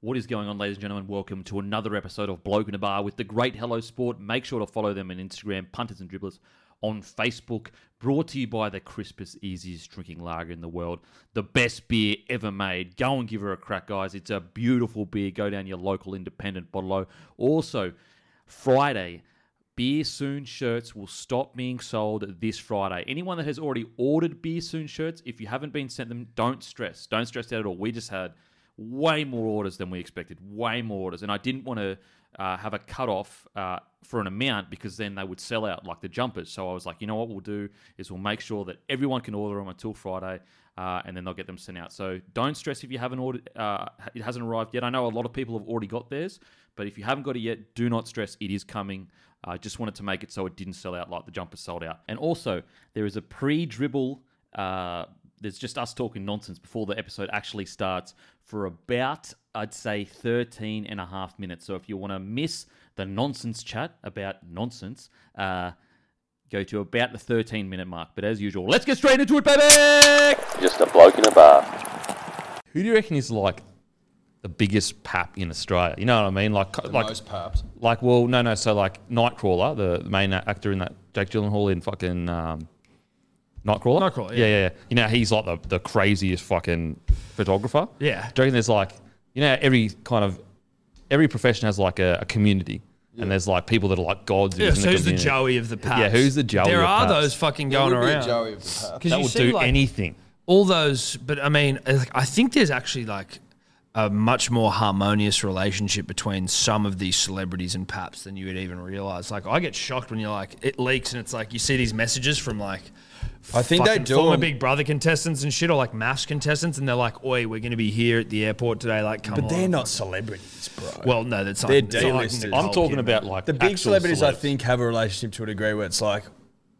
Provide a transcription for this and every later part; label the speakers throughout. Speaker 1: What is going on, ladies and gentlemen? Welcome to another episode of Bloke in a Bar with the great Hello Sport. Make sure to follow them on Instagram, Punters and Dribblers on Facebook. Brought to you by the crispest, easiest drinking lager in the world. The best beer ever made. Go and give her a crack, guys. It's a beautiful beer. Go down your local independent bottle. Also, Friday, Beer Soon shirts will stop being sold this Friday. Anyone that has already ordered Beer Soon shirts, if you haven't been sent them, don't stress. Don't stress out at all. We just had way more orders than we expected, way more orders. And I didn't want to uh, have a cutoff uh, for an amount because then they would sell out like the jumpers. So I was like, you know what we'll do is we'll make sure that everyone can order them until Friday uh, and then they'll get them sent out. So don't stress if you haven't ordered, uh, it hasn't arrived yet. I know a lot of people have already got theirs, but if you haven't got it yet, do not stress. It is coming. I just wanted to make it so it didn't sell out like the jumpers sold out. And also, there is a pre dribble. Uh, there's just us talking nonsense before the episode actually starts for about i'd say 13 and a half minutes so if you want to miss the nonsense chat about nonsense uh, go to about the 13 minute mark but as usual let's get straight into it baby
Speaker 2: Just a bloke in a bar.
Speaker 3: Who do you reckon is like the biggest pap in Australia? You know what I mean? Like, like,
Speaker 4: most papped.
Speaker 3: like. Well, no, no. So like Nightcrawler, the, the main actor in that Jake Gyllenhaal in fucking um, Nightcrawler.
Speaker 4: Nightcrawler,
Speaker 3: yeah,
Speaker 4: yeah.
Speaker 3: yeah. You know he's like the, the craziest fucking photographer.
Speaker 4: Yeah.
Speaker 3: Do you reckon there's like you know every kind of every profession has like a, a community, and there's like people that are like gods.
Speaker 5: Yeah,
Speaker 3: within
Speaker 5: so who's the
Speaker 3: community.
Speaker 5: Joey of the past?
Speaker 3: Yeah, who's the Joey
Speaker 5: There
Speaker 3: of
Speaker 5: are
Speaker 3: Pats?
Speaker 5: those fucking
Speaker 4: There
Speaker 5: going
Speaker 4: would be a
Speaker 5: around.
Speaker 4: Joey of the papped.
Speaker 5: Because
Speaker 3: That
Speaker 5: you
Speaker 3: will
Speaker 5: see
Speaker 3: do
Speaker 5: like,
Speaker 3: anything.
Speaker 5: all those, but I mean, like, I think there's actually like a much more harmonious relationship between some of these celebrities and paps than you would even realize. Like, I get shocked when you're like, it leaks and it's like you see these messages from like.
Speaker 4: I think they
Speaker 5: fucking
Speaker 4: do
Speaker 5: former
Speaker 4: 'em.
Speaker 5: Big Brother contestants and shit, or like maths contestants, and they're like, "Oi, we're going to be here at the airport today." Like, come on.
Speaker 6: But they're not celebrities, bro.
Speaker 5: Well, no, that's
Speaker 6: They're
Speaker 5: like, it's not like
Speaker 6: D-listers.
Speaker 5: Nicole
Speaker 3: I'm talking
Speaker 5: Kidman.
Speaker 3: about like
Speaker 6: the big
Speaker 3: actual
Speaker 6: celebrities, I
Speaker 3: celebs.
Speaker 6: think, have a relationship to a degree where it's like,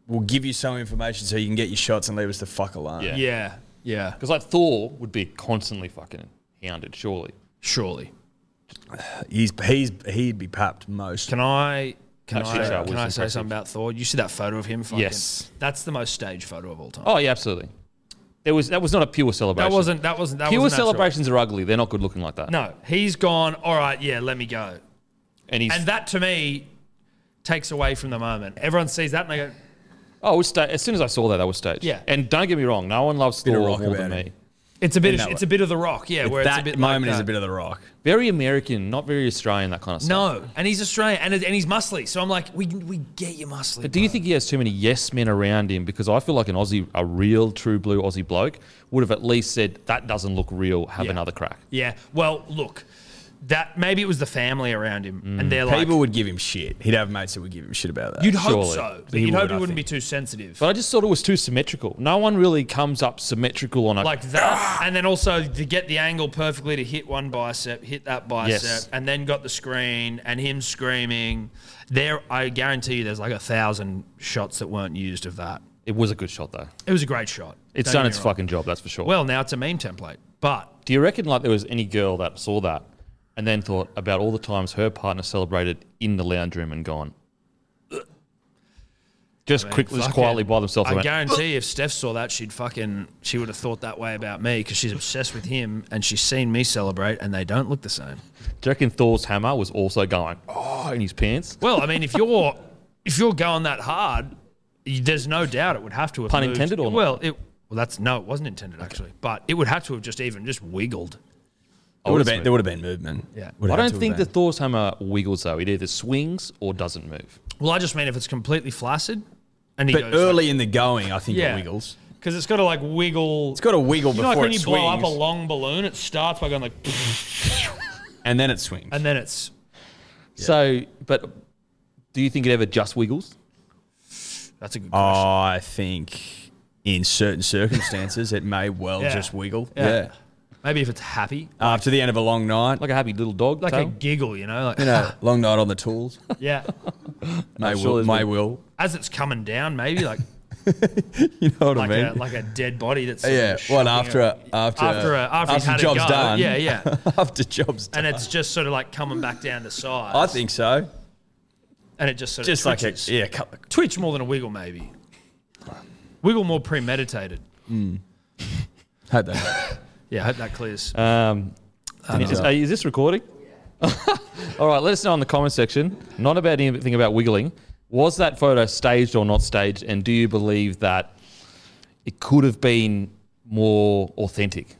Speaker 6: we'll give you some information so you can get your shots and leave us the fuck alone.
Speaker 3: Yeah.
Speaker 5: Yeah, yeah,
Speaker 3: Because like Thor would be constantly fucking hounded, surely.
Speaker 5: surely.
Speaker 6: He's, he's, he'd be papped most.
Speaker 5: Can I can
Speaker 3: That
Speaker 5: I,
Speaker 3: shit show was
Speaker 5: can I say
Speaker 3: impressive.
Speaker 5: something about Thor? You see that photo of him? Fucking,
Speaker 3: Yes.
Speaker 5: that's the most staged photo of all time.
Speaker 3: Oh yeah, absolutely. There was that was not a pure celebration.
Speaker 5: that wasn't that wasn't that
Speaker 3: pure
Speaker 5: was
Speaker 3: celebrations are ugly. They're not good looking like that.
Speaker 5: No, he's gone. All right, yeah, let me go.
Speaker 3: And he's
Speaker 5: And that to me takes away from the moment. Everyone sees that and they go,
Speaker 3: oh, it was sta- as soon as I saw that, that was staged.
Speaker 5: Yeah.
Speaker 3: And don't get me wrong, no one loves
Speaker 6: Bit of
Speaker 3: Thor
Speaker 6: rock
Speaker 3: more than
Speaker 6: about
Speaker 3: me.
Speaker 6: it.
Speaker 5: it's a bit,
Speaker 6: that
Speaker 5: of, it's a bit of the rock, yeah. Where
Speaker 6: that
Speaker 5: it's a bit
Speaker 6: moment
Speaker 5: like
Speaker 6: is
Speaker 5: that.
Speaker 6: a bit of the rock.
Speaker 3: Very American, not very Australian. That kind of stuff.
Speaker 5: no, and he's Australian and and he's muscly, so I'm like, we we get you muscly.
Speaker 3: But do you think he has too many yes men around him? Because I feel like an Aussie, a real true blue Aussie bloke, would have at least said that doesn't look real. Have another crack.
Speaker 5: Yeah. Well, look, that maybe it was the family around him, and they're like,
Speaker 6: People would give him shit. He'd have mates that would give him shit about that.
Speaker 5: you'd hope
Speaker 3: Surely.
Speaker 5: so, but
Speaker 6: He
Speaker 5: you'd hope
Speaker 6: would,
Speaker 5: he
Speaker 6: I
Speaker 5: wouldn't be too sensitive.
Speaker 3: But I just thought it was too symmetrical. No one really comes up symmetrical on a
Speaker 5: like that, and then also to get the angle perfectly to hit one bicep, hit that bicep,
Speaker 3: Yes.
Speaker 5: and then got the screen and him screaming. There, I guarantee you, there's like a thousand shots that weren't used of that.
Speaker 3: It was a good shot though.
Speaker 5: It was a great shot.
Speaker 3: It's
Speaker 5: Don't
Speaker 3: done
Speaker 5: get me
Speaker 3: its
Speaker 5: wrong.
Speaker 3: fucking job, that's for sure.
Speaker 5: Well, now it's a meme template, but
Speaker 3: do you reckon like there was any girl that saw that and then thought about all the times her partner celebrated in the lounge room and gone? "Ugh." Just quickly, just
Speaker 5: fuck
Speaker 3: quietly
Speaker 5: it.
Speaker 3: by themselves. they
Speaker 5: I
Speaker 3: went,
Speaker 5: guarantee if Steph saw that, she'd fucking she would have thought that way about me because she's obsessed with him and she's seen me celebrate and they don't look the same.
Speaker 3: Do you reckon Thor's hammer was also going oh in his pants?
Speaker 5: Well, I mean, if you're if you're going that hard, y- there's no doubt it would have to have
Speaker 3: Pun
Speaker 5: moved-
Speaker 3: intended or not?
Speaker 5: well, it well that's no, it wasn't intended actually, but it would have to have just even just wiggled.
Speaker 6: There would have been, there would have been movement.
Speaker 5: Yeah.
Speaker 6: Would
Speaker 3: I don't
Speaker 6: have to have
Speaker 3: think
Speaker 6: been.
Speaker 3: that Thor's hammer wiggles though. It either swings or doesn't move.
Speaker 5: Well, I just mean if it's completely flaccid and he
Speaker 6: But
Speaker 5: goes
Speaker 6: early in the going, I think
Speaker 5: Yeah.
Speaker 6: it wiggles.
Speaker 5: because it's got to like wiggle.
Speaker 6: It's got to wiggle
Speaker 5: you know,
Speaker 6: before
Speaker 5: like when
Speaker 6: it
Speaker 5: you
Speaker 6: swings,
Speaker 5: blow up a long balloon, it starts by going like,
Speaker 6: and then it swings.
Speaker 5: and then it's
Speaker 3: So, but do you think it ever just wiggles?
Speaker 5: that's a good
Speaker 6: Oh.
Speaker 5: question.
Speaker 6: I think in certain circumstances, it may well
Speaker 5: Yeah.
Speaker 6: just wiggle.
Speaker 5: Yeah. Maybe if it's happy,
Speaker 6: After the end of a long night,
Speaker 3: Like a happy little dog?
Speaker 5: like a
Speaker 3: tail?
Speaker 5: giggle, you know, like
Speaker 6: you know, long night on the tools.
Speaker 5: yeah,
Speaker 6: May
Speaker 3: sure
Speaker 6: will,
Speaker 3: there's
Speaker 6: may will.
Speaker 5: as it's coming down, maybe like
Speaker 6: You know what
Speaker 5: like
Speaker 6: I
Speaker 5: a,
Speaker 6: mean?
Speaker 5: like a dead body that's sort of
Speaker 6: yeah.
Speaker 5: shocking
Speaker 6: Well, after a,
Speaker 5: it.
Speaker 6: after
Speaker 5: after a, after, he's
Speaker 6: the
Speaker 5: had
Speaker 6: job's
Speaker 5: a go.
Speaker 6: done.
Speaker 5: yeah, yeah,
Speaker 6: after job's done.
Speaker 5: and it's just sort of like coming back down to size.
Speaker 6: I think so.
Speaker 5: and it just sort
Speaker 6: Just
Speaker 5: of
Speaker 6: like a
Speaker 5: twitches.
Speaker 6: yeah, couple of-
Speaker 5: twitch more than a wiggle, maybe. Wiggle more premeditated.
Speaker 6: had that. Uh,
Speaker 5: Yeah, I hope that clears.
Speaker 3: Um, Is, this- is this recording? All right, let us know in the comment section. Not about anything about wiggling. Was that photo staged or not staged? And do you believe that it could have been more authentic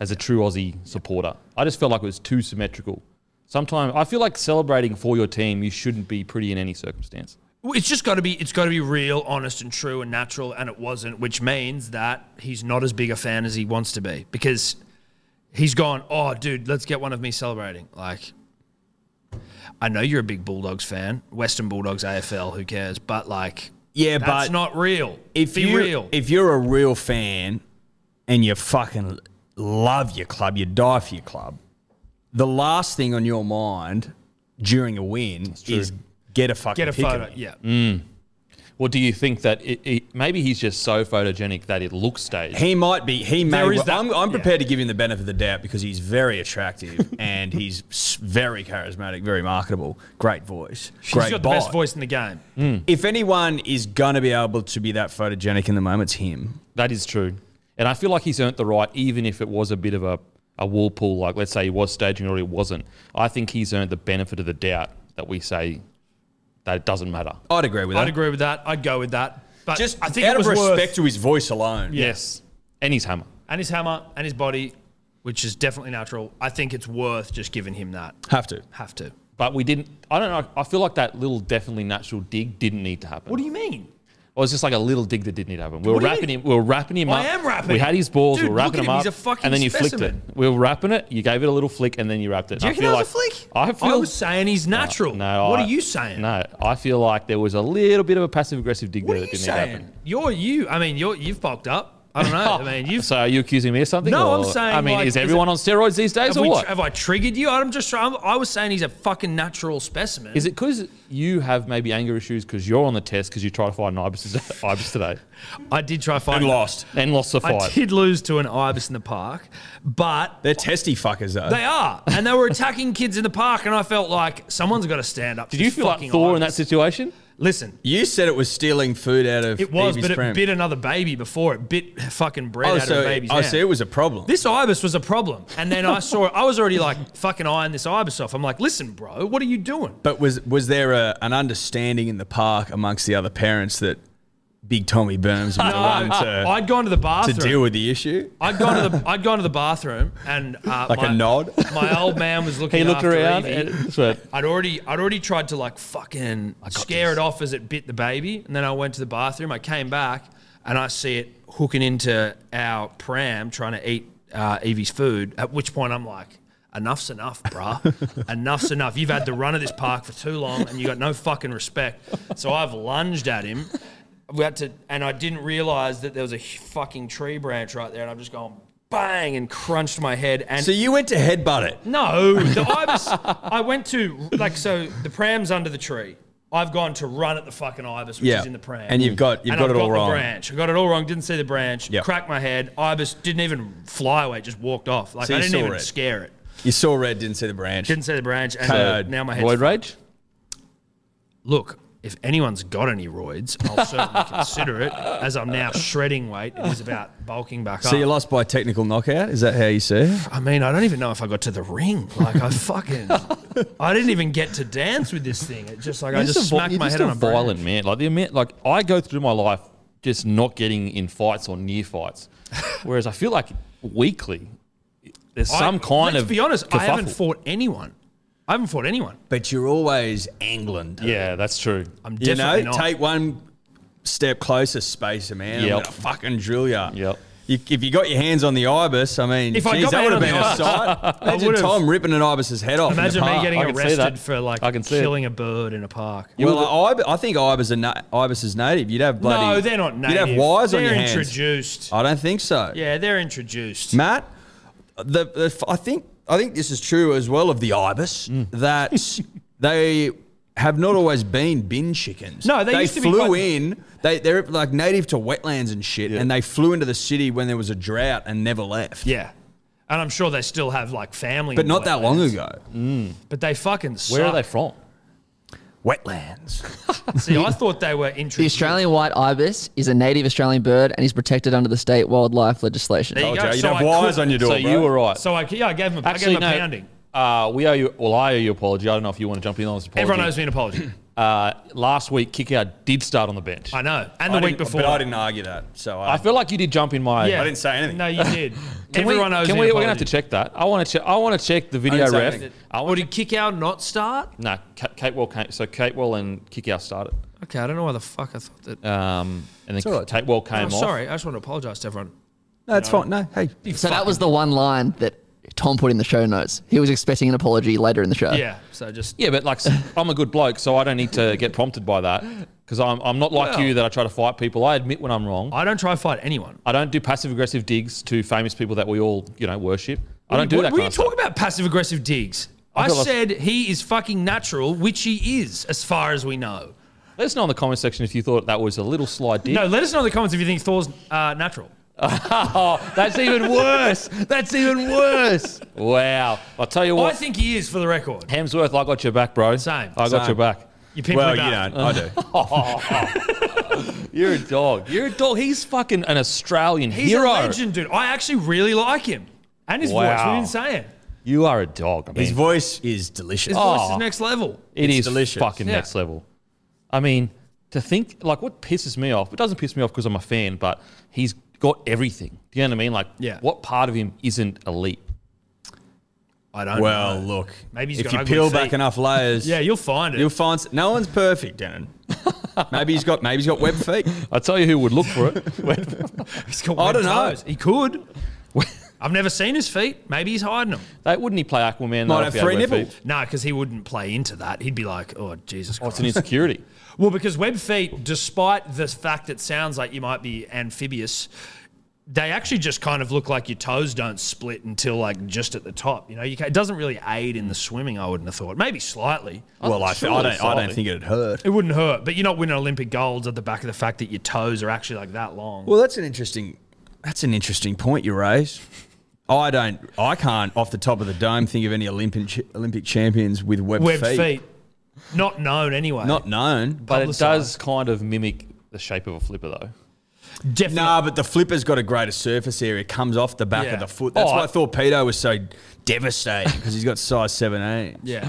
Speaker 3: as a true Aussie supporter? I just felt like it was too symmetrical. Sometimes I feel like celebrating for your team, you shouldn't be pretty in any circumstance.
Speaker 5: Well, It's just got to be. It's got to be real, honest, and true, and natural. And it wasn't, which means that he's not as big a fan as he wants to be because he's gone. Oh, dude, let's get one of me celebrating. Like, I know you're a big Bulldogs fan, Western Bulldogs AFL. Who cares? But like,
Speaker 6: Yeah,
Speaker 5: that's
Speaker 6: but
Speaker 5: not real.
Speaker 6: if
Speaker 5: be
Speaker 6: you
Speaker 5: real,
Speaker 6: if you're a real fan and you fucking love your club, you die for your club. The last thing on your mind during a win is get a fucking
Speaker 5: get a
Speaker 6: pick of
Speaker 5: photo.
Speaker 6: it.
Speaker 5: Yeah,
Speaker 3: Or do you think that it, it, maybe he's just so photogenic that it looks staged?
Speaker 6: He might be. He may.
Speaker 5: There is
Speaker 6: well-
Speaker 5: that-
Speaker 6: I'm, I'm
Speaker 5: yeah.
Speaker 6: prepared to give him the benefit of the doubt because he's very attractive and he's s- very charismatic, very marketable, great voice, great
Speaker 5: he's got the
Speaker 6: bod.
Speaker 5: best voice in the game.
Speaker 6: If anyone is gonna be able to be that photogenic in the moment, it's him.
Speaker 3: That is true. And I feel like he's earned the right, even if it was a bit of a, a wall pull, like let's say he was staging or he wasn't. I think he's earned the benefit of the doubt that we say that it doesn't matter.
Speaker 6: I'd agree with that.
Speaker 5: I'd agree with that. I'd go with that. But
Speaker 6: Just
Speaker 5: I think
Speaker 6: out
Speaker 5: it was
Speaker 6: of
Speaker 5: worth-
Speaker 6: respect to his voice alone.
Speaker 3: Yes. And he's hammer.
Speaker 5: and his hammer and his body, which is definitely natural. I think it's worth just giving him that.
Speaker 6: Have to.
Speaker 5: Have to.
Speaker 3: But we didn't, I don't know. I feel like that little definitely natural dig didn't need to happen.
Speaker 5: What do you mean?
Speaker 3: It was just like a little dig that didn't need to happen. We were
Speaker 5: What do you
Speaker 3: wrapping
Speaker 5: mean?
Speaker 3: him. We were wrapping him
Speaker 5: I
Speaker 3: up.
Speaker 5: am wrapping
Speaker 3: We
Speaker 5: it.
Speaker 3: had his balls.
Speaker 5: Dude,
Speaker 3: we were
Speaker 5: look
Speaker 3: wrapping
Speaker 5: at
Speaker 3: him
Speaker 5: him.
Speaker 3: up.
Speaker 5: He's a fucking
Speaker 3: and then you
Speaker 5: specimen.
Speaker 3: flicked it. We were wrapping it. You gave it a little flick, and then you wrapped it.
Speaker 5: Do you
Speaker 3: I
Speaker 5: reckon
Speaker 3: feel
Speaker 5: that
Speaker 3: like
Speaker 5: was a flick?
Speaker 3: I feel
Speaker 5: was saying he's natural.
Speaker 3: No,
Speaker 5: what
Speaker 3: I-
Speaker 5: are you saying?
Speaker 3: No, I feel like there was a little bit of a passive aggressive dig
Speaker 5: what
Speaker 3: there
Speaker 5: are
Speaker 3: that
Speaker 5: you
Speaker 3: didn't need to
Speaker 5: saying?
Speaker 3: happen.
Speaker 5: You're you. I mean, you're you've bulked up. I don't know. I mean, you've.
Speaker 3: So are you accusing me of something?
Speaker 5: No, I'm
Speaker 3: or-
Speaker 5: saying,
Speaker 3: I mean,
Speaker 5: like,
Speaker 3: is
Speaker 5: is
Speaker 3: everyone on steroids these days,
Speaker 5: have,
Speaker 3: or
Speaker 5: we,
Speaker 3: what?
Speaker 5: have I triggered you? I'm just trying. I was saying he's a fucking natural specimen.
Speaker 3: is it because you have maybe anger issues because you're on the test because you tried to fight an ibis, ibis today
Speaker 5: I did try fighting.
Speaker 6: And lost.
Speaker 3: and lost the
Speaker 5: I
Speaker 3: fight?
Speaker 5: did lose to an ibis in the park, but
Speaker 6: They're testy fuckers though.
Speaker 5: They are, and they were attacking kids in the park, and I felt like someone's got to stand up.
Speaker 3: Did you feel like Thor in that situation?
Speaker 5: Listen,
Speaker 6: you said it was stealing food out of.
Speaker 5: it was,
Speaker 6: Evie's
Speaker 5: but it
Speaker 6: pram.
Speaker 5: bit another baby before it bit fucking bread
Speaker 6: Oh,
Speaker 5: out of
Speaker 6: so
Speaker 5: a baby's
Speaker 6: oh,
Speaker 5: hand.
Speaker 6: so it was a problem.
Speaker 5: this ibis was a problem, and then I saw. I was already like fucking eyeing this ibis off. I'm like, listen, bro, what are you doing?
Speaker 6: but was was there a, an understanding in the park amongst the other parents that Big Tommy Burns was the one to,
Speaker 5: I'd gone to the
Speaker 6: to
Speaker 5: bathroom.
Speaker 6: deal with the issue?
Speaker 5: I'd gone to the I'd gone to the bathroom, and uh,
Speaker 6: Like
Speaker 5: my,
Speaker 6: a nod?
Speaker 5: My old man was looking.
Speaker 3: He looked
Speaker 5: after
Speaker 3: around
Speaker 5: Evie.
Speaker 3: and that's what-
Speaker 5: I'd already I'd already tried to like fucking scare it off as it bit the baby, and then I went to the bathroom. I came back and I see it hooking into our pram trying to eat uh, Evie's food. At which point I'm like, enough's enough, bruh. enough's enough. You've had the run of this park for too long, and you got no fucking respect. So I've lunged at him. We had to, and I didn't realize that there was a hu- fucking tree branch right there, and I'm just going bang and crunched my head. And
Speaker 6: So you went to headbutt it.
Speaker 5: no, the ibis. I went to like so the pram's under the tree. I've gone to run at the fucking ibis, which
Speaker 6: Yeah.
Speaker 5: is in the pram.
Speaker 6: And you've got- you've
Speaker 5: And
Speaker 6: got
Speaker 5: I've
Speaker 6: it all wrong.
Speaker 5: The branch. I got it all wrong. Didn't see the branch.
Speaker 6: Yep.
Speaker 5: Cracked my head. Ibis didn't even fly away. Just walked off. Like
Speaker 6: So
Speaker 5: I
Speaker 6: you
Speaker 5: didn't
Speaker 6: saw
Speaker 5: even
Speaker 6: it.
Speaker 5: scare it.
Speaker 6: You saw red, didn't see the branch.
Speaker 5: Didn't see the branch. And
Speaker 6: So,
Speaker 5: now my
Speaker 3: Void
Speaker 5: head.
Speaker 3: rage.
Speaker 5: Look, if anyone's got any roids, I'll certainly consider it. As I'm now shredding weight, it is about bulking back up.
Speaker 6: So you lost by technical knockout. Is that how you see? it?
Speaker 5: I mean, I don't even know if I got to the ring. Like I fucking, I didn't even get to dance with this thing. It just like I
Speaker 3: You're
Speaker 5: just
Speaker 3: a vi-
Speaker 5: smacked
Speaker 3: you're
Speaker 5: my
Speaker 3: just
Speaker 5: head on
Speaker 3: a
Speaker 5: a
Speaker 3: violent man. Like the amount, like I go through my life just not getting in fights or near fights, whereas I feel like weekly there's
Speaker 5: branch.
Speaker 3: some
Speaker 5: I-
Speaker 3: kind
Speaker 5: let's
Speaker 3: of.
Speaker 5: be honest. I haven't
Speaker 3: kerfuffle.
Speaker 5: fought anyone. I haven't fought anyone.
Speaker 6: But you're always angling.
Speaker 3: Yeah, that's true.
Speaker 5: I'm
Speaker 6: You
Speaker 5: definitely
Speaker 6: know,
Speaker 5: not.
Speaker 6: take one step closer, spacer man. I'm
Speaker 3: Yep.
Speaker 6: gonna fucking drill ya.
Speaker 3: Yep.
Speaker 6: You, if you got your hands on the ibis, I mean,
Speaker 5: If
Speaker 6: geez,
Speaker 5: I got my
Speaker 6: that would have
Speaker 5: hand
Speaker 6: been
Speaker 5: on
Speaker 6: a
Speaker 5: the
Speaker 6: sight. Imagine
Speaker 5: would've-
Speaker 6: Tom ripping an ibis's head off. in the
Speaker 5: Imagine me
Speaker 6: park.
Speaker 5: getting
Speaker 3: I can see that.
Speaker 5: arrested for like
Speaker 3: I can see it.
Speaker 5: killing a bird in a park.
Speaker 6: Well, I, I think ibis are na- ibis is native. You'd have bloody.
Speaker 5: no, they're not native.
Speaker 6: You'd have wires
Speaker 5: they're
Speaker 6: on your hands.
Speaker 5: introduced.
Speaker 6: I don't think so.
Speaker 5: Yeah, they're introduced.
Speaker 6: Matt, the, the I think I think this is true as well of the ibis
Speaker 5: Mm.
Speaker 6: that they have not always been bin chickens.
Speaker 5: No, they used to be
Speaker 6: flew
Speaker 5: quite-
Speaker 6: in. They they're like native to wetlands and shit, and they flew into the city when there was a drought and never left.
Speaker 5: yeah, and I'm sure they still have like family,
Speaker 6: But
Speaker 5: in
Speaker 6: not that
Speaker 5: wetlands.
Speaker 6: long ago.
Speaker 5: But they fucking. Suck.
Speaker 3: Where are they from?
Speaker 6: wetlands.
Speaker 5: See, I thought they were
Speaker 2: The
Speaker 5: introduced.
Speaker 2: Australian white ibis is a native Australian bird and is protected under the state wildlife legislation.
Speaker 5: There you
Speaker 6: Told
Speaker 5: go.
Speaker 6: ya, you'd
Speaker 5: So
Speaker 6: have
Speaker 5: I
Speaker 6: wires
Speaker 5: could-
Speaker 6: on your door.
Speaker 3: So you
Speaker 6: bro.
Speaker 3: were right.
Speaker 5: So I, yeah, I gave him. A, I gave him a pounding.
Speaker 3: Uh, we owe you. Well, I owe you apology. I don't know if you want to jump in on this apology.
Speaker 5: Everyone owes me an apology.
Speaker 3: Uh, last week, Kickout did start on the bench.
Speaker 5: I
Speaker 3: I,
Speaker 5: know. And
Speaker 6: I
Speaker 5: the week
Speaker 6: didn't-
Speaker 5: before.
Speaker 6: But I didn't argue that. So I,
Speaker 3: feel like you did jump in my.
Speaker 5: Yeah.
Speaker 6: I didn't say anything.
Speaker 5: No, you did.
Speaker 3: Can
Speaker 5: Everyone
Speaker 3: we,
Speaker 5: owes
Speaker 3: can
Speaker 5: me
Speaker 3: we,
Speaker 5: an
Speaker 3: We're gonna have
Speaker 5: apology.
Speaker 3: to check that. I want to check. I want to check the video
Speaker 6: didn't say
Speaker 3: ref.
Speaker 6: anything.
Speaker 3: I
Speaker 5: Or
Speaker 3: want
Speaker 5: did kick out not start?
Speaker 3: no. Ka- Catewell came. So Catewell and Kickout started,
Speaker 5: Okay, I don't know why the fuck I thought that.
Speaker 3: um, and then
Speaker 6: all right.
Speaker 3: Catewell came
Speaker 5: I'm
Speaker 3: off.
Speaker 5: Oh, sorry. I just want to apologise to everyone.
Speaker 6: no, it's fine. No, hey.
Speaker 2: so that was the one line that Tom put in the show notes. He was expecting an apology later in the show.
Speaker 5: Yeah. So just
Speaker 3: Yeah, but like s- I'm a good bloke, so I don't need to get prompted by that because I'm I'm not like
Speaker 5: Well-
Speaker 3: you that I try to fight people. I admit when I'm wrong.
Speaker 5: I don't try to fight anyone.
Speaker 3: I don't do passive aggressive digs to famous people that we all you know worship. I don't do
Speaker 5: what,
Speaker 3: that. kind
Speaker 5: What are you
Speaker 3: of stuff.
Speaker 5: talking about? Passive aggressive digs. I,
Speaker 3: feel like-
Speaker 5: said he is fucking natural, which he is, as far as we know.
Speaker 3: Let us know in the comment section if you thought that was a little sly dig.
Speaker 5: No, let us know in the comments if you think Thor's uh, natural.
Speaker 3: Oh, that's even worse. That's even worse. Wow. I'll tell you
Speaker 5: I
Speaker 3: what,
Speaker 5: think he is, for the record.
Speaker 3: Hemsworth, I got your back, bro.
Speaker 5: Same.
Speaker 3: I got
Speaker 6: Same.
Speaker 3: your back.
Speaker 5: You people
Speaker 6: Well,
Speaker 5: are
Speaker 6: you
Speaker 5: bad.
Speaker 6: don't. I do.
Speaker 3: You're a dog. You're a dog. He's fucking an Australian
Speaker 5: He's
Speaker 3: hero.
Speaker 5: a legend, dude. I actually really like him. And his voice. We
Speaker 3: Wow.
Speaker 5: didn't say it.
Speaker 3: You are a dog. I mean,
Speaker 6: His voice is delicious.
Speaker 5: His voice
Speaker 3: Aw.
Speaker 5: is next level.
Speaker 3: it
Speaker 6: it's
Speaker 3: is
Speaker 6: delicious.
Speaker 3: fucking
Speaker 5: Yeah.
Speaker 3: next level. I mean, to think like what pisses me off. It doesn't piss me off because I'm a fan, but he's got everything. Do you know what I mean? Like,
Speaker 5: Yeah.
Speaker 3: what part of him isn't elite?
Speaker 5: I don't
Speaker 6: Oh, Well,
Speaker 5: know.
Speaker 6: look.
Speaker 5: Maybe he's
Speaker 6: if
Speaker 5: got
Speaker 6: you
Speaker 5: ugly
Speaker 6: peel
Speaker 5: feet.
Speaker 6: back enough layers,
Speaker 5: Yeah, you'll find it.
Speaker 6: you'll find s- no one's perfect, Denon. maybe he's got maybe he's got web feet.
Speaker 3: I tell you who would look for it.
Speaker 5: He's got
Speaker 6: I
Speaker 5: web
Speaker 6: don't know.
Speaker 5: toes. He could. I've never seen his feet. Maybe he's hiding them.
Speaker 3: they, wouldn't he play Aquaman? though,
Speaker 6: Might
Speaker 3: if
Speaker 6: have
Speaker 3: he had
Speaker 6: three
Speaker 3: wet feet?
Speaker 6: nipples.
Speaker 5: No, because he wouldn't play into that. He'd be like, oh, Jesus
Speaker 3: Oh, it's
Speaker 5: Christ.
Speaker 3: an insecurity.
Speaker 5: well, because web feet, despite the fact it sounds like you might be amphibious, they actually just kind of look like your toes don't split until like just at the top. You know, you ca it doesn't really aid in the swimming, I wouldn't have thought. Maybe slightly.
Speaker 6: Well, I, I
Speaker 3: surely
Speaker 6: don't I
Speaker 3: slightly.
Speaker 6: don't think it'd hurt.
Speaker 5: It wouldn't hurt, but you're not winning Olympic golds at the back of the fact that your toes are actually like that long.
Speaker 6: Well, that's an interesting that's an interesting point you raise. I don't I can't off the top of the dome think of any Olympic ch- Olympic champions with web,
Speaker 5: Webbed feet. Not known anyway.
Speaker 6: Not known.
Speaker 3: But it
Speaker 5: Publicised.
Speaker 3: does kind of mimic the shape of a flipper, though.
Speaker 5: definitely.
Speaker 6: Nah, but the flipper's got a greater surface area. Comes off the back
Speaker 5: Yeah.
Speaker 6: of the foot. That's
Speaker 3: Oh,
Speaker 6: why
Speaker 3: I-
Speaker 6: Torpedo was so devastating because he's got size 17.
Speaker 5: Yeah.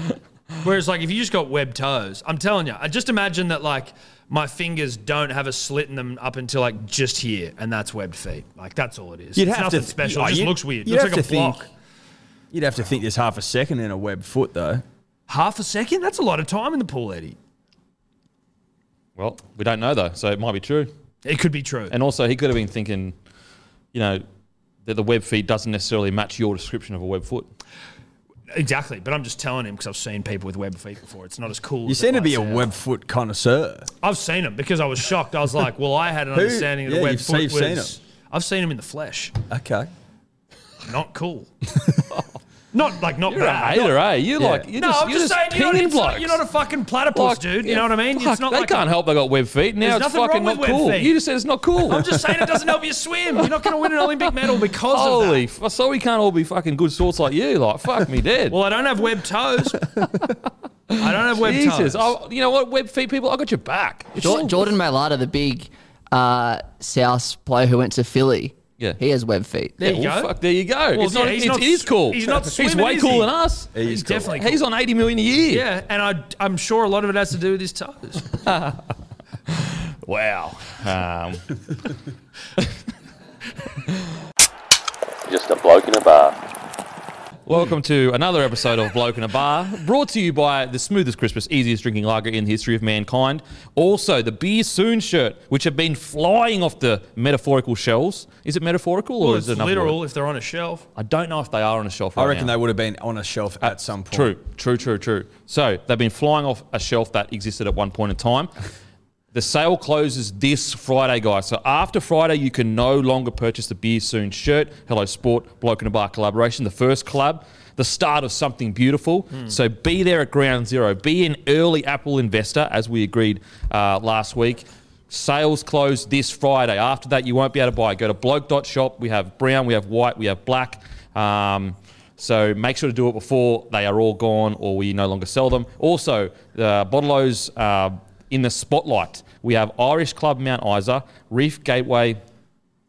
Speaker 5: Whereas, like, if you just got webbed toes, I'm telling you, I just imagine that, like, my fingers don't have a slit in them up until, like, just here, and that's webbed feet. Like, that's all it is.
Speaker 6: You'd
Speaker 5: it's
Speaker 6: have to
Speaker 5: nothing
Speaker 6: th-
Speaker 5: special.
Speaker 6: yeah,
Speaker 5: It just
Speaker 6: you'd-
Speaker 5: looks weird.
Speaker 6: you'd
Speaker 5: looks
Speaker 6: have
Speaker 5: like a
Speaker 6: to think-
Speaker 5: block.
Speaker 6: You'd have to think there's half a second in a web foot though.
Speaker 5: Half a second? That's a lot of time in the pool, Eddie.
Speaker 3: Well, we don't know though, so it might be true.
Speaker 5: It could be true.
Speaker 3: And also, he could have been thinking, you know, that the web feet doesn't necessarily match your description of a web foot.
Speaker 5: exactly. But I'm just telling him because I've seen people with webbed feet before. It's not as cool.
Speaker 6: You
Speaker 5: as it
Speaker 6: seem to
Speaker 5: might
Speaker 6: be a
Speaker 5: sound.
Speaker 6: web foot connoisseur.
Speaker 5: I've seen them because I was shocked. I was like, well, I had an
Speaker 6: Who-
Speaker 5: understanding that
Speaker 6: yeah,
Speaker 5: a webbed
Speaker 6: you've- so
Speaker 5: foot
Speaker 6: you've
Speaker 5: was.
Speaker 6: seen 'em.
Speaker 5: I've seen them in the flesh.
Speaker 6: Okay.
Speaker 5: Not cool. not like not
Speaker 3: You're a
Speaker 5: bad.
Speaker 3: hater, eh? You like you
Speaker 5: No,
Speaker 3: just,
Speaker 5: I'm
Speaker 3: you're
Speaker 5: just,
Speaker 3: just,
Speaker 5: saying you're not,
Speaker 3: pinging
Speaker 5: it's not-
Speaker 3: blokes.
Speaker 5: you're not a fucking platypus,
Speaker 3: Like,
Speaker 5: dude. You
Speaker 3: yeah,
Speaker 5: know what I mean?
Speaker 3: fuck,
Speaker 5: it's not
Speaker 3: they
Speaker 5: like
Speaker 3: can't help they got web feet. Now
Speaker 5: There's
Speaker 3: it's
Speaker 5: nothing
Speaker 3: fucking
Speaker 5: wrong
Speaker 3: not
Speaker 5: with web
Speaker 3: cool.
Speaker 5: feet.
Speaker 3: You just said it's not cool.
Speaker 5: I'm just saying it doesn't help you swim. You're not going to win an Olympic medal because of that.
Speaker 3: Holy, f- so we can't all be fucking good sorts like you. Like, fuck me dead.
Speaker 5: Well, I don't have webbed toes. I don't have webbed
Speaker 3: Jesus,
Speaker 5: toes.
Speaker 3: oh, you know what, web feet people, I got your back. It's
Speaker 2: Jor-
Speaker 3: all-
Speaker 2: Jordan Mailata, the big uh, South player who went to Philly,
Speaker 3: Yeah.
Speaker 2: he has web feet.
Speaker 5: there you
Speaker 3: well,
Speaker 5: go.
Speaker 3: fuck, there you go. it's
Speaker 5: yeah,
Speaker 3: not,
Speaker 5: he's
Speaker 3: it's,
Speaker 5: not
Speaker 3: it is
Speaker 5: s-
Speaker 3: cool.
Speaker 5: he's not
Speaker 3: He's
Speaker 5: swimming,
Speaker 3: way
Speaker 5: is
Speaker 3: cool
Speaker 5: he?
Speaker 3: than us.
Speaker 5: He's definitely cool.
Speaker 3: He's on 80 million a year.
Speaker 5: Yeah, and I, I'm sure a lot of it has to do with his toes.
Speaker 3: Wow. Um,
Speaker 4: Just a bloke in a bar.
Speaker 3: welcome to another episode of Bloke in a Bar, brought to you by the smoothest, crispest, easiest drinking lager in the history of mankind. Also, the Beer Soon shirt, which have been flying off the metaphorical shelves. Is it metaphorical or
Speaker 5: Well,
Speaker 3: is it
Speaker 5: it's
Speaker 3: another
Speaker 5: literal
Speaker 3: word?
Speaker 5: if they're on a shelf.
Speaker 3: I don't know if they are on a shelf right
Speaker 6: I reckon
Speaker 3: now.
Speaker 6: they would have been on a shelf at some point.
Speaker 3: True, true, true, true. So they've been flying off a shelf that existed at one point in time. The sale closes this Friday, guys. So after Friday, you can no longer purchase the Beer Soon shirt, Hello Sport, Bloke in a Bar collaboration, the first collab, the start of something beautiful. So be there at ground zero. Be an early Apple investor, as we agreed uh, last week. Sales close this Friday. After that, you won't be able to buy. Go to bloke.shop. We have brown, we have white, we have black. Um, So make sure to do it before they are all gone or we no longer sell them. Also, the Bottilows uh, in the spotlight. We have Irish Club Mount Isa, Reef Gateway,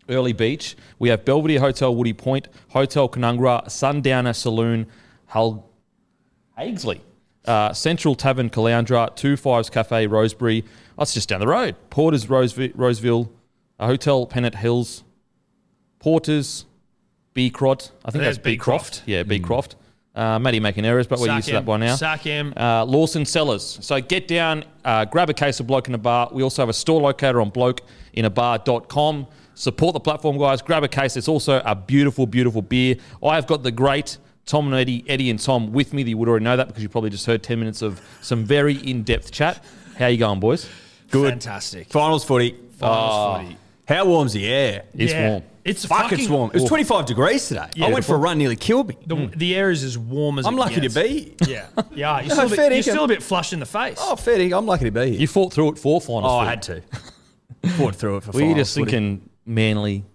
Speaker 3: Early Beach. We have Belvedere Hotel Woody Point, Hotel Canungra, Sundowner Saloon, Hull Hagesley, uh, Central Tavern Caloundra, Two Fives Cafe Rosebery. That's just down the road. Porter's Roseville, Roseville uh, Hotel Pennant Hills, Porter's Beecroft. I think
Speaker 5: There's
Speaker 3: that's Beecroft. Yeah, Beecroft. Uh, Matty making errors, but we're
Speaker 5: Sack
Speaker 3: used to
Speaker 5: him.
Speaker 3: that by now.
Speaker 5: Sack him.
Speaker 3: Uh, Lawson Cellars. So get down, uh, grab a case of Bloke in a Bar. We also have a store locator on blokeinabar.com. Support the platform, guys. Grab a case. It's also a beautiful, beautiful beer. I have got the great Tom and Eddie, Eddie and Tom with me. You would already know that because you probably just heard 10 minutes of some very in-depth chat. How you going, boys?
Speaker 6: Good.
Speaker 5: Fantastic.
Speaker 6: Finals footy. Oh.
Speaker 5: Finals footy.
Speaker 6: How warm's the air?
Speaker 3: It's
Speaker 5: Yeah.
Speaker 3: warm.
Speaker 5: It's
Speaker 6: Fuck,
Speaker 5: fucking
Speaker 6: it's warm. It was 25 degrees today. I went for a run, nearly killed me.
Speaker 5: The, the air is as warm as
Speaker 6: Hmm. I'm
Speaker 5: it
Speaker 6: lucky
Speaker 5: gets.
Speaker 6: to be.
Speaker 5: Yeah, yeah. You're, still a,
Speaker 6: fair
Speaker 5: bit, you're
Speaker 6: dinkum.
Speaker 5: still a bit flushed in the face.
Speaker 6: Oh, fair dinkum, I'm lucky to be here.
Speaker 3: You fought through it for finals.
Speaker 6: oh, I
Speaker 3: footy.
Speaker 6: had to. Fought through it for
Speaker 3: Were you
Speaker 6: finals
Speaker 3: just
Speaker 6: footy.
Speaker 3: thinking manly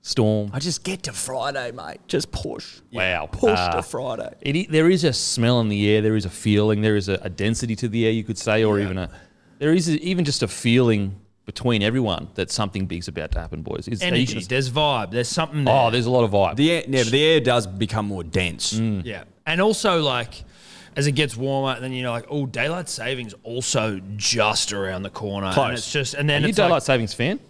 Speaker 3: storm?
Speaker 6: I just get to Friday, mate. Just push.
Speaker 3: Wow.
Speaker 6: Push
Speaker 3: Uh,
Speaker 6: to Friday.
Speaker 3: It, i- there is a smell in the air. There is a feeling. There is a, a density to the air, you could say, or even a there is a, even just a feeling between everyone that something big's about to happen, boys. Is, are you
Speaker 5: Energy.
Speaker 3: gonna-
Speaker 5: There's vibe. There's something. There.
Speaker 3: oh, there's a lot of vibe.
Speaker 6: The air, yeah, but the air does become more dense.
Speaker 5: Yeah. And also, like, as it gets warmer, then you know, like, oh, daylight savings also just around the corner.
Speaker 6: Close.
Speaker 5: And it's just, and then
Speaker 3: Are you
Speaker 5: it's
Speaker 3: daylight
Speaker 5: like,
Speaker 3: savings fan?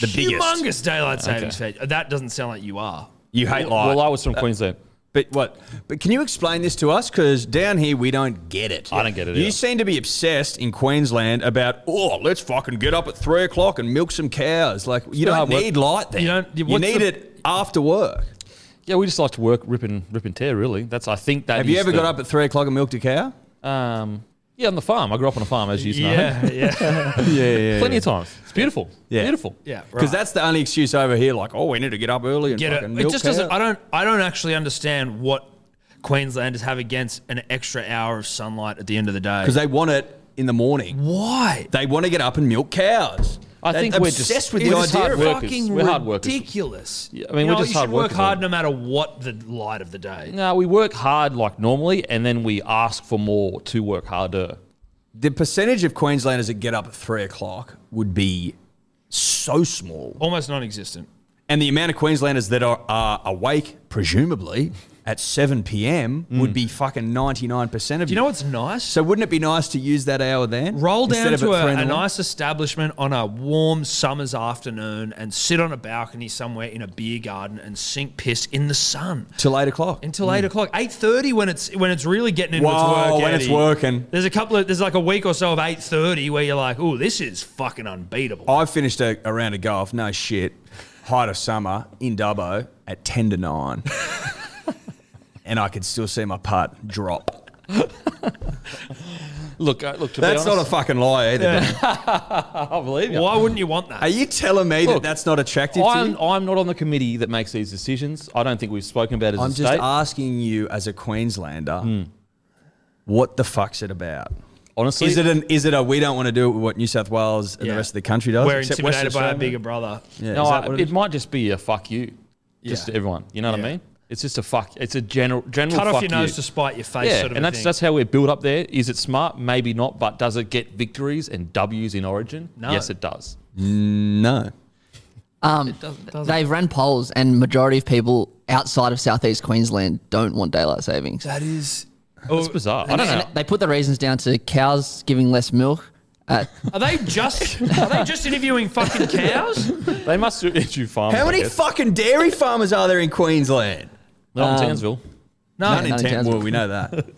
Speaker 6: The biggest.
Speaker 5: humongous daylight savings. fa- That doesn't sound like you are.
Speaker 6: You hate light.
Speaker 3: Well, I was from Queensland.
Speaker 6: But what? But can you explain this to us? Because down here we don't get it.
Speaker 3: I don't get it
Speaker 6: You
Speaker 3: either.
Speaker 6: seem to be obsessed in Queensland about oh, let's fucking get up at three o'clock and milk some cows. Like you
Speaker 3: hard
Speaker 6: don't
Speaker 3: work.
Speaker 6: need light there.
Speaker 5: You
Speaker 6: You,
Speaker 5: don't- what's
Speaker 6: need
Speaker 5: the-
Speaker 6: it after work.
Speaker 3: Yeah, we just like to work, rip and rip and tear. Really, that's I think that.
Speaker 6: Have you
Speaker 3: is
Speaker 6: ever
Speaker 3: the-
Speaker 6: got up at three o'clock and milked a cow?
Speaker 3: Um, yeah, on the farm. I grew up on a farm, as you know.
Speaker 5: Yeah. Yeah.
Speaker 6: Yeah, yeah.
Speaker 3: Plenty of times. It's beautiful.
Speaker 6: Yeah.
Speaker 3: Beautiful.
Speaker 5: yeah.
Speaker 6: Because
Speaker 5: Right.
Speaker 6: that's the only excuse over here. Like, oh, we need to get up early and
Speaker 5: Get it.
Speaker 6: fucking
Speaker 5: It
Speaker 6: milk
Speaker 5: just
Speaker 6: cows.
Speaker 5: doesn't, I don't, I don't actually understand what Queenslanders have against an extra hour of sunlight at the end of the day.
Speaker 6: Because they want it in the morning.
Speaker 5: Why?
Speaker 6: They want to get up and milk cows.
Speaker 3: I
Speaker 6: They're
Speaker 3: think we're
Speaker 6: obsessed
Speaker 3: just-
Speaker 6: with the
Speaker 3: we're just
Speaker 6: idea.
Speaker 3: hard
Speaker 6: of-
Speaker 3: workers.
Speaker 5: Fucking
Speaker 3: We're hard workers.
Speaker 5: ridiculous.
Speaker 3: Yeah, I mean, we're
Speaker 5: You know,
Speaker 3: just
Speaker 5: you
Speaker 3: hard
Speaker 5: should work
Speaker 3: workers,
Speaker 5: hard
Speaker 3: aren't
Speaker 5: no matter what the light of the day.
Speaker 3: No, we work hard like normally, and then we ask for more to work harder.
Speaker 6: the percentage of Queenslanders that get up at three o'clock would be so small,
Speaker 5: Almost non-existent.
Speaker 6: and the amount of Queenslanders that are, are awake, presumably at seven p.m., would be fucking ninety nine percent
Speaker 5: Hmm.
Speaker 6: of
Speaker 5: Do you know what's nice?
Speaker 6: So wouldn't it be nice to use that hour then?
Speaker 5: Roll down
Speaker 6: Instead of
Speaker 5: to
Speaker 6: at
Speaker 5: a,
Speaker 6: three in
Speaker 5: a
Speaker 6: the morning?
Speaker 5: nice establishment on a warm summer's afternoon and sit on a balcony somewhere in a beer garden and sink piss in the sun
Speaker 6: till eight o'clock.
Speaker 5: until eight o'clock, eight thirty when it's when it's really getting into its
Speaker 6: Hmm. Whoa,
Speaker 5: work.
Speaker 6: when it's
Speaker 5: Eddie.
Speaker 6: working.
Speaker 5: there's a couple of there's like a week or so of eight thirty where you're like, oh, this is fucking unbeatable.
Speaker 6: I finished a, a round of golf. No shit, height of summer in Dubbo at ten to nine, and I could still see my putt drop.
Speaker 3: Look, uh, look. To
Speaker 6: That's
Speaker 3: be honest,
Speaker 6: not a fucking lie either. Dan.
Speaker 3: I believe you.
Speaker 5: Why wouldn't you want that?
Speaker 6: Are you telling me
Speaker 3: Look,
Speaker 6: that that's not attractive to
Speaker 3: I'm,
Speaker 6: you?
Speaker 3: I'm not on the committee that makes these decisions. I don't think we've spoken about it as
Speaker 6: I'm
Speaker 3: a
Speaker 6: just
Speaker 3: state.
Speaker 6: asking you as a Queenslander, what the fuck's it about?
Speaker 3: Honestly,
Speaker 6: Is it an is it a we don't want to do what New South Wales and
Speaker 5: Yeah.
Speaker 6: the rest of the country does?
Speaker 5: We're
Speaker 6: except
Speaker 5: intimidated
Speaker 6: Western
Speaker 5: by our
Speaker 6: Australia?
Speaker 5: bigger brother.
Speaker 6: Yeah,
Speaker 3: no,
Speaker 6: is
Speaker 3: I-
Speaker 6: that what
Speaker 3: it,
Speaker 6: it is?
Speaker 3: might just be a fuck you, just
Speaker 6: Yeah.
Speaker 3: to everyone. You know what
Speaker 5: Yeah.
Speaker 3: I mean? It's just a fuck. It's a general general
Speaker 5: Cut off
Speaker 3: fuck
Speaker 5: your nose
Speaker 3: you.
Speaker 5: to spite your face,
Speaker 3: yeah,
Speaker 5: sort of
Speaker 3: and
Speaker 5: a
Speaker 3: that's
Speaker 5: thing.
Speaker 3: that's how we're built up there. Is it smart? Maybe not, but does it get victories and W's in Origin?
Speaker 5: No.
Speaker 3: Yes, it does.
Speaker 6: no.
Speaker 2: Um, they've ran polls, and majority of people outside of southeast Queensland don't want daylight savings.
Speaker 5: that is.
Speaker 3: It's bizarre. I don't
Speaker 2: And
Speaker 3: know.
Speaker 2: They put the reasons down to cows giving less milk. Uh,
Speaker 5: Are they just are they just interviewing fucking cows?
Speaker 3: They must do issue farmers.
Speaker 6: How
Speaker 3: I
Speaker 6: many
Speaker 3: guess.
Speaker 6: fucking dairy farmers are there in Queensland?
Speaker 3: Not in Townsville.
Speaker 6: Um,
Speaker 5: No,
Speaker 6: None in
Speaker 2: none in
Speaker 6: Tam- well,
Speaker 2: Tasman.
Speaker 6: we know that.
Speaker 2: but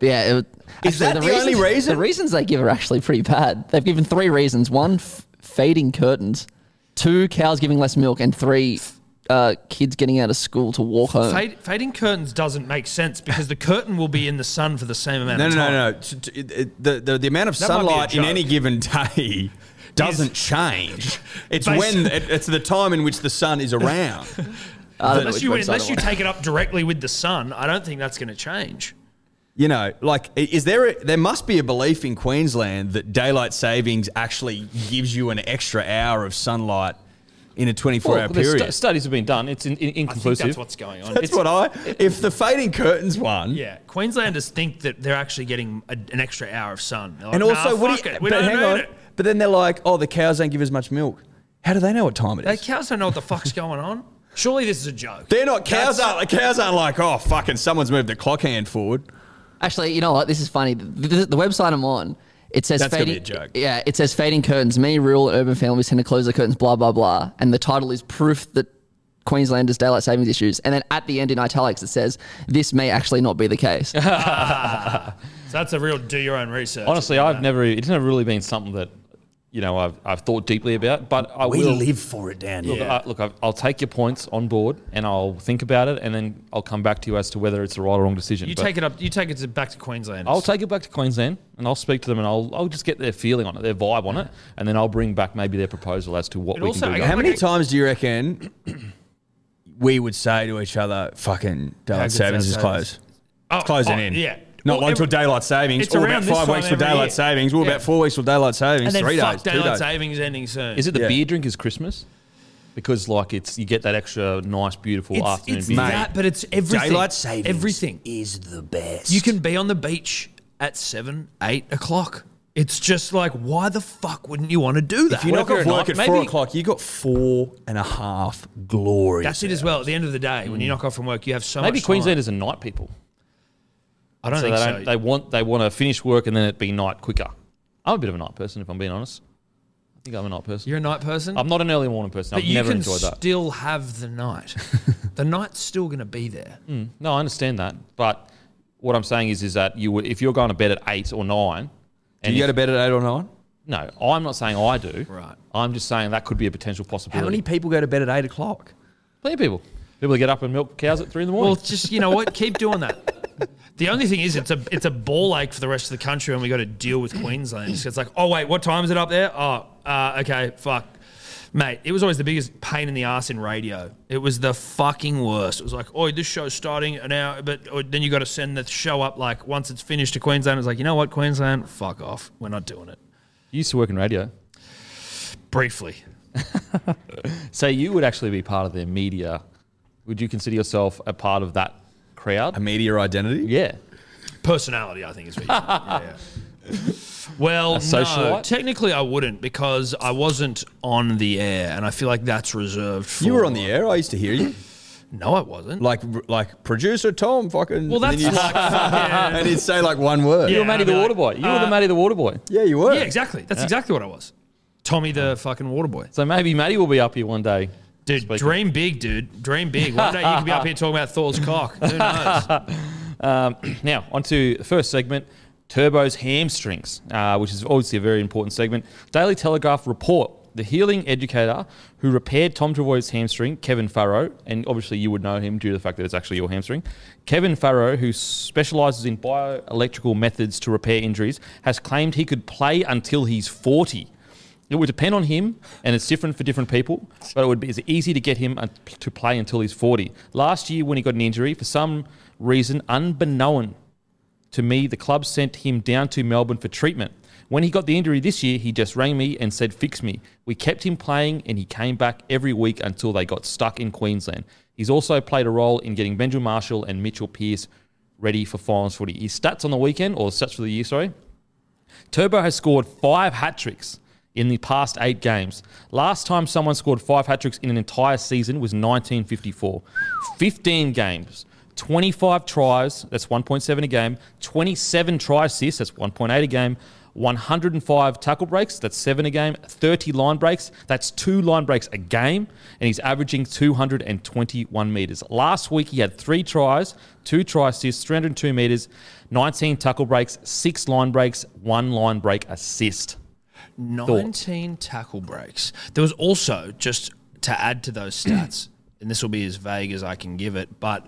Speaker 2: yeah, it,
Speaker 6: Is that the only
Speaker 2: reasons,
Speaker 6: reason?
Speaker 2: The reasons they give are actually pretty bad. They've given three reasons: one, f- fading curtains; two, cows giving less milk; and three, uh, kids getting out of school to walk home.
Speaker 5: Fade, fading curtains doesn't make sense because the curtain will be in the sun for the same amount
Speaker 6: No,
Speaker 5: of
Speaker 6: no,
Speaker 5: time.
Speaker 6: no, no. T- t- it- it- The, the, the amount of
Speaker 5: That might be a
Speaker 6: sunlight in
Speaker 5: joke.
Speaker 6: any given day doesn't change. It's
Speaker 5: Basi-
Speaker 6: when it, it's the time in which the sun is around.
Speaker 2: I don't know
Speaker 5: Unless
Speaker 2: which
Speaker 5: you
Speaker 2: website
Speaker 5: unless
Speaker 2: it
Speaker 5: you
Speaker 2: was.
Speaker 5: take it up directly with the sun, I don't think that's going to change.
Speaker 6: you know, like, i- is there a, there must be a belief in Queensland that daylight savings actually gives you an extra hour of sunlight in a 24 hour
Speaker 3: Well, the stu-
Speaker 6: period.
Speaker 3: studies have been done. It's in, in,
Speaker 5: I think
Speaker 3: inconclusive.
Speaker 5: that's what's going on.
Speaker 6: That's what I. If the fading curtains won,
Speaker 5: Yeah, Queenslanders think that they're actually getting a, an extra hour of sun. They're like,
Speaker 6: and also
Speaker 5: "Nah,
Speaker 6: what?
Speaker 5: fuck
Speaker 6: Do you,
Speaker 5: it, we
Speaker 6: but
Speaker 5: don't
Speaker 6: hang
Speaker 5: need
Speaker 6: on.
Speaker 5: it."
Speaker 6: But then they're like, oh, the cows don't give as much milk. How do they know what time it
Speaker 5: The
Speaker 6: is?
Speaker 5: cows don't know what the fuck's going on. Surely this is a joke.
Speaker 6: They're not cows.
Speaker 5: That's-
Speaker 6: Aren't the cows aren't like, oh, fucking, someone's moved the clock hand forward.
Speaker 2: Actually, you know what? This is funny. The, the, the website I'm on, it says
Speaker 6: That's gonna be
Speaker 2: fading.
Speaker 6: a joke.
Speaker 2: Yeah, it says fading curtains. Many rural and urban families tend to close their curtains. Blah blah blah. And the title is proof that Queenslanders daylight savings issues. And then at the end in italics, it says this may actually not be the case.
Speaker 5: So that's a real do your own research.
Speaker 3: Honestly, I've never. It's never really been something that you know I've, I've thought deeply about. But I will
Speaker 6: for it down
Speaker 3: Look, I, look I've, I'll take your points on board, and I'll think about it, and then I'll come back to you as to whether it's the right or wrong decision.
Speaker 5: you
Speaker 3: But
Speaker 5: take it up. You take it to, back to Queensland.
Speaker 3: I'll take it back to Queensland, and I'll speak to them, and I'll, I'll just get their feeling on it, their vibe on it, and then I'll bring back maybe their proposal as to what
Speaker 5: It
Speaker 3: we
Speaker 5: also-
Speaker 3: can do.
Speaker 5: I-
Speaker 3: going
Speaker 6: How many times do you reckon we would say to each other, fucking daylight
Speaker 5: good's
Speaker 6: savings is
Speaker 5: our
Speaker 6: closed?
Speaker 5: oh,
Speaker 6: It's closing
Speaker 5: oh,
Speaker 6: in.
Speaker 5: Yeah.
Speaker 6: Not
Speaker 5: Well,
Speaker 6: long till
Speaker 5: every-
Speaker 6: daylight savings.
Speaker 5: it's
Speaker 6: or
Speaker 5: around
Speaker 6: about
Speaker 5: this
Speaker 6: five
Speaker 5: time
Speaker 6: weeks till
Speaker 5: every
Speaker 6: daylight
Speaker 5: year.
Speaker 6: savings. Or
Speaker 5: Yeah.
Speaker 6: about four weeks till daylight savings.
Speaker 5: And then
Speaker 6: Three
Speaker 5: fuck
Speaker 6: days. Two
Speaker 5: daylight
Speaker 6: days.
Speaker 5: savings ending soon.
Speaker 3: Is it the
Speaker 6: Yeah.
Speaker 3: beer drink is Christmas? Because like it's you get that extra nice, beautiful
Speaker 5: It's,
Speaker 3: afternoon
Speaker 5: it's
Speaker 3: beer. drink.
Speaker 5: that, but it's everything.
Speaker 6: Daylight savings.
Speaker 5: Everything.
Speaker 6: is the best.
Speaker 5: You can be on the beach at seven, eight o'clock. It's just like, why the fuck wouldn't you want to do that?
Speaker 6: If you knock
Speaker 3: you're
Speaker 6: off
Speaker 3: a
Speaker 6: work
Speaker 3: night-
Speaker 6: at four
Speaker 3: maybe-
Speaker 6: o'clock, you got four and a half glory.
Speaker 5: That's it as well. At the end of the day, when you
Speaker 6: Mm.
Speaker 5: knock off from work, you have so
Speaker 3: Maybe
Speaker 5: much. time.
Speaker 3: Queenslanders are night people.
Speaker 5: I don't
Speaker 3: So they,
Speaker 5: think
Speaker 3: don't,
Speaker 5: so.
Speaker 3: they want they want to finish work and then it be night quicker. I'm a bit of a night person, if I'm being honest. I think I'm a night person.
Speaker 5: You're a night person.
Speaker 3: I'm not an early morning person.
Speaker 5: But
Speaker 3: I've
Speaker 5: you
Speaker 3: never
Speaker 5: can
Speaker 3: enjoyed that.
Speaker 5: still have the night. the night's still going to be there.
Speaker 3: No, I understand that, but what I'm saying is, is that you would- if you're going to bed at eight or nine,
Speaker 6: Do
Speaker 3: and
Speaker 6: you go
Speaker 3: if-
Speaker 6: to bed at eight or nine?
Speaker 3: no, I'm not saying I do.
Speaker 5: Right.
Speaker 3: I'm just saying that could be a potential possibility.
Speaker 6: How many people go to bed at eight o'clock?
Speaker 3: Plenty of people? People that get up and milk cows at three in the morning.
Speaker 5: Well, just you know what, keep doing that. The only thing is, it's a it's a ball ache for the rest of the country, and we got to deal with Queensland. It's like, oh wait, what time is it up there? Oh, uh, okay, fuck, mate. It was always the biggest pain in the ass in radio. It was the fucking worst. It was like, oh, this show's starting an hour, but or then you got to send the show up like once it's finished to Queensland. It's like, you know what, Queensland, fuck off. We're not doing it.
Speaker 3: you used to work in radio,
Speaker 5: Briefly,
Speaker 3: so you would actually be part of their media. Would you consider yourself a part of that crowd?
Speaker 6: A media identity?
Speaker 3: yeah.
Speaker 5: personality, I think is what you yeah, yeah. Well, no,
Speaker 3: socialite?
Speaker 5: technically I wouldn't because I wasn't on the air, and I feel like that's reserved for.
Speaker 6: You were on the air. I used to hear you,
Speaker 5: No, I wasn't.
Speaker 6: like like producer Tom fucking.
Speaker 5: well,
Speaker 6: and
Speaker 5: that's
Speaker 6: then you'd-
Speaker 5: like fucking.
Speaker 6: and he'd say like one word.
Speaker 5: Yeah.
Speaker 3: You were Matty
Speaker 5: I'd
Speaker 3: the
Speaker 5: be like,
Speaker 3: Waterboy. You were the Matty the Waterboy.
Speaker 6: Yeah, you were.
Speaker 5: Yeah, exactly. That's exactly what I was. Tommy the fucking water boy.
Speaker 3: So maybe Matty will be up here one day.
Speaker 5: Dude,
Speaker 3: Speaking.
Speaker 5: dream big, dude. Dream big. One day you could be up here talking about Thor's cock. Who knows?
Speaker 3: Now, onto the first segment Turbo's hamstrings, uh, which is obviously a very important segment. Daily Telegraph report the healing educator who repaired Tom Travoy's hamstring, Kevin Farrow, and obviously you would know him due to the fact that it's actually your hamstring. Kevin Farrow, who specializes in bioelectrical methods to repair injuries, has claimed he could play until he's 40. It would depend on him, and it's different for different people. But it would be it's easy to get him un- to play until he's forty. Last year, when he got an injury, for some reason unbeknown to me, the club sent him down to Melbourne for treatment. When he got the injury this year, he just rang me and said, "Fix me." We kept him playing, and he came back every week until they got stuck in Queensland. He's also played a role in getting Benjamin Marshall and Mitchell Pearce ready for finals footy. His stats on the weekend, or stats for the year, sorry, Turbo has scored five hat tricks in the past eight games. Last time someone scored five hat tricks in an entire season was 1954. 15 games, 25 tries, that's 1.7 a game, 27 try assists, that's 1.8 a game, 105 tackle breaks, that's seven a game, 30 line breaks, that's two line breaks a game, and he's averaging 221 metres. Last week he had three tries, two try assists, 302 metres, 19 tackle breaks, six line breaks, one line break assist.
Speaker 5: 19 tackle breaks. There was also, just to add to those stats, and this will be as vague as I can give it, but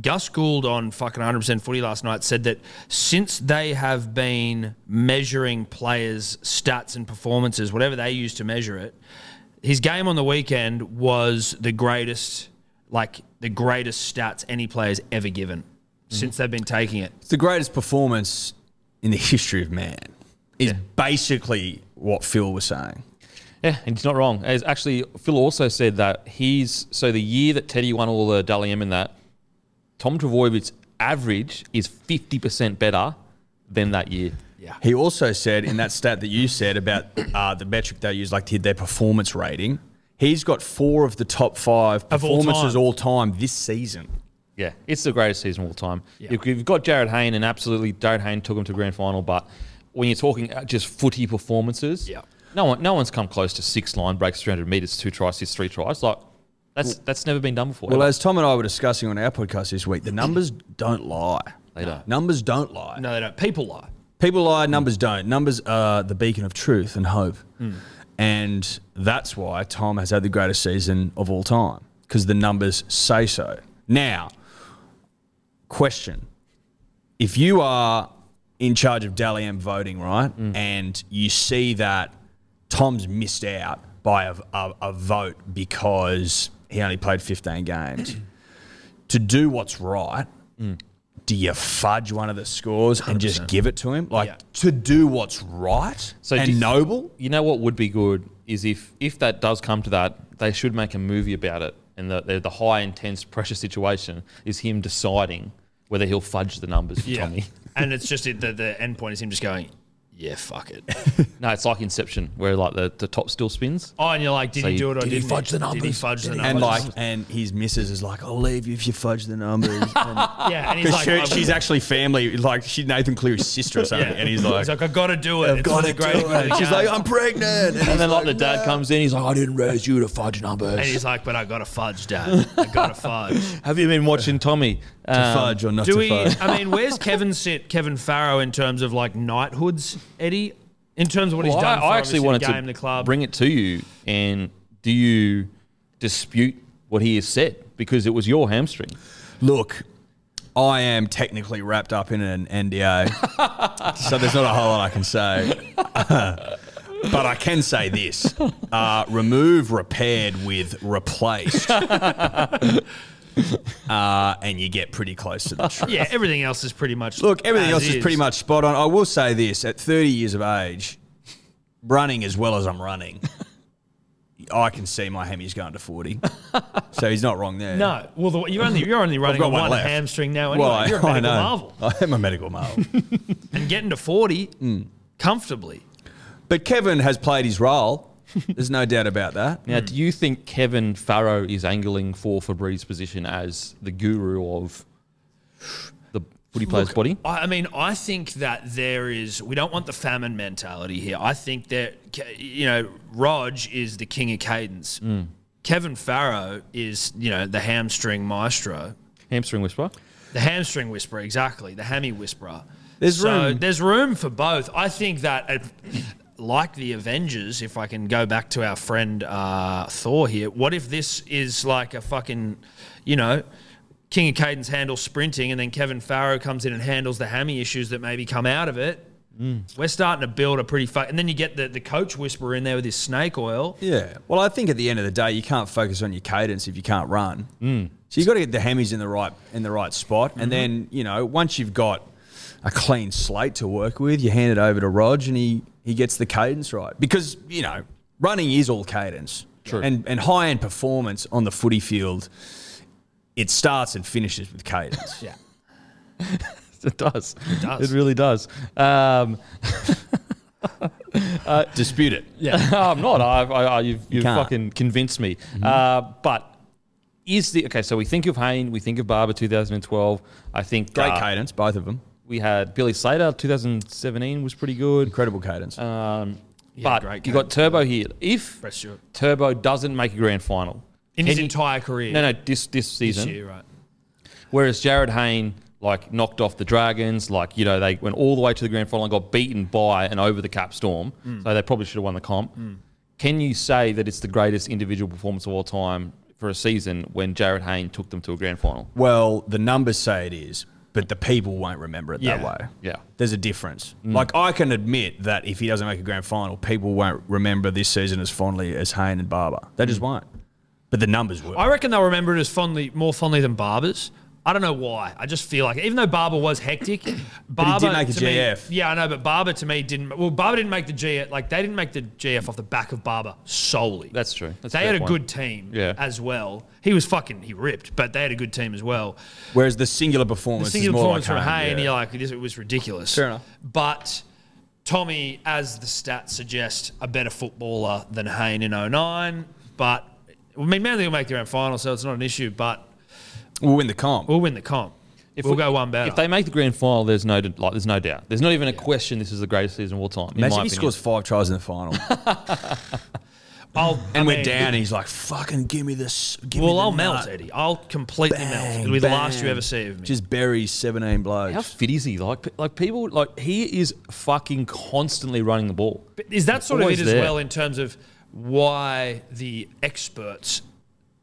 Speaker 5: Gus Gould on fucking 100% footy last night said that since they have been measuring players' stats and performances, whatever they use to measure it, his game on the weekend was the greatest, like the greatest stats any player's ever given since they've been taking it.
Speaker 6: It's the greatest performance in the history of man. Is basically what Phil was saying.
Speaker 3: Yeah, and he's not wrong. As actually, Phil also said that he's so the year that Teddy won all the Dally M in that, Tom Travojevic average is fifty percent better than that year.
Speaker 6: He also said in that stat that you said about uh, the metric they use, like their performance rating, he's got four of the top five
Speaker 5: Of all
Speaker 6: performances
Speaker 5: time.
Speaker 6: all time, this season.
Speaker 3: Yeah, it's the greatest season of all time. If You've got Jared Hayne, and absolutely, Jared Hayne took him to grand final. But when you're talking uh, just footy performances,
Speaker 5: Yeah.
Speaker 3: no one, no one's come close to six line breaks, three hundred meters, two tries, hits three tries. Like that's that's never been done before.
Speaker 6: Well,
Speaker 3: ever.
Speaker 6: as Tom and I were discussing on our podcast this week, the numbers don't lie. They
Speaker 3: don't.
Speaker 6: Numbers don't lie.
Speaker 5: No, they don't. People lie.
Speaker 6: People lie, numbers don't. Numbers are the beacon of truth and hope.
Speaker 5: Hmm.
Speaker 6: And that's why Tom has had the greatest season of all time because the numbers say so. Now, question. If you are in charge of Dally M voting, right, and you see that Tom's missed out by a, a, a vote because he only played 15 games, to do what's right, do you fudge one of the scores and just give it to him? Like
Speaker 5: Yeah.
Speaker 6: to do what's right
Speaker 3: So
Speaker 6: and
Speaker 3: do you-
Speaker 6: noble?
Speaker 3: you know what would be good is if if that does come to that, they should make a movie about it. And the the, the high intense pressure situation is him deciding whether he'll fudge the numbers for Tommy.
Speaker 5: and it's just it, the, the end point is him just going, yeah, fuck it.
Speaker 3: No, it's like Inception, where like the, the top still spins.
Speaker 5: Oh, and you're like, did
Speaker 3: So
Speaker 5: he
Speaker 3: you-
Speaker 5: do it or
Speaker 3: did
Speaker 5: did
Speaker 3: he fudge the
Speaker 5: Did he
Speaker 3: numbers?
Speaker 5: fudge the numbers?
Speaker 6: And like, and his missus is like, "I'll leave you if you fudge the numbers."
Speaker 5: yeah, and he's
Speaker 6: Because
Speaker 5: like, I-
Speaker 6: she's actually family, like she's Nathan Cleary's sister or something, and he's like,
Speaker 5: he's like, I gotta do it. It's one
Speaker 6: "Gotta
Speaker 5: of the greatest
Speaker 6: do
Speaker 5: movies
Speaker 6: it." She's
Speaker 5: ever."
Speaker 6: like, "I'm pregnant,"
Speaker 3: And then like the dad comes in, he's like, I didn't raise you to fudge
Speaker 5: and
Speaker 3: numbers.
Speaker 5: he's like, but I gotta fudge, Dad. I gotta fudge.
Speaker 3: Have you been watching Tommy? Um,
Speaker 6: fudge or not
Speaker 5: Do
Speaker 6: to
Speaker 5: we? uh,
Speaker 6: fudge.
Speaker 5: I mean, where's Kevin sit? Kevin Farrow in terms of like knighthoods, Eddie. In terms of what
Speaker 3: Well,
Speaker 5: he's
Speaker 3: Uh, I,
Speaker 5: done. for
Speaker 3: I actually
Speaker 5: obviously
Speaker 3: wanted
Speaker 5: the game,
Speaker 3: to
Speaker 5: the club.
Speaker 3: bring it to you. And do you dispute what he has said? Because it was your hamstring.
Speaker 6: Look, I am technically wrapped up in an NDA, so there's not a whole lot I can say. but I can say this: uh, remove, repaired with replaced, uh, and you get pretty close to the truth.
Speaker 5: Yeah, everything else is pretty much.
Speaker 6: Look, everything
Speaker 5: as
Speaker 6: else is. pretty much spot on. I will say this: at 30 years of age, running as well as I'm running, I can see my hemis going to 40. so he's not wrong there.
Speaker 5: No, well, the, you're only you're only running
Speaker 6: got
Speaker 5: on
Speaker 6: one
Speaker 5: one,
Speaker 6: left.
Speaker 5: hamstring now. Anyway.
Speaker 6: Well, I,
Speaker 5: you're a
Speaker 6: I
Speaker 5: medical
Speaker 6: know.
Speaker 5: marvel,
Speaker 6: I am a medical marvel.
Speaker 5: and getting to forty comfortably.
Speaker 6: but Kevin has played his role. There's no doubt about that.
Speaker 3: Now,
Speaker 5: Hmm.
Speaker 3: do you think Kevin Farrow is angling for Fabre's position as the guru of the footy player's body?
Speaker 5: I, I mean, I think that there is. We don't want the famine mentality here. I think that you know, Rog is the king of cadence. Kevin Farrow is you know the hamstring maestro,
Speaker 3: Hamstring whisperer.
Speaker 5: the hamstring whisperer. Exactly, the hammy whisperer.
Speaker 6: There's
Speaker 5: so
Speaker 6: room.
Speaker 5: there's room for both. I think that. It, like the Avengers, if I can go back to our friend uh, Thor here, what if this is like a fucking, you know, King of Cadence handles sprinting, and then Kevin Farrow comes in and handles the hammy issues that maybe come out of it.
Speaker 3: Mm.
Speaker 5: We're starting to build a pretty, fu- and then you get the, the coach whisperer in there with his snake oil.
Speaker 6: Yeah. Well, I think at the end of the day, you can't focus on your cadence if you can't run. So you've got to get the hammies in the right in the right spot, and then you know once you've got a clean slate to work with, you hand it over to Rog, and he he gets the cadence right because you know running is all cadence.
Speaker 3: True.
Speaker 6: And and high end performance on the footy field, it starts and finishes with cadence.
Speaker 5: Yeah,
Speaker 3: It does. It
Speaker 5: does.
Speaker 3: It really does. Um,
Speaker 6: Dispute it.
Speaker 3: I'm not. I, I, I, you've you've
Speaker 6: can't.
Speaker 3: fucking convinced me.
Speaker 5: Mm-hmm.
Speaker 3: Uh, but is the okay? So we think of Hayne. We think of Barber 2012. I think
Speaker 6: Great
Speaker 3: uh,
Speaker 6: cadence, both of them.
Speaker 3: we had Billy Slater 2017 was pretty good.
Speaker 6: Incredible cadence.
Speaker 3: Um, but
Speaker 5: great
Speaker 3: you got Turbo here. If
Speaker 5: Brett Stewart.
Speaker 3: Turbo doesn't make a grand final
Speaker 5: in his
Speaker 3: can you-
Speaker 5: entire career.
Speaker 3: No, no, this this season.
Speaker 5: this year, right?
Speaker 3: Whereas Jared Hayne like knocked off the Dragons, like you know they went all the way to the grand final and got beaten by and over the Cap Storm,
Speaker 5: Mm.
Speaker 3: so they probably should have won the comp. Can you say that it's the greatest individual performance of all time for a season when Jared Hayne took them to a grand final?
Speaker 6: Well, the numbers say it is, but the people won't remember it
Speaker 5: Yeah.
Speaker 6: that
Speaker 5: Mm.
Speaker 6: way.
Speaker 3: Yeah.
Speaker 6: There's a difference. Like, I can admit that if he doesn't make a grand final, people won't remember this season as fondly as Hayne
Speaker 5: Mm.
Speaker 6: and Barber. They just won't. But the numbers will.
Speaker 5: I reckon they'll remember it as fondly, more fondly than Barbers. I don't know why. I just feel like, even though Barber was hectic, Barber
Speaker 6: make a
Speaker 5: to me-
Speaker 6: GF.
Speaker 5: yeah, I know, but Barber to me didn't. Well, Barber didn't make the GF. Like they didn't make the GF off the back of Barber solely.
Speaker 3: That's true. That's a
Speaker 5: they
Speaker 3: fair
Speaker 5: had a
Speaker 3: point.
Speaker 5: good team
Speaker 3: Yeah.
Speaker 5: as well. He was fucking he ripped, but they had a good team as well.
Speaker 6: Whereas the singular
Speaker 5: The
Speaker 6: performance
Speaker 5: singular
Speaker 6: is more
Speaker 5: performance
Speaker 6: like
Speaker 5: from
Speaker 6: Hayne,
Speaker 5: Hay, and
Speaker 6: yeah.
Speaker 5: you're like, this, it was ridiculous.
Speaker 6: Fair enough.
Speaker 5: But Tommy, as the stats suggest, a better footballer than Hayne in 09. But I mean, Manly will make their own final, so it's not an issue. But
Speaker 6: we'll win the comp.
Speaker 5: we'll win the comp. If we'll
Speaker 3: we-
Speaker 5: go one better.
Speaker 3: If they make the grand final, there's no like, there's no doubt. There's not even a question. This is the greatest season of all time. in
Speaker 6: Imagine
Speaker 3: my
Speaker 6: if he
Speaker 3: opinion.
Speaker 6: scores five tries in the final,
Speaker 5: I'll,
Speaker 6: and
Speaker 5: I
Speaker 6: we're
Speaker 5: mean,
Speaker 6: down, and he's like, "Fucking give me this." Give me
Speaker 5: Well,
Speaker 6: the
Speaker 5: I'll melt,
Speaker 6: nut."
Speaker 5: Eddie. I'll completely melt. It'll be the last you ever see of me.
Speaker 6: Just buries seventeen blokes.
Speaker 3: How fit is he? Like, like people, like he is fucking constantly running the ball.
Speaker 5: But is that sort of
Speaker 3: always
Speaker 5: it as
Speaker 3: there.
Speaker 5: well in terms of why the experts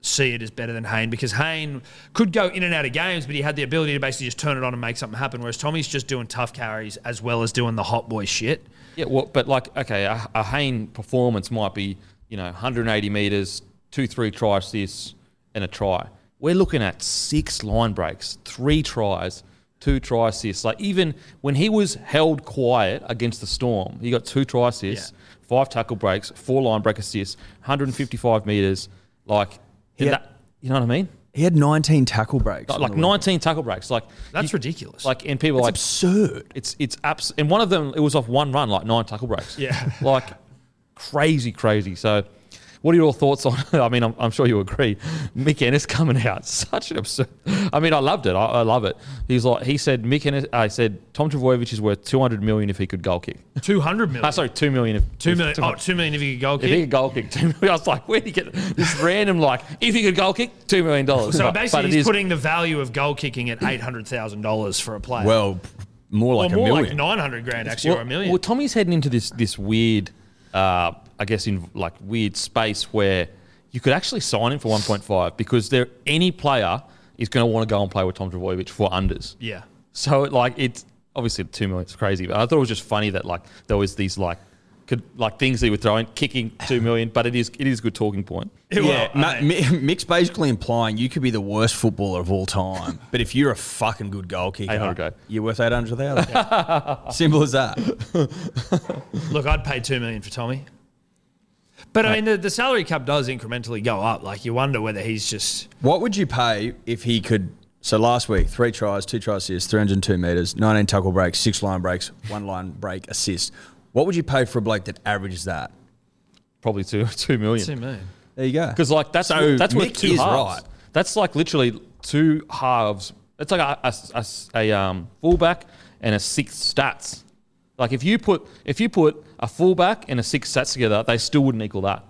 Speaker 5: see it as better than Hayne? Because Hayne could go in and out of games, but he had the ability to basically just turn it on and make something happen. Whereas Tommy's just doing tough carries as well as doing the hot boy shit.
Speaker 3: Yeah, well, but like, okay, a, a Hayne performance might be, you know, 180 meters, two, three try assists, and a try. We're looking at six line breaks, three tries, two try assists. Like, even when he was held quiet against the Storm, he got two try assists, five tackle breaks, four line break assists, 155 meters. Like, and
Speaker 6: had-
Speaker 3: that, you know what I mean?
Speaker 6: He had nineteen tackle breaks. on
Speaker 3: Like,
Speaker 6: the weekend.
Speaker 3: 19 tackle breaks. Like,
Speaker 5: That's
Speaker 3: you-
Speaker 5: ridiculous.
Speaker 3: Like, and people are like,
Speaker 6: absurd.
Speaker 3: it's it's abs- and one of them it was off one run, like nine tackle breaks.
Speaker 5: Yeah.
Speaker 3: like crazy, crazy. So, what are your thoughts on? I mean, I'm, I'm sure you agree. Mick Ennis coming out, such an absurd. I mean, I loved it. I, I love it. He's like he said. Mick Ennis. I said Tom Travojevic is worth 200 million if he could goal kick.
Speaker 5: 200 million.
Speaker 3: Ah, sorry, two million. If,
Speaker 5: Two
Speaker 3: if-
Speaker 5: million. Oh, two million if you could goal
Speaker 3: If he
Speaker 5: kick.
Speaker 3: could goal kick, two million. I was like, where do you get this random like? If he could goal kick, two million dollars.
Speaker 5: So
Speaker 3: But- but
Speaker 5: basically,
Speaker 3: it
Speaker 5: he's
Speaker 3: is-
Speaker 5: putting the value of goal kicking at $800,000 for a player.
Speaker 6: Well, more
Speaker 5: or
Speaker 6: like
Speaker 5: more
Speaker 6: a
Speaker 5: like
Speaker 6: million.
Speaker 5: 900 grand, actually, or a million.
Speaker 3: Well, Tommy's heading into this this weird, uh, I guess, in like weird space where you could actually sign him for 1.5 because there any player is going to want to go and play with Tom Travojevic for unders.
Speaker 5: yeah.
Speaker 3: So it, like it's obviously two million is crazy, but I thought it was just funny that like there was these like could like things that he would throw in, kicking two million, but it is it is a good talking point.
Speaker 6: yeah,
Speaker 5: Well, I
Speaker 6: Ma- Mi- Mick's basically implying you could be the worst footballer of all time, but if you're a fucking good goal kicker,
Speaker 3: 800 go.
Speaker 6: you're worth eight hundred thousand. Simple as that.
Speaker 5: Look, I'd pay two million for Tommy. But I mean, the, the salary cap does incrementally go up. Like you wonder whether he's just
Speaker 6: What would you pay if he could? So last week, three tries, two tries, assists, 302 metres, 19 tackle breaks, six line breaks, one line break, assist. What would you pay for a bloke that averages that?
Speaker 3: Probably two two million.
Speaker 5: two million.
Speaker 6: There you go.
Speaker 3: Because like that's
Speaker 6: So
Speaker 3: that's worth
Speaker 6: Mick
Speaker 3: two
Speaker 6: is
Speaker 3: halves.
Speaker 6: right.
Speaker 3: That's like literally two halves. It's like a, a, a, a, um, fullback and a six stats. Like if you put if you put a fullback and a six stats together, they still wouldn't equal that.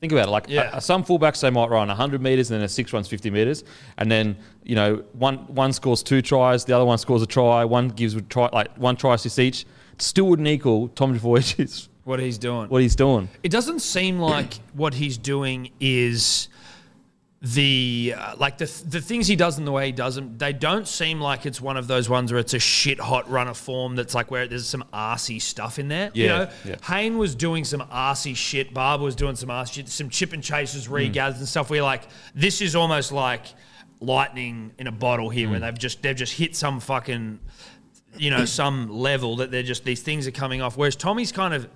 Speaker 3: Think about it. Like
Speaker 5: Yeah.
Speaker 3: uh, some fullbacks, they might run 100 meters, and then a six runs 50 meters, and then you know one one scores two tries, the other one scores a try, one gives a try like one try assist each. Still wouldn't equal Tom Dvorak's
Speaker 5: What he's doing.
Speaker 3: what he's doing.
Speaker 5: it doesn't seem like what he's doing is the uh, like the the things he does and the way he does them. They don't seem like it's one of those ones where it's a shit hot run of form that's like where there's some arsey stuff in there. you
Speaker 3: Yeah,
Speaker 5: know,
Speaker 3: yeah.
Speaker 5: Hayne was doing some arsey shit. Barber was doing some arsey shit. Some chip and chases
Speaker 3: Mm.
Speaker 5: regathers and stuff. Where you're like this is almost like lightning in a bottle here,
Speaker 3: Mm.
Speaker 5: where they've just they've just hit some fucking you know some level that they're just these things are coming off. Whereas Tommy's kind of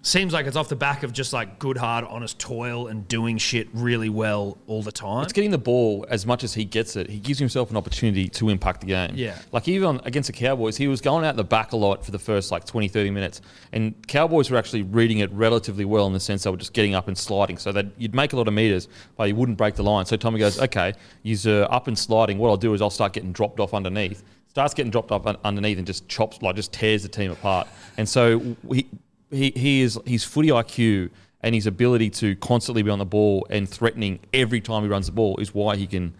Speaker 5: seems like it's off the back of just like good, hard, honest toil and doing shit really well all the time.
Speaker 3: It's getting the ball as much as he gets it. He gives himself an opportunity to impact the game.
Speaker 5: Yeah.
Speaker 3: Like even on, against the Cowboys, he was going out the back a lot for the first like 20, 30 minutes. And Cowboys were actually reading it relatively well in the sense they were just getting up and sliding. So that you'd make a lot of meters, but you wouldn't break the line. So Tommy goes, okay, he's uh, up and sliding. What I'll do is I'll start getting dropped off underneath. Starts getting dropped off un- underneath and just chops, like just tears the team apart. And so he, he, he is his footy IQ and his ability to constantly be on the ball and threatening every time he runs the ball is why he can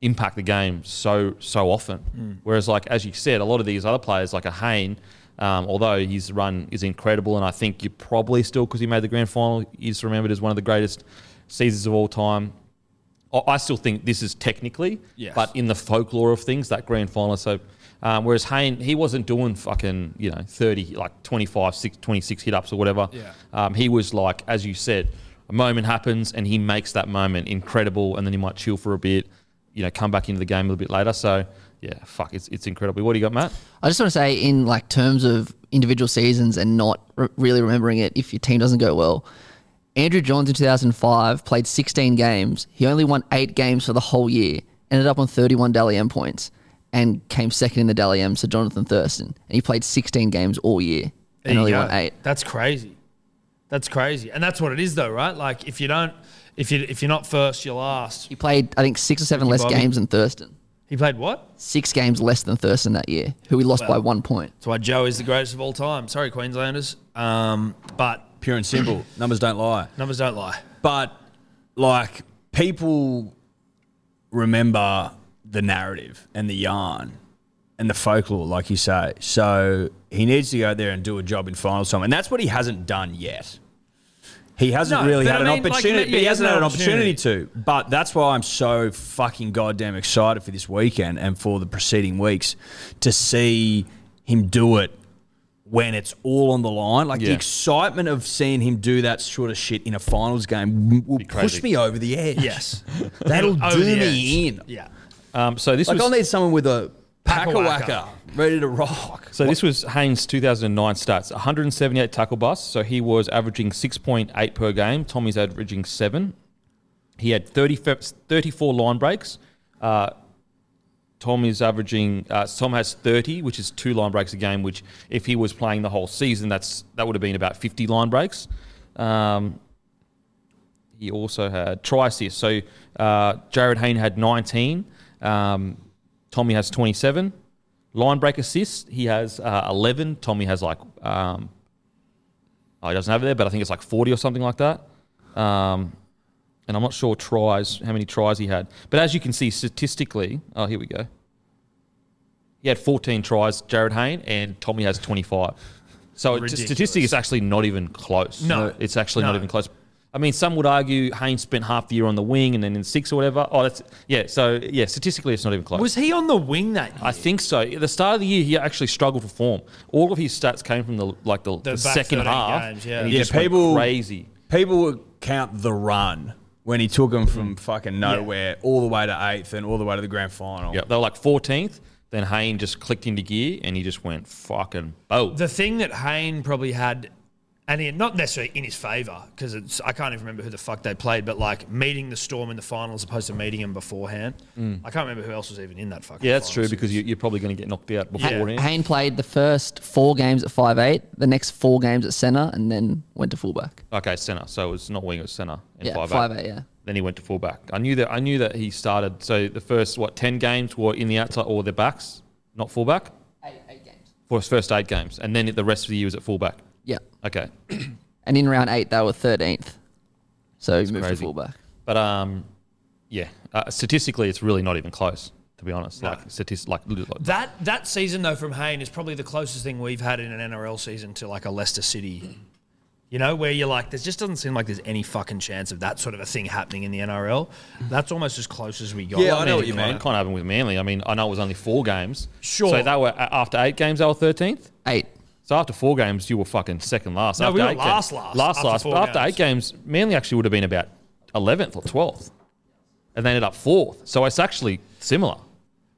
Speaker 3: impact the game so so often. Whereas, like as you said, a lot of these other players, like a Hayne, um, although his run is incredible, and I think you probably still because he made the grand final is remembered as one of the greatest seasons of all time. I- I still think this is technically,
Speaker 5: Yes.
Speaker 3: but in the folklore of things, that grand final. So, um, whereas Hayne, he wasn't doing fucking, you know, 30, like 25, six, 26 hit ups or whatever.
Speaker 5: Yeah.
Speaker 3: Um, he was like, as you said, a moment happens and he makes that moment incredible and then he might chill for a bit. you know come back into the game a little bit later. So yeah, fuck, it's it's incredible. What do you got, Matt?
Speaker 2: I just want to say, in like terms of individual seasons and not re- really remembering it, if your team doesn't go well, Andrew Johns in 2005 played 16 games. He only won eight games for the whole year. Ended up on 31 Dally M points and came second in the Dally M to Jonathan Thurston. And he played 16 games all year
Speaker 5: There
Speaker 2: and
Speaker 5: you
Speaker 2: only
Speaker 5: go.
Speaker 2: won eight.
Speaker 5: That's crazy. That's crazy, and that's what it is, though, right? Like if you don't, if you if you're not first, you're last.
Speaker 2: He played, I think, six or seven less
Speaker 5: Bobby.
Speaker 2: games than Thurston.
Speaker 5: He played what?
Speaker 2: Six games less than Thurston that year, who we lost by one point.
Speaker 5: That's why Joe is the greatest of all time. Sorry, Queenslanders, um, but
Speaker 6: Pure and simple. Numbers don't lie.
Speaker 5: numbers don't lie.
Speaker 6: But like people remember the narrative and the yarn and the folklore, like you say. So he needs to go there and do a job in finals time, and that's what he hasn't done yet. He hasn't
Speaker 5: No,
Speaker 6: really
Speaker 5: but
Speaker 6: had
Speaker 5: I
Speaker 6: an
Speaker 5: mean, like,
Speaker 6: opportunity.
Speaker 5: yeah,
Speaker 6: but he
Speaker 5: he
Speaker 6: hasn't
Speaker 5: hasn't
Speaker 6: had an
Speaker 5: had an
Speaker 6: opportunity to. But that's why I'm so fucking goddamn excited for this weekend and for the preceding weeks to see him do it when it's all on the line. Like the
Speaker 3: Yeah.
Speaker 6: excitement of seeing him do that sort of shit in a finals game w- will
Speaker 3: crazy.
Speaker 6: push me over the edge.
Speaker 5: Yes,
Speaker 6: That'll
Speaker 5: Over
Speaker 6: do
Speaker 5: the
Speaker 6: me
Speaker 5: edge.
Speaker 6: in.
Speaker 5: oh, Yeah,
Speaker 3: Um, so this
Speaker 6: Like
Speaker 3: was
Speaker 6: I'll need someone with a pack a
Speaker 5: Pack-a-whacker.
Speaker 6: whacker ready to rock.
Speaker 3: So this was Haynes' 2009 stats, 178 tackle busts. So he was averaging 6.8 per game. Tommy's averaging seven. He had 30, fe- 34 line breaks. Uh, Tom is averaging. Uh, Tom has 30, which is two line breaks a game. Which, if he was playing the whole season, that's that would have been about 50 line breaks. Um, he also had try assists. So uh, Jared Hayne had 19. Um, Tommy has 27. Line break assists, he has uh, 11. Tommy has like, um, oh, he doesn't have it there, but I think it's like 40 or something like that. Um, and I'm not sure tries, how many tries he had. But as you can see statistically, oh, here we go. He had 14 tries, Jared Hayne, and Tommy has 25. So it-
Speaker 5: Ridiculous.
Speaker 3: statistically, it's actually not even close.
Speaker 5: No.
Speaker 3: It's actually not
Speaker 5: No.
Speaker 3: even close. I mean, some would argue Haynes spent half the year on the wing and then in six or whatever. Oh, that's, yeah. So, yeah, statistically, it's not even close.
Speaker 5: was he on the wing that year?
Speaker 3: I think so. At the start of the year, he actually struggled for form. All of his stats came from the like the, the
Speaker 5: back
Speaker 3: second
Speaker 5: 13
Speaker 3: half.
Speaker 5: games, yeah.
Speaker 3: and he
Speaker 6: Yeah,
Speaker 3: just went
Speaker 6: people-
Speaker 3: crazy.
Speaker 6: People would count the run when he took him from fucking nowhere all the way to eighth and all the way to the grand final.
Speaker 3: Yeah, they were like 14th. Then Hayne just clicked into gear and he just went fucking boat.
Speaker 5: the thing that Hayne probably had, and he, not necessarily in his favour, because it's I can't even remember who the fuck they played, but like meeting the Storm in the final as opposed to meeting him beforehand. I can't remember who else was even in that fucking.
Speaker 3: Mm. yeah, that's true
Speaker 5: final
Speaker 3: because you,
Speaker 5: series.
Speaker 3: you're probably going to get knocked out beforehand.
Speaker 2: Hayne played the first four games at five eight, the next four games at centre, and then went to fullback.
Speaker 3: Okay, centre. So it was not wing, it was centre. in
Speaker 2: Yeah,
Speaker 3: five eight.
Speaker 2: five eight. yeah.
Speaker 3: Then he went to fullback. I knew that. I knew that he started. So the first what ten games were in the outside or the backs, not fullback.
Speaker 2: Eight, eight games.
Speaker 3: For his first eight games, and then the rest of the year was at fullback.
Speaker 2: Yeah.
Speaker 3: Okay,
Speaker 2: And in round eight, they were 13th. So he moved
Speaker 3: crazy.
Speaker 2: to fullback.
Speaker 3: But um, yeah, uh, statistically, it's really not even close. To be honest, like statist, like, li- like-
Speaker 5: that that season though from Hayne is probably the closest thing we've had in an NRL season to like a Leicester City. You know, where you're like, there just doesn't seem like there's any fucking chance of that sort of a thing happening in the NRL. That's almost as close as we got.
Speaker 6: Yeah, I know
Speaker 3: mean,
Speaker 6: what you
Speaker 3: it can't-
Speaker 6: mean.
Speaker 3: Can't happen with Manly. I mean, I know it was only four games.
Speaker 5: Sure.
Speaker 3: So they were a- after eight games, they were thirteenth.
Speaker 2: Eight.
Speaker 3: So after four games, you were fucking second last.
Speaker 5: No,
Speaker 3: after
Speaker 5: we were
Speaker 3: eight
Speaker 5: last,
Speaker 3: games,
Speaker 5: last
Speaker 3: last,
Speaker 5: after
Speaker 3: last.
Speaker 5: four
Speaker 3: But after eight games, Manly actually would have been about eleventh or twelfth, and they ended up fourth. So it's actually similar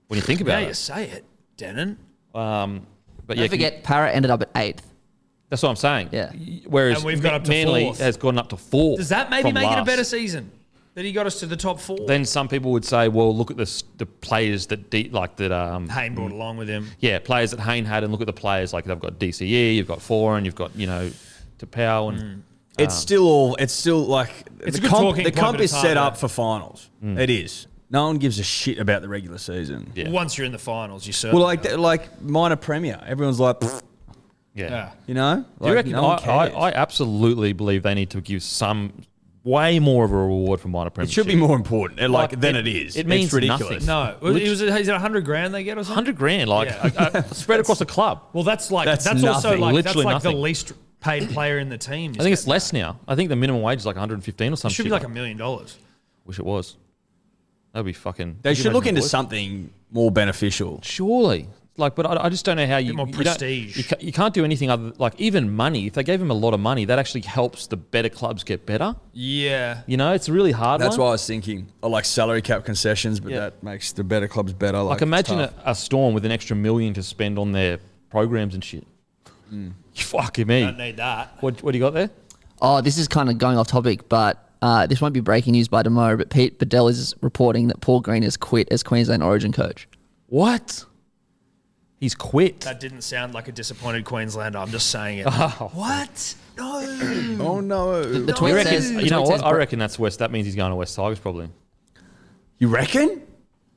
Speaker 3: when you think
Speaker 5: Now
Speaker 3: about
Speaker 5: you
Speaker 3: it.
Speaker 5: say it, Denon.
Speaker 3: Um, but yeah,
Speaker 2: Don't
Speaker 3: can you-
Speaker 2: forget, Parrot ended up at eighth.
Speaker 3: that's what I'm saying.
Speaker 2: Yeah.
Speaker 3: Whereas
Speaker 5: And we've gone up to
Speaker 3: Manly
Speaker 5: fourth.
Speaker 3: has gone up to four.
Speaker 5: Does that maybe
Speaker 3: from
Speaker 5: make it a
Speaker 3: last.
Speaker 5: better season? That he got us to the top four.
Speaker 3: then some people would say, well, look at this, the players that de- like that. Um,
Speaker 5: Hayne brought along with him.
Speaker 3: yeah, players that Hayne had, and look at the players like they've got DCE, you've got Foran, you've got you know Tapau, and
Speaker 5: Mm.
Speaker 6: It's
Speaker 3: Um,
Speaker 6: still all. It's still like
Speaker 5: It's a
Speaker 6: the
Speaker 5: good
Speaker 6: comp.
Speaker 5: talking
Speaker 6: The
Speaker 5: point,
Speaker 6: comp
Speaker 5: but
Speaker 6: is
Speaker 5: it's
Speaker 6: set
Speaker 5: hard,
Speaker 6: up
Speaker 5: though.
Speaker 6: for finals. It is. No one gives a shit about the regular season.
Speaker 3: Mm. Yeah.
Speaker 5: Once you're in the finals, you certainly
Speaker 6: Well, like like minor premier, everyone's like, "Pfft,"
Speaker 3: yeah.
Speaker 5: yeah.
Speaker 6: you know, like,
Speaker 3: Do you reckon?
Speaker 6: no one
Speaker 3: I, I,
Speaker 6: cares.
Speaker 3: I absolutely believe they need to give some way more of a reward for minor
Speaker 6: it
Speaker 3: premiership.
Speaker 6: should be more important, and like,
Speaker 3: Like,
Speaker 6: than
Speaker 3: it-
Speaker 6: it is.
Speaker 3: it means
Speaker 6: it's
Speaker 3: nothing.
Speaker 6: ridiculous.
Speaker 5: No, it was, it was is it hundred grand they get or something?
Speaker 3: hundred grand, like
Speaker 5: Yeah.
Speaker 3: uh, uh, spread across the club.
Speaker 5: Well, that's like
Speaker 6: That's
Speaker 5: that's, also
Speaker 6: nothing,
Speaker 5: like
Speaker 3: literally
Speaker 5: that's like
Speaker 3: nothing.
Speaker 5: the least paid player in the team.
Speaker 3: I think it's less now. I think the minimum wage is like 115 or
Speaker 5: It
Speaker 3: something.
Speaker 5: should be like a million dollars.
Speaker 3: Wish it was. That'd be fucking.
Speaker 6: They
Speaker 3: could you
Speaker 6: should look
Speaker 3: imagine
Speaker 6: into
Speaker 3: boys?
Speaker 6: something more beneficial.
Speaker 3: Surely, like, but I, I just don't know how you
Speaker 5: more
Speaker 3: you don't-
Speaker 5: prestige.
Speaker 3: You, ca- you can't do anything other like even money. If they gave him a lot of money, that actually helps the better clubs get better.
Speaker 5: Yeah.
Speaker 3: You know, it's a really hard.
Speaker 6: That's
Speaker 3: one.
Speaker 6: why I was thinking. I like salary cap concessions, but
Speaker 3: Yeah.
Speaker 6: that makes the better clubs better. Like,
Speaker 3: Like,
Speaker 6: it's
Speaker 3: imagine
Speaker 6: tough.
Speaker 3: a, a storm with an extra million to spend on their programs and shit. Fucking me.
Speaker 5: Don't need that.
Speaker 3: What, what do you got there?
Speaker 2: Oh, this is kind of going off topic, but uh, this won't be breaking news by tomorrow. But Pete Bedell is reporting that Paul Green has quit as Queensland Origin coach.
Speaker 3: What? He's quit.
Speaker 5: That didn't sound like a disappointed Queenslander. I'm just saying it.
Speaker 3: Oh,
Speaker 5: What? No.
Speaker 6: Oh no!
Speaker 2: The tweet
Speaker 3: reckon-
Speaker 2: says, the
Speaker 3: you know
Speaker 2: tweet
Speaker 3: what?
Speaker 2: says
Speaker 3: I
Speaker 2: Bra-
Speaker 3: reckon that's West. That means he's going to West Tigers probably.
Speaker 6: You reckon?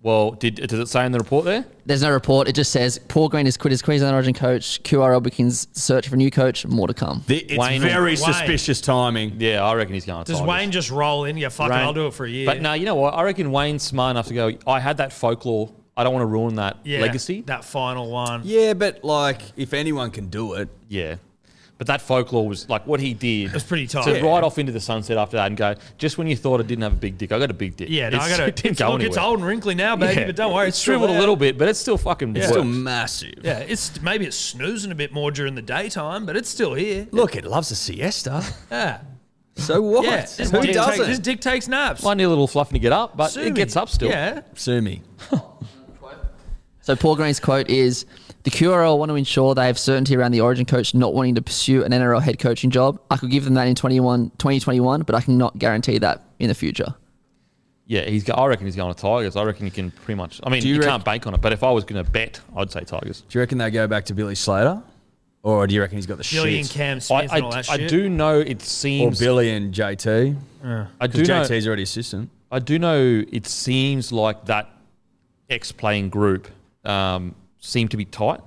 Speaker 3: Well, did does it say in the report there?
Speaker 2: There's no report. It just says Paul Green has quit as Queensland Origin coach. QRL begins search for new coach. More to come.
Speaker 6: The, it's
Speaker 3: Wayne-
Speaker 6: very
Speaker 5: Wayne.
Speaker 6: suspicious timing.
Speaker 3: Yeah, I reckon he's going to
Speaker 5: Does
Speaker 3: Tigers.
Speaker 5: Wayne just roll in? Yeah, fucking,
Speaker 3: Rain-
Speaker 5: I'll do it for a year.
Speaker 3: But no, you know what? I reckon Wayne's smart enough to go. I had that folklore. I don't want to ruin that
Speaker 5: yeah,
Speaker 3: legacy.
Speaker 5: That final one.
Speaker 6: Yeah, but like, if anyone can do it,
Speaker 3: yeah, but that folklore was like what he did.
Speaker 5: It's pretty tough.
Speaker 3: to
Speaker 5: Yeah.
Speaker 3: ride off into the sunset after that and go. Just when you thought I didn't have a big dick, I got a big dick.
Speaker 5: Yeah, no, I
Speaker 3: It's-
Speaker 5: gotta.
Speaker 3: It didn't
Speaker 5: it's,
Speaker 3: go
Speaker 5: look, it's
Speaker 3: anywhere.
Speaker 5: old and wrinkly now, baby,
Speaker 3: Yeah.
Speaker 5: but don't worry.
Speaker 3: It's
Speaker 5: still
Speaker 3: shriveled a
Speaker 5: there.
Speaker 3: little bit, but it's still fucking.
Speaker 6: it's
Speaker 3: works.
Speaker 6: still massive.
Speaker 5: Yeah, it's maybe it's snoozing a bit more during the daytime, but it's still here.
Speaker 6: Look, it loves a siesta.
Speaker 5: Yeah.
Speaker 6: So what?
Speaker 5: Yeah. This
Speaker 6: Who
Speaker 5: dick, takes, this
Speaker 6: doesn't?
Speaker 5: dick takes naps.
Speaker 3: Might need a little fluffing to get up, but
Speaker 5: Sue
Speaker 3: it
Speaker 5: me.
Speaker 3: gets up still.
Speaker 5: Yeah.
Speaker 6: Sue me.
Speaker 2: So Paul Green's quote is the QRL want to ensure they have certainty around the origin coach not wanting to pursue an NRL head coaching job. I could give them that in 21, 2021, but I cannot guarantee that in the future.
Speaker 3: Yeah, he's. Go- I reckon he's going to Tigers. I reckon you can pretty much. I mean,
Speaker 6: you
Speaker 3: you,
Speaker 6: reckon-
Speaker 3: can't bank on it. But if I was going to bet, I'd say Tigers.
Speaker 6: Do you reckon they go back to Billy Slater, or do you reckon he's got the
Speaker 5: Billy
Speaker 6: shit?
Speaker 5: and Cam Smith
Speaker 3: I,
Speaker 5: and all that
Speaker 3: I, I
Speaker 5: shit.
Speaker 3: do know it
Speaker 6: or
Speaker 3: seems.
Speaker 6: Billy and JT?
Speaker 3: I do
Speaker 6: Because
Speaker 3: know.
Speaker 6: JT's already assistant.
Speaker 3: I do know. It seems like that ex-playing group um, seem to be tight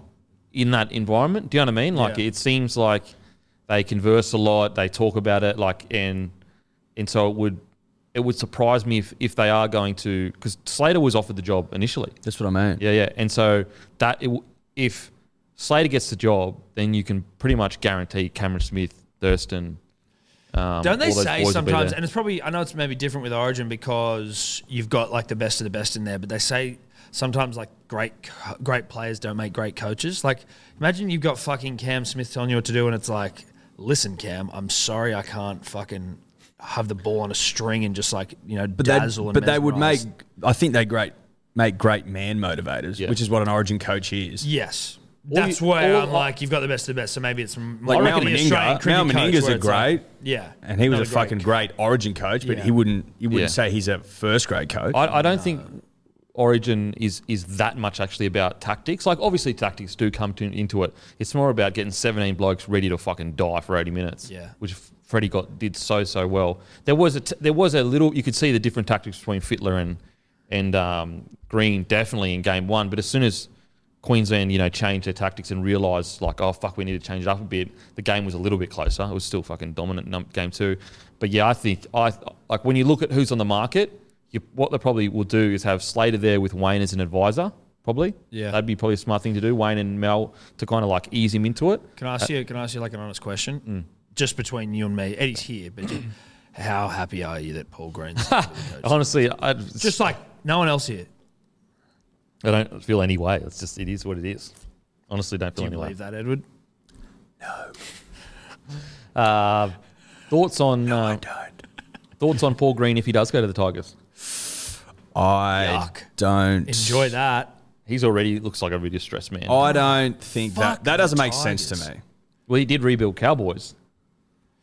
Speaker 3: in that environment. Do you know what I mean? Like
Speaker 5: Yeah.
Speaker 3: it seems like they converse a lot. They talk about it. Like and and so it would it would surprise me if if they are going to because Slater was offered the job initially.
Speaker 6: That's what I mean.
Speaker 3: Yeah, yeah. And so that it, w- if Slater gets the job, then you can pretty much guarantee Cameron Smith, Thurston. Um,
Speaker 5: Don't they
Speaker 3: all those
Speaker 5: say
Speaker 3: boys will be
Speaker 5: sometimes,
Speaker 3: there.
Speaker 5: and it's probably, I know it's maybe different with Origin because you've got like the best of the best in there, but they say sometimes like great co- great players don't make great coaches. Like, imagine you've got fucking Cam Smith telling you what to do, and it's like, listen, Cam, I'm sorry I can't fucking have the ball on a string and just like, you know,
Speaker 6: but they
Speaker 5: dazzle and
Speaker 6: but they would make.
Speaker 5: mesmerise."
Speaker 6: I think they great make great man motivators,
Speaker 3: Yeah.
Speaker 6: which is what an Origin coach is.
Speaker 5: Yes.
Speaker 3: All
Speaker 5: That's
Speaker 3: you-
Speaker 5: where
Speaker 3: all-
Speaker 5: I'm like, you've got the best of the best. So maybe it's m-
Speaker 6: Like
Speaker 5: I
Speaker 6: Mal
Speaker 5: reckon the Australian
Speaker 6: Meninga,
Speaker 5: cricket
Speaker 6: Mal
Speaker 5: coach
Speaker 6: Meninga's
Speaker 5: where
Speaker 6: a
Speaker 5: it's like-
Speaker 6: great,
Speaker 5: yeah,
Speaker 6: and he was a
Speaker 5: another great
Speaker 6: fucking great Origin coach, but
Speaker 5: Yeah.
Speaker 6: he wouldn't. You wouldn't
Speaker 3: Yeah.
Speaker 6: say he's a first grade coach.
Speaker 3: I, I don't think Origin is is that much actually about tactics. Like obviously tactics do come to, into it. It's more about getting 17 blokes ready to fucking die for 80 minutes.
Speaker 5: Yeah.
Speaker 3: which F- Freddie got did so so well. There was a t- there was a little you could see the different tactics between Fitler and and um, Green definitely in game one. But as soon as Queensland you know changed their tactics and realised like oh fuck we need to change it up a bit, the game was a little bit closer. It was still fucking dominant num- game two. But yeah, I think I like when you look at who's on the market. You, what they probably will do is have Slater there with Wayne as an advisor, probably.
Speaker 5: Yeah.
Speaker 3: that'd be probably a smart thing to do. Wayne and Mel to kind of like ease him into it.
Speaker 5: Can I ask you? Can I ask you like an honest question?
Speaker 6: Mm.
Speaker 5: Just between you and me, Eddie's here, but how happy are you that Paul Green's the coach?
Speaker 3: Honestly, I just
Speaker 5: Just like no one else here.
Speaker 3: I don't feel any way. It's just it is what it is. Honestly, don't
Speaker 5: Do
Speaker 3: feel
Speaker 5: you
Speaker 3: any way.
Speaker 5: believe that, Edward?
Speaker 3: Uh, thoughts on uh,
Speaker 6: don't.
Speaker 3: thoughts on Paul Green if he does go to the Tigers?
Speaker 6: I
Speaker 5: Yuck.
Speaker 6: don't
Speaker 5: Enjoy that.
Speaker 3: He's already looks like a really distressed man.
Speaker 6: I don't think that
Speaker 5: Fuck
Speaker 6: that
Speaker 5: the
Speaker 6: doesn't make sense to
Speaker 5: Tigers.
Speaker 6: me.
Speaker 3: Oh, well, he did rebuild Cowboys.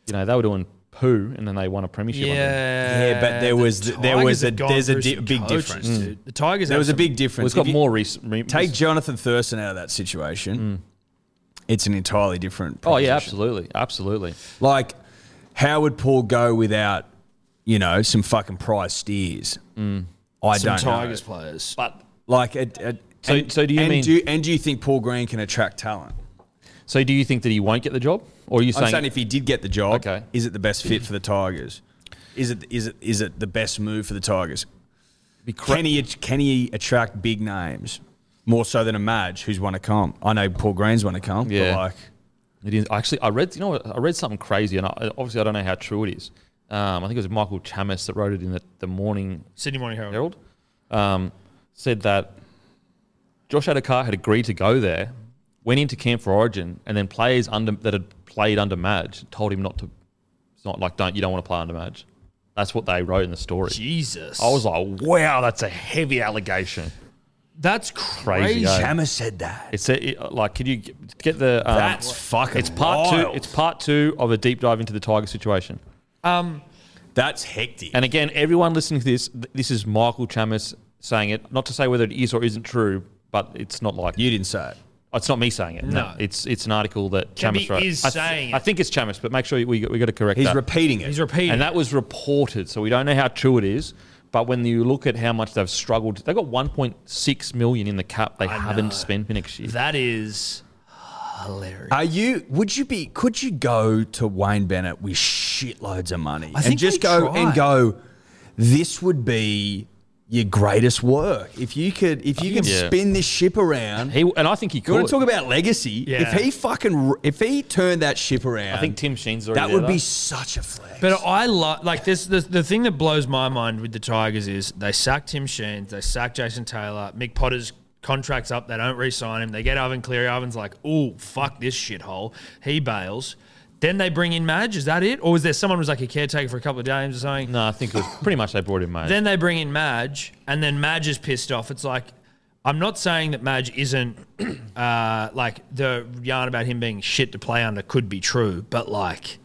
Speaker 3: You know they were doing poo, and then they won a premiership. under him.
Speaker 5: Yeah,
Speaker 6: Yeah, but there was-
Speaker 5: the
Speaker 6: there
Speaker 5: Tigers
Speaker 6: was a-
Speaker 5: have gone
Speaker 6: there's a
Speaker 5: through
Speaker 6: di-
Speaker 5: some
Speaker 6: big
Speaker 5: coaches,
Speaker 6: difference. Mm.
Speaker 5: dude. The Tigers.
Speaker 6: There
Speaker 5: have
Speaker 6: was a
Speaker 5: some-
Speaker 6: big
Speaker 3: well,
Speaker 6: difference.
Speaker 3: he's got
Speaker 6: If you
Speaker 3: more recent.
Speaker 6: Take Jonathan Thurston out of that situation. It's an entirely different.
Speaker 3: Mm. Oh yeah,
Speaker 6: proposition.
Speaker 3: absolutely, absolutely.
Speaker 6: Like, how would Paul go without, you know, some fucking prize steers?
Speaker 3: Mm.
Speaker 6: I
Speaker 5: some
Speaker 6: don't
Speaker 5: Tigers
Speaker 6: know.
Speaker 5: players.
Speaker 3: But
Speaker 6: Like, it, it,
Speaker 3: So- so do you
Speaker 6: and
Speaker 3: mean-
Speaker 6: Do, and do you think Paul Green can attract talent?
Speaker 3: so, do you think that he won't get the job, or are you
Speaker 6: I'm
Speaker 3: saying
Speaker 6: saying if he did get the job,
Speaker 3: Okay.
Speaker 6: is it the best fit for the Tigers? Is it is it is it the best move for the Tigers?
Speaker 3: be cra-
Speaker 6: Can he can he attract big names more so than a Madge who's won a comp? I know Paul Green's won a comp,
Speaker 3: Yeah.
Speaker 6: but like
Speaker 3: It is actually. I read. You know what? I read something crazy, and I, obviously I don't know how true it is. Um, I think it was Michael Chamis that wrote it in the, the Morning
Speaker 5: Sydney Morning Herald.
Speaker 3: Herald. Um, said that Josh Adakar had agreed to go there, went into camp for Origin, and then players under that had played under Madge told him not to. It's not like don't you don't want to play under Madge. That's what they wrote in the story.
Speaker 5: Jesus.
Speaker 3: I was like, wow, that's a heavy allegation.
Speaker 5: that's
Speaker 3: Crazy.
Speaker 5: crazy.
Speaker 3: eh?
Speaker 6: Hammer said that.
Speaker 3: It's a, it- like, could you g- get the? Um,
Speaker 6: That's fucking.
Speaker 3: it's part
Speaker 6: wild.
Speaker 3: two. It's part two of a deep dive into the Tiger situation.
Speaker 5: Um,
Speaker 6: That's hectic.
Speaker 3: And again, everyone listening to this, th- this is Michael Chamis saying it. Not to say whether it is or isn't true, but it's not like
Speaker 6: you didn't say it.
Speaker 3: Oh, it's not me saying it. No,
Speaker 5: No.
Speaker 3: it's it's an article that
Speaker 5: Chamis
Speaker 3: Chamis wrote.
Speaker 5: is
Speaker 3: I th-
Speaker 5: saying
Speaker 3: I
Speaker 5: it.
Speaker 3: think it's Chamis, but make sure we we got to correct
Speaker 6: He's
Speaker 3: that.
Speaker 6: repeating it.
Speaker 5: he's repeating.
Speaker 3: and that was reported, so we don't know how true it is. But when you look at how much they've struggled, they've got 1.6 million in the cap they haven't spent for next year.
Speaker 5: that is hilarious.
Speaker 6: Are you? Would you be? Could you go to Wayne Bennett with shitloads of money and
Speaker 5: think
Speaker 6: just
Speaker 5: they
Speaker 6: go
Speaker 5: tried.
Speaker 6: and go? This would be your greatest work if you could. If you could
Speaker 3: Yeah.
Speaker 6: spin this ship around.
Speaker 3: he and I think he
Speaker 6: You
Speaker 3: could.
Speaker 6: want to talk about legacy?
Speaker 5: Yeah.
Speaker 6: If he fucking, if he turned that ship around,
Speaker 3: I think Tim Sheen's already
Speaker 6: that
Speaker 3: there,
Speaker 6: would be
Speaker 3: though.
Speaker 6: such a flex.
Speaker 5: But I like like this. The, the thing that blows my mind with the Tigers is they sack Tim Sheens, they sack Jason Taylor, Mick Potter's contract's up, they don't re-sign him. They get Ivan Cleary. Ivan's like, "Ooh, fuck this shithole." He bails. Then they bring in Madge. Is that it, or was there someone who was like a caretaker for a couple of games or something?
Speaker 3: No, I think it was pretty much they brought him, mate.
Speaker 5: Then they bring in Madge, and then Madge is pissed off. It's like, I'm not saying that Madge isn't uh, like the yarn about him being shit to play under could be true, but like.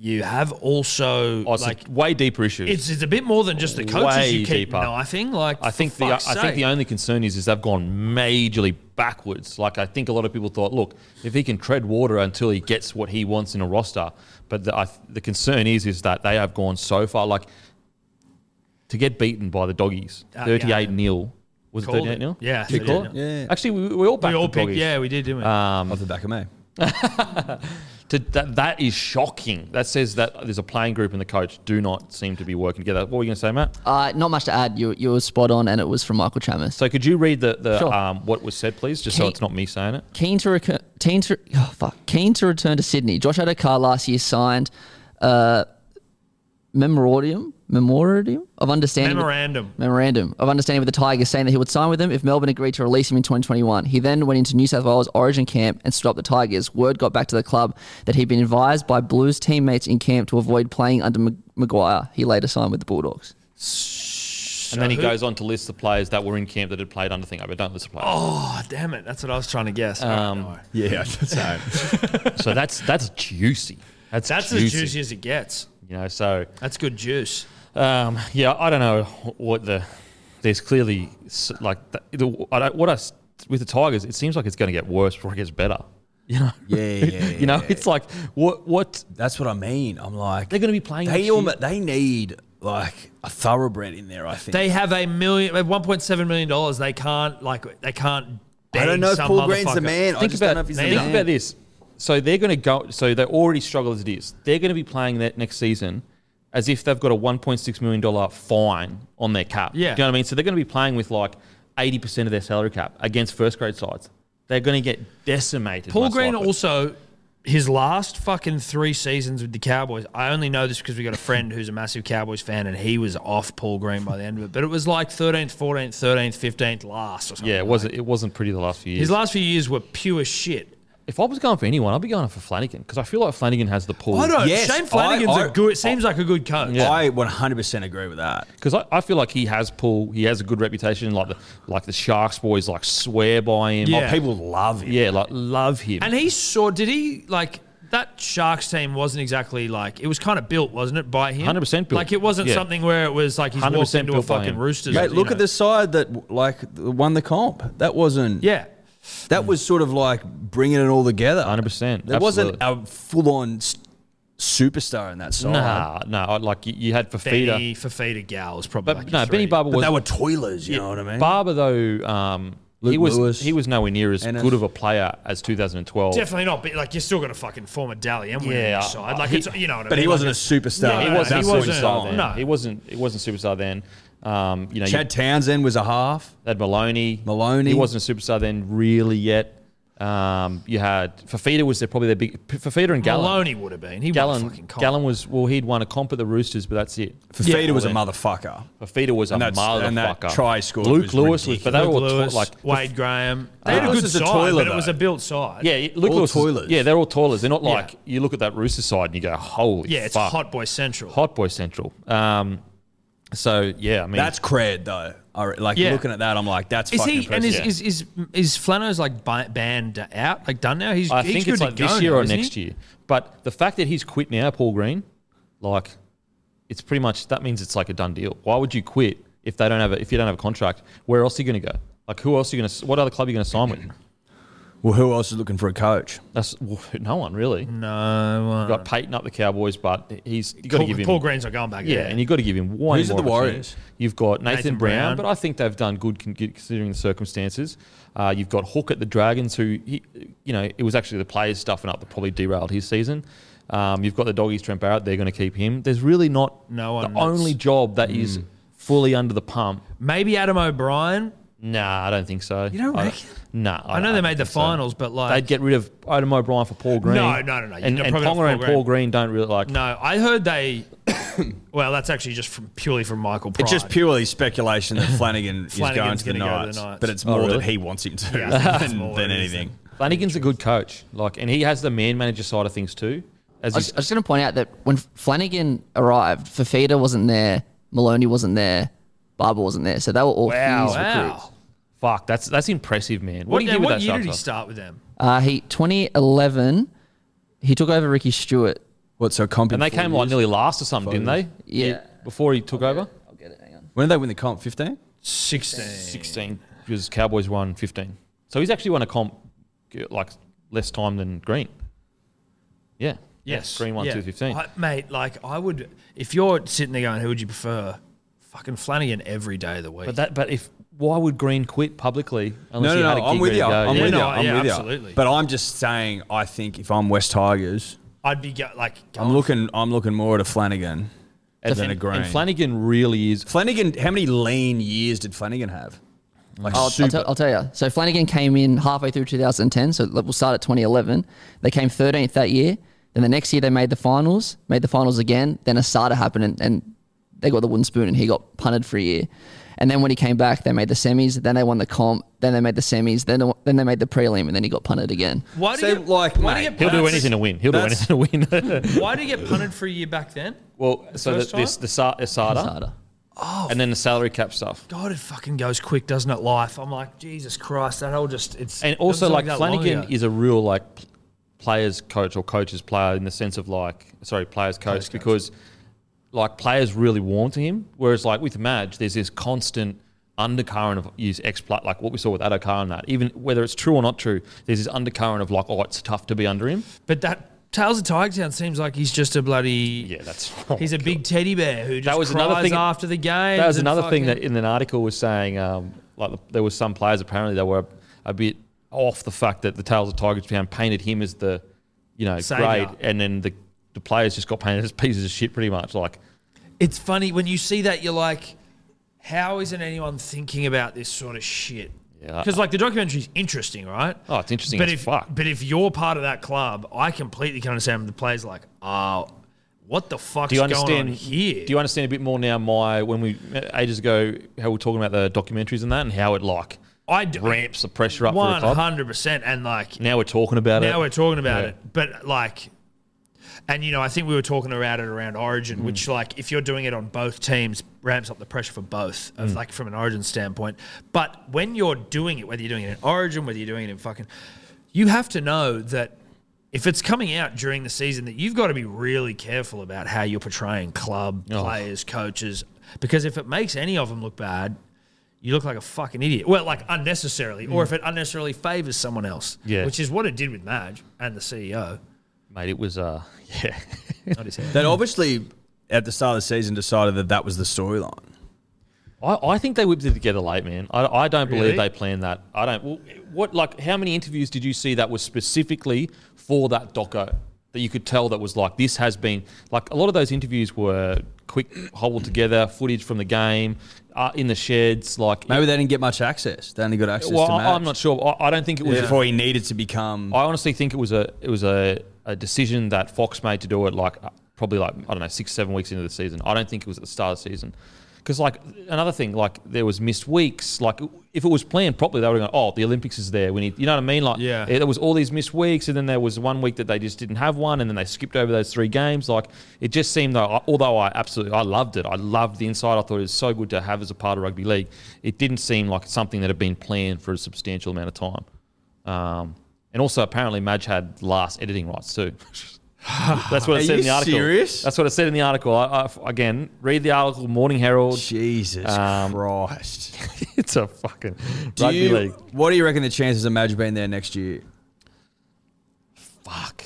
Speaker 5: You have also
Speaker 3: oh, it's
Speaker 5: like
Speaker 3: a way deeper issues.
Speaker 5: it's, it's a bit more than just the coaches
Speaker 3: Way
Speaker 5: you keep
Speaker 3: deeper.
Speaker 5: knifing. Like
Speaker 3: I think
Speaker 5: for
Speaker 3: the
Speaker 5: fuck's
Speaker 3: I think
Speaker 5: sake.
Speaker 3: the only concern is is they've gone majorly backwards. Like I think a lot of people thought, look, if he can tread water until he gets what he wants in a roster, but the, I, th- the concern is is that they have gone so far. Like to get beaten by the doggies,
Speaker 5: Uh, yeah.
Speaker 3: thirty eight nil was it
Speaker 5: Called it.
Speaker 3: thirty eight nil?
Speaker 5: Yeah,
Speaker 3: Did you call it?
Speaker 5: 38-0.
Speaker 6: Yeah.
Speaker 3: Actually, we, we all backed
Speaker 5: we all
Speaker 3: the
Speaker 5: picked.
Speaker 3: doggies. Um,
Speaker 5: Yeah, we did, didn't we?
Speaker 6: off the back of me.
Speaker 3: To, that, that is shocking. That says that there's a playing group and the coach do not seem to be working together. What were you going to say, Matt?
Speaker 2: Uh, not much to add. You you were spot on, and it was from Michael Chamis.
Speaker 3: So could you read the, the
Speaker 2: Sure.
Speaker 3: um, what was said, please, just so
Speaker 2: Can-
Speaker 3: it's not me saying it?
Speaker 2: keen to recur- keen to oh, fuck, keen to return to Sydney. Josh Adokar last year signed uh, a memorandum memorandum of understanding with-
Speaker 5: Memorandum.
Speaker 2: memorandum of understanding with the Tigers, saying that he would sign with them if Melbourne agreed to release him in 2021. He then went into New South Wales Origin camp and stood up the Tigers. Word got back to the club that he'd been advised by Blues teammates in camp to avoid playing under Mag- Maguire. He later signed with the Bulldogs.
Speaker 3: And then he
Speaker 5: who-
Speaker 3: goes on to list the players that were in camp that had played under thing, but don't list the players.
Speaker 5: Oh damn it! That's what I was trying to guess. Um,
Speaker 6: Yeah, so
Speaker 3: Oh, So that's that's juicy. That's
Speaker 5: That's
Speaker 3: juicy.
Speaker 5: as juicy as it gets.
Speaker 3: You know, so
Speaker 5: That's good juice.
Speaker 3: um, yeah, I don't know what the there's clearly s- like the, the, I don't, what I s- with the Tigers. It seems like it's going to get worse before it gets better. You know,
Speaker 6: yeah, yeah, yeah,
Speaker 3: you know,
Speaker 6: yeah.
Speaker 3: it's like what what
Speaker 6: that's what I mean. I'm like,
Speaker 3: they're going to be playing.
Speaker 6: they
Speaker 3: next year.
Speaker 6: almost, they need like a thoroughbred in there. I think
Speaker 5: They have a million, uh, one point seven million dollars. They can't like they can't.
Speaker 6: I don't know if
Speaker 5: bang some
Speaker 6: Paul Green's the
Speaker 5: motherfucker.
Speaker 6: man. I
Speaker 3: think
Speaker 6: just
Speaker 3: about
Speaker 6: don't know if he's the
Speaker 3: think
Speaker 6: man.
Speaker 3: about this. So they're going to go. So they already struggle as it is. They're going to be playing that next season as if they've got a 1.6 million dollar fine on their cap.
Speaker 5: Yeah.
Speaker 3: do you know what I mean? So they're going to be playing with like 80 percent of their salary cap against first grade sides. They're going to get decimated.
Speaker 5: Paul
Speaker 3: most
Speaker 5: Green
Speaker 3: likely.
Speaker 5: also his last fucking three seasons with the Cowboys. I only know this because we got a friend who's a massive Cowboys fan, and he was off Paul Green by the end of it. But it was like thirteenth, fourteenth, thirteenth, fifteenth, last or something.
Speaker 3: Yeah, it wasn't. It wasn't pretty the last few years.
Speaker 5: His last few years were pure shit.
Speaker 3: if I was going for anyone, I'd be going for Flanagan because I feel like Flanagan has the pull.
Speaker 5: I don't.
Speaker 6: Yes,
Speaker 5: Shane Flanagan's
Speaker 6: I-
Speaker 5: a
Speaker 6: I-
Speaker 5: good. Seems like a good coach.
Speaker 6: I 100% agree with that.
Speaker 3: because I, I feel like he has pull. He has a good reputation. Like the like the Sharks boys like swear by him.
Speaker 5: Yeah.
Speaker 6: Oh, people love it.
Speaker 3: yeah, like love him.
Speaker 5: And he saw. Did he like that Sharks team? Wasn't exactly like it was kind of built, wasn't it, by him?
Speaker 3: 100% built.
Speaker 5: Like it wasn't
Speaker 3: Yeah.
Speaker 5: something where it was like he's walked
Speaker 3: 100%
Speaker 5: into a
Speaker 3: built by
Speaker 5: fucking
Speaker 3: him.
Speaker 5: Roosters.
Speaker 6: Mate,
Speaker 5: you
Speaker 6: look
Speaker 5: know.
Speaker 6: at the side that like won the comp. That wasn't.
Speaker 5: Yeah,
Speaker 6: That was sort of like bringing it all together.
Speaker 3: 100%,
Speaker 6: There wasn't
Speaker 3: absolutely.
Speaker 6: a full-on s- superstar in that side.
Speaker 3: Nah, no, nah, like you, you had Fafita,
Speaker 5: Benny Fafita Gal was probably
Speaker 3: but
Speaker 5: like
Speaker 3: no,
Speaker 5: your three.
Speaker 3: Benny Barber
Speaker 6: But
Speaker 3: was.
Speaker 6: they were toilers. You know what I mean?
Speaker 3: Barber though, um, he
Speaker 6: Luke
Speaker 3: was
Speaker 6: Lewis.
Speaker 3: he was nowhere near as
Speaker 6: Ennis.
Speaker 3: good of a player as 2012.
Speaker 5: Definitely not. But like you're still gonna fucking form a Dally M
Speaker 3: Yeah,
Speaker 5: yeah, your side. Like
Speaker 3: he-
Speaker 5: it's you know what I mean.
Speaker 6: but he
Speaker 5: Like,
Speaker 6: wasn't a
Speaker 5: it's-
Speaker 6: superstar.
Speaker 5: Yeah,
Speaker 3: He wasn't.
Speaker 6: That's
Speaker 3: He
Speaker 6: what
Speaker 3: wasn't
Speaker 6: I'm
Speaker 5: superstar
Speaker 3: superstar
Speaker 6: saying.
Speaker 3: then.
Speaker 5: No.
Speaker 3: He wasn't. He wasn't superstar then. Um, you know, you
Speaker 6: Chad Townsend was a half.
Speaker 3: had Maloney.
Speaker 6: Maloney.
Speaker 3: He wasn't a superstar then, really yet. Um, you had Fafita was their, probably their big Fafita and Gallon.
Speaker 5: Maloney would have been. He Gallon,
Speaker 3: Gallon,
Speaker 5: fucking cold.
Speaker 3: Gallon was well. He'd won a comp at the Roosters, but that's it.
Speaker 6: Fafita
Speaker 3: Yeah.
Speaker 6: was a motherfucker.
Speaker 3: Fafita was a
Speaker 6: And that's-
Speaker 3: motherfucker.
Speaker 6: and that try score
Speaker 3: Luke
Speaker 6: was
Speaker 3: Lewis was,
Speaker 6: ridiculous.
Speaker 3: but they
Speaker 5: Luke
Speaker 3: were all
Speaker 5: Lewis,
Speaker 3: ta- like
Speaker 5: Wade Graham. They
Speaker 6: Luke
Speaker 5: had a good
Speaker 6: Lewis is a
Speaker 5: side,
Speaker 6: toiler,
Speaker 5: but it was
Speaker 6: though.
Speaker 5: a built side.
Speaker 3: Yeah, Luke
Speaker 6: All
Speaker 3: Lewis.
Speaker 6: toilers.
Speaker 3: Yeah, they're all toilers. They're not
Speaker 5: Yeah.
Speaker 3: like you look at that Rooster side and you go, holy
Speaker 5: yeah. It's
Speaker 3: fuck.
Speaker 5: hot boy central.
Speaker 3: Hot Boy Central. Um, so yeah, I mean,
Speaker 6: That's cred though. I re- like
Speaker 5: Yeah.
Speaker 6: looking at that, I'm like, that's
Speaker 5: Is
Speaker 6: fucking
Speaker 5: he and is,
Speaker 6: impressive.
Speaker 5: is is is Flano's like bi- banned out? Like done now? He's
Speaker 3: I
Speaker 5: he's
Speaker 3: think
Speaker 5: good
Speaker 3: it's
Speaker 5: to
Speaker 3: like
Speaker 5: go
Speaker 3: this year
Speaker 5: now,
Speaker 3: or
Speaker 5: isn't
Speaker 3: next
Speaker 5: he?
Speaker 3: year. But the fact that he's quit now, Paul Green, like, it's pretty much that means it's like a done deal. Why would you quit if they don't have a, if you don't have a contract? Where else are you going to go? Like, who else are you going to? What other club are you going to sign with?
Speaker 6: well, who else is looking for a coach?
Speaker 3: That's well, no one really.
Speaker 5: No, uh,
Speaker 3: You got Peyton up the Cowboys, but he's you got to
Speaker 5: Paul,
Speaker 3: give him
Speaker 5: Paul Green's not going back.
Speaker 3: Yeah,
Speaker 5: there.
Speaker 3: and you've got to give him one.
Speaker 6: Who's at
Speaker 3: more
Speaker 6: the
Speaker 3: opportunity.
Speaker 6: Warriors?
Speaker 3: You've got Nathan,
Speaker 5: Nathan
Speaker 3: Brown,
Speaker 5: Brown.
Speaker 3: but I think they've done good con- considering the circumstances. Uh, you've got Hook at the Dragons, who he, you know it was actually the players stuffing up that probably derailed his season. Um, you've got the doggies, Trent Barrett. They're going to keep him. There's really not
Speaker 5: No one
Speaker 3: the
Speaker 5: that's-
Speaker 3: only job that is
Speaker 6: Mm.
Speaker 3: fully under the pump.
Speaker 5: maybe Adam O'Brien.
Speaker 3: Nah, I don't think so. You
Speaker 5: don't
Speaker 3: I
Speaker 5: reckon?
Speaker 3: Nah,
Speaker 5: I know
Speaker 3: don't
Speaker 5: they made the
Speaker 3: think so.
Speaker 5: finals, but like
Speaker 3: They'd get rid of Adam O'Brien for Paul Green.
Speaker 5: No, no, no, no.
Speaker 3: And,
Speaker 5: You're
Speaker 3: and
Speaker 5: probably not
Speaker 3: Ponga and
Speaker 5: Paul
Speaker 3: Paul Green don't really like.
Speaker 5: No, I heard they. well, that's actually just from, purely from Michael. Pride.
Speaker 6: It's just purely speculation that Flanagan is going
Speaker 5: Flanagan's
Speaker 6: to the
Speaker 5: gonna go to the
Speaker 6: Knights,
Speaker 5: Knights.
Speaker 6: but it's
Speaker 3: Oh,
Speaker 6: more
Speaker 3: really?
Speaker 6: that he wants him to
Speaker 5: Yeah, I think that's
Speaker 6: than,
Speaker 5: more what
Speaker 6: than
Speaker 5: it is
Speaker 6: anything.
Speaker 3: Flanagan's a good coach, like, and he has the man manager side of things too. As
Speaker 2: I
Speaker 3: he's
Speaker 2: was, I was going to point out that when Flanagan arrived, Fafita wasn't there, Maloney wasn't there, Barber wasn't there, so they were all
Speaker 3: Wow.
Speaker 2: his recruits.
Speaker 5: wow.
Speaker 3: Fuck, that's that's impressive, man. What,
Speaker 5: What,
Speaker 3: do you
Speaker 5: and
Speaker 3: do with
Speaker 5: what
Speaker 3: that
Speaker 5: year
Speaker 3: stuff?
Speaker 5: did he
Speaker 3: though?
Speaker 5: start with them?
Speaker 2: Uh, he 2011, he took over Ricky Stewart.
Speaker 6: What so comp? in
Speaker 3: And they
Speaker 6: four
Speaker 3: came
Speaker 6: years?
Speaker 3: like nearly last or something, didn't they?
Speaker 2: Yeah.
Speaker 3: Before he took over,
Speaker 2: I'll get it. Hang on.
Speaker 6: When did they win the comp? Fifteen.
Speaker 5: Sixteen.
Speaker 3: sixteen because Cowboys won fifteen. So he's actually won a comp like less time than Green. Yeah.
Speaker 5: Yes.
Speaker 3: Green won
Speaker 5: yeah.
Speaker 3: two fifteen.
Speaker 5: I, mate, like I would, if you're sitting there going, who would you prefer? Fucking Flanagan every day of the week.
Speaker 3: But that, but if why would Green quit publicly? Unless
Speaker 6: No,
Speaker 3: he
Speaker 6: no,
Speaker 3: had
Speaker 6: no.
Speaker 3: a
Speaker 6: I'm
Speaker 3: gig
Speaker 6: with
Speaker 3: ready
Speaker 6: you.
Speaker 3: to go?
Speaker 6: I'm
Speaker 5: Yeah,
Speaker 6: with you.
Speaker 5: no,
Speaker 6: I'm
Speaker 5: yeah,
Speaker 6: with you.
Speaker 5: absolutely.
Speaker 6: But I'm just saying, I think if I'm West Tigers,
Speaker 5: I'd be go, like,
Speaker 6: I'm looking. I'm looking more at a Flanagan than a
Speaker 3: And-
Speaker 6: Green.
Speaker 3: And Flanagan really is.
Speaker 6: Flanagan, how many lean years did Flanagan have? Like
Speaker 2: I'll, I'll,
Speaker 6: super.
Speaker 2: tell- I'll tell you. So Flanagan came in halfway through 2010, so let- we'll start at 2011. They came 13th that year. Then the next year they made the finals, made the finals again. Then a starter happened and, and they got the wooden spoon and he got punted for a year. And then when he came back, they made the semis. Then they won the comp. Then they made the semis. Then then they made the prelim, and then he got punted again.
Speaker 5: why do
Speaker 6: So,
Speaker 5: you why
Speaker 6: like,
Speaker 5: do
Speaker 6: mate,
Speaker 5: you get
Speaker 3: He'll do
Speaker 5: punted-
Speaker 3: anything to win. He'll do
Speaker 6: that's-
Speaker 3: anything to win.
Speaker 5: Why do you get punted for a year back then?
Speaker 3: Well, so
Speaker 5: first
Speaker 3: the, this
Speaker 5: time?
Speaker 3: the Sa- uh, SADA,
Speaker 2: Starter.
Speaker 3: and then the salary cap stuff,
Speaker 5: God, it fucking goes quick, doesn't it? Life. I'm like, Jesus Christ, that whole just it's
Speaker 3: and also
Speaker 5: doesn't
Speaker 3: like
Speaker 5: sound that long
Speaker 3: Flanagan
Speaker 5: ago.
Speaker 3: is a real like pl- players coach or coaches player in the sense of like sorry players coach because like players really warm to him, whereas like with Madge, there's this constant undercurrent of use ex pla like what we saw with Adokar and that even whether it's true or not true, there's this undercurrent of like oh it's tough to be under him.
Speaker 5: But that Tales of Tigetown seems like he's just a bloody.
Speaker 3: Yeah, that's
Speaker 5: He's a big teddy bear who just
Speaker 3: That was
Speaker 5: cries
Speaker 3: another thing-
Speaker 5: after the game.
Speaker 3: That was another thing that in an article was saying, um, like the, there was some players apparently that were a bit off the fact that the Tales of Tigers Town painted him as the, you know,
Speaker 5: Saviour.
Speaker 3: grade, and then the, the players just got painted as pieces of shit, pretty much. Like,
Speaker 5: It's funny when you see that you're like, how isn't anyone thinking about this sort of shit?
Speaker 3: Yeah.
Speaker 5: Because like the documentary's interesting, right?
Speaker 3: oh, it's interesting
Speaker 5: but
Speaker 3: as
Speaker 5: if
Speaker 3: fuck.
Speaker 5: but if you're part of that club, I completely can understand the players like, oh, what the fuck's
Speaker 3: do you
Speaker 5: going on
Speaker 3: understand
Speaker 5: here?
Speaker 3: Do you understand a bit more now? My when we ages ago, how we are talking about the documentaries and that, and how it like
Speaker 5: I do.
Speaker 3: ramps the pressure up for
Speaker 5: One
Speaker 3: the club.
Speaker 5: hundred percent, and like
Speaker 3: Now we're talking about it.
Speaker 5: now we're talking about
Speaker 3: Yeah.
Speaker 5: it but like and you know i think we were talking about it around
Speaker 3: Mm.
Speaker 5: origin which like if you're doing it on both teams ramps up the pressure for both
Speaker 3: Mm.
Speaker 5: of like from an origin standpoint but when you're doing it whether you're doing it in origin whether you're doing it in fucking you have to know that if it's coming out during the season that you've got to be really careful about how you're portraying club
Speaker 3: Oh.
Speaker 5: players coaches because if it makes any of them look bad you look like a fucking idiot. Well, like unnecessarily, or if it unnecessarily favors someone else,
Speaker 3: Mm. Yeah.
Speaker 5: which is what it did with Madge and the CEO.
Speaker 3: mate. It was uh, yeah.
Speaker 5: Not his head.
Speaker 6: That obviously at the start of the season decided that that was the storyline.
Speaker 3: I, I think they whipped it together late, man. I, I don't believe
Speaker 5: Really?
Speaker 3: they planned that. I don't. Well, what like how many interviews did you see that was specifically for that doco that you could tell that was like this has been like a lot of those interviews were quick hobble together, footage from the game, uh, in the sheds, like.
Speaker 6: Maybe they didn't get much access. They only got access
Speaker 3: well,
Speaker 6: to
Speaker 3: I,
Speaker 6: Mavs.
Speaker 3: I'm not sure. I, I don't think it was.
Speaker 6: Before he needed to become.
Speaker 3: I honestly think it was a it was a, a decision that Fox made to do it like uh, probably like I don't know six seven weeks into the season. I don't think it was at the start of the season because like another thing like there was missed weeks. Like if it was planned properly, they would have gone oh the Olympics is there. We need you know what I mean like
Speaker 5: Yeah.
Speaker 3: There was all these missed weeks and then there was one week that they just didn't have one and then they skipped over those three games. Like it just seemed though although I absolutely I loved it. I loved the inside. I thought it was so good to have as a part of rugby league. It didn't seem like something that had been planned for a substantial amount of time. Um, and also, apparently, Madge had last editing rights too. That's what
Speaker 6: Are
Speaker 3: it said
Speaker 6: you
Speaker 3: in the article.
Speaker 6: serious?
Speaker 3: That's what it said in the article. I, I, again, read the article, Morning Herald.
Speaker 6: Jesus
Speaker 3: Um,
Speaker 6: Christ.
Speaker 3: it's a fucking
Speaker 6: Do
Speaker 3: rugby
Speaker 6: you-
Speaker 3: league.
Speaker 6: What do you reckon the chances of Madge being there next year?
Speaker 3: Fuck.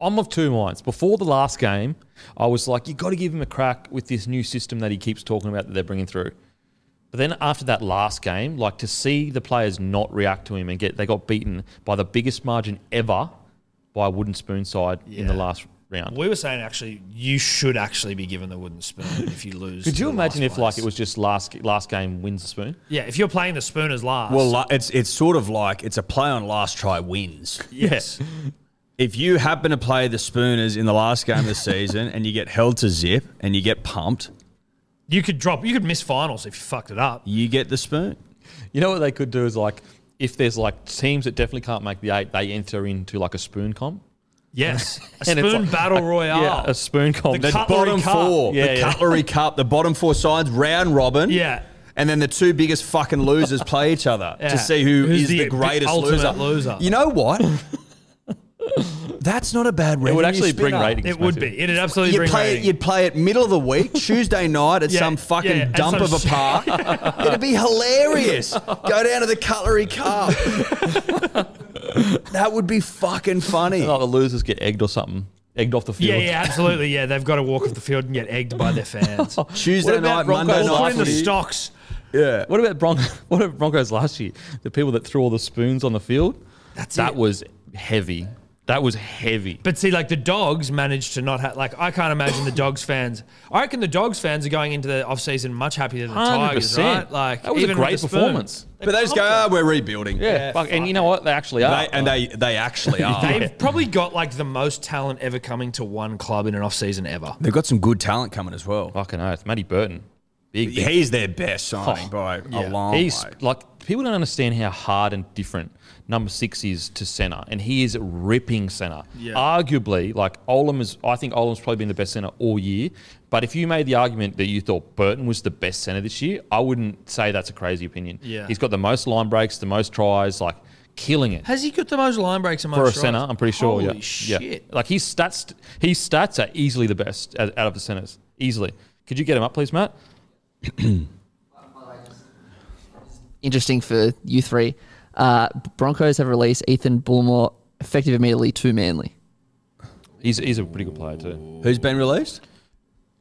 Speaker 3: I'm of two minds. Before the last game, I was like, you got to give him a crack with this new system that he keeps talking about that they're bringing through. But then after that last game, like to see the players not react to him and get they got beaten by the biggest margin ever by a wooden spoon side in the
Speaker 5: Yeah.
Speaker 3: last round.
Speaker 5: We were saying actually, you should actually be given the wooden spoon if you lose.
Speaker 3: Could
Speaker 5: to
Speaker 3: you
Speaker 5: the
Speaker 3: imagine
Speaker 5: last
Speaker 3: if like it
Speaker 5: place.
Speaker 3: was just last last game wins the spoon?
Speaker 5: Yeah, if you're playing the spoon as last.
Speaker 6: Well, li- it's it's sort of like it's a play on last try wins.
Speaker 5: yes.
Speaker 6: If you happen to play the Spooners in the last game of the season and you get held to zip and you get pumped,
Speaker 5: You could drop. You could miss finals if you fucked it up.
Speaker 6: you get the spoon.
Speaker 3: You know what they could do is like if there's like teams that definitely can't make the eight, they enter into like a spoon comp.
Speaker 5: Yes, a
Speaker 3: And it's
Speaker 5: spoon
Speaker 3: like-
Speaker 5: battle royale.
Speaker 3: Yeah, a spoon comp.
Speaker 5: The Cutlery
Speaker 6: bottom
Speaker 5: Cup.
Speaker 6: four,
Speaker 3: Yeah,
Speaker 6: the
Speaker 3: yeah.
Speaker 6: Cutlery Cup, the bottom four sides, round robin.
Speaker 5: Yeah.
Speaker 6: And then the two biggest fucking losers play each other
Speaker 5: Yeah.
Speaker 6: to see who
Speaker 5: Who's
Speaker 6: is the,
Speaker 5: the
Speaker 6: greatest
Speaker 5: ultimate
Speaker 6: loser.
Speaker 5: loser.
Speaker 6: You know what? That's not a bad revenue.
Speaker 3: it would actually bring
Speaker 6: spinner.
Speaker 3: ratings.
Speaker 5: it would
Speaker 3: massive.
Speaker 5: be. It'd absolutely
Speaker 6: You'd
Speaker 5: bring
Speaker 6: play, it,
Speaker 5: ratings.
Speaker 6: you'd play it middle of the week, Tuesday night at
Speaker 5: Yeah,
Speaker 6: some fucking
Speaker 5: yeah, at
Speaker 6: dump
Speaker 5: some
Speaker 6: of a
Speaker 5: shit.
Speaker 6: park. It'd be hilarious. Go down to the Cutlery Cup. that would be fucking funny.
Speaker 3: Like the losers get egged or something, egged off the
Speaker 5: yeah,
Speaker 3: field.
Speaker 5: yeah, absolutely. Yeah, they've got to walk off the field and get egged by their fans.
Speaker 6: Oh,
Speaker 5: or
Speaker 6: Tuesday night,
Speaker 3: about
Speaker 6: Monday
Speaker 3: Broncos
Speaker 5: put
Speaker 6: night.
Speaker 5: in the
Speaker 6: footy.
Speaker 5: stocks.
Speaker 6: Yeah.
Speaker 3: What about Bron- What about Broncos last year? The people that threw all the spoons on the field. That's that
Speaker 5: it.
Speaker 3: was heavy. That was heavy.
Speaker 5: But see, like the dogs managed to not have. Like I can't imagine the dogs fans. I reckon the dogs fans are going into the off season much happier than the Tigers,
Speaker 3: 100%.
Speaker 5: right? Like
Speaker 3: That was a
Speaker 5: even with
Speaker 3: great
Speaker 5: the spoon,
Speaker 3: performance.
Speaker 5: they
Speaker 6: But they just go,
Speaker 5: pumped
Speaker 6: ah, we're rebuilding.
Speaker 3: Yeah,
Speaker 5: Yeah,
Speaker 3: fuck. and
Speaker 5: fuck
Speaker 3: you know what? They actually are.
Speaker 6: They, and they, they actually
Speaker 5: it.
Speaker 6: are.
Speaker 5: They've probably got like the most talent ever coming to one club in an off season ever.
Speaker 6: They've got some good talent coming as well.
Speaker 3: fucking oath. Matty Burton, big, big
Speaker 6: He's their best signing
Speaker 3: Oh,
Speaker 6: by a long
Speaker 3: He's
Speaker 6: way.
Speaker 3: like people don't understand how hard and different number six is to center, and he is ripping center.
Speaker 5: Yeah.
Speaker 3: Arguably, like Olam is, I think Olam's probably been the best center all year. But if you made the argument that you thought Burton was the best center this year, I wouldn't say that's a crazy opinion.
Speaker 5: Yeah.
Speaker 3: he's got the most line breaks, the most tries, like killing it.
Speaker 5: Has he got the most line breaks among
Speaker 3: For a centre, I'm pretty sure.
Speaker 5: Holy
Speaker 3: yeah.
Speaker 5: shit!
Speaker 3: Yeah. Like his stats, his stats are easily the best out out of the centres. Easily. Could you get him up, please, Matt?
Speaker 2: Interesting for you three. Uh, Broncos have released Ethan Bullmore effective immediately to Manly.
Speaker 3: He's, he's a pretty good player too.
Speaker 6: Who's been released?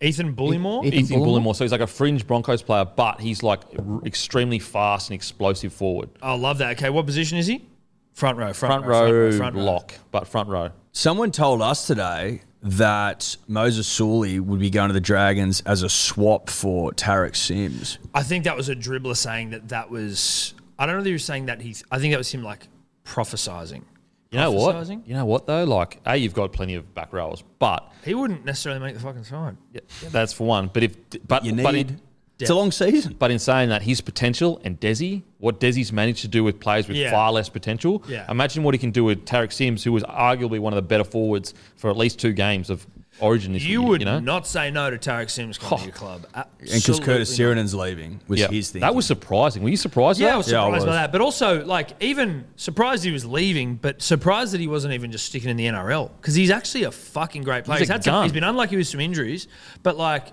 Speaker 5: Ethan Bullymore.
Speaker 2: Ethan
Speaker 3: Ethan
Speaker 2: Bullimore?
Speaker 3: Bullimore. So he's like a fringe Broncos player, but he's like r- extremely fast and explosive forward.
Speaker 5: I love that. Okay, what position is he? Front row. Front,
Speaker 3: Front row,
Speaker 5: front row.
Speaker 3: lock, but front row.
Speaker 6: Someone told us today that Moses Sully would be going to the Dragons as a swap for Tarek Sims.
Speaker 5: I think that was a dribbler saying that that was. I don't know if he was saying that he's. I think that was him like prophesizing.
Speaker 3: You know what?
Speaker 5: Emphasising?
Speaker 3: You know what though? Like, a you've got plenty of back rows, but
Speaker 5: He wouldn't necessarily make the fucking side.
Speaker 3: yeah, that's for one. But if but
Speaker 6: You need.
Speaker 3: but in,
Speaker 6: it's a long season.
Speaker 3: but in saying that, his potential and Desi, what Desi's managed to do with players with
Speaker 5: Yeah.
Speaker 3: far less potential.
Speaker 5: Yeah.
Speaker 3: Imagine what he can do with Tarek Sims, who was arguably one of the better forwards for at least two games of Origin. This
Speaker 5: You
Speaker 3: year,
Speaker 5: would
Speaker 3: you know?
Speaker 5: not say no to Tarek Sims coming
Speaker 3: Oh.
Speaker 5: to your club.
Speaker 6: And because Curtis
Speaker 5: Absolutely
Speaker 6: Sirenan's leaving was
Speaker 3: Yeah.
Speaker 6: his thing.
Speaker 3: That was surprising. Were you surprised? at
Speaker 5: Yeah,
Speaker 3: that?
Speaker 5: I was
Speaker 6: Yeah, I
Speaker 5: surprised by
Speaker 6: was.
Speaker 5: that. But also, like, even surprised he was leaving, but surprised that he wasn't even just sticking in the NRL because he's actually a fucking great player.
Speaker 3: He's a
Speaker 5: He's, had some,
Speaker 3: gun.
Speaker 5: he's been unlucky with some injuries, but like,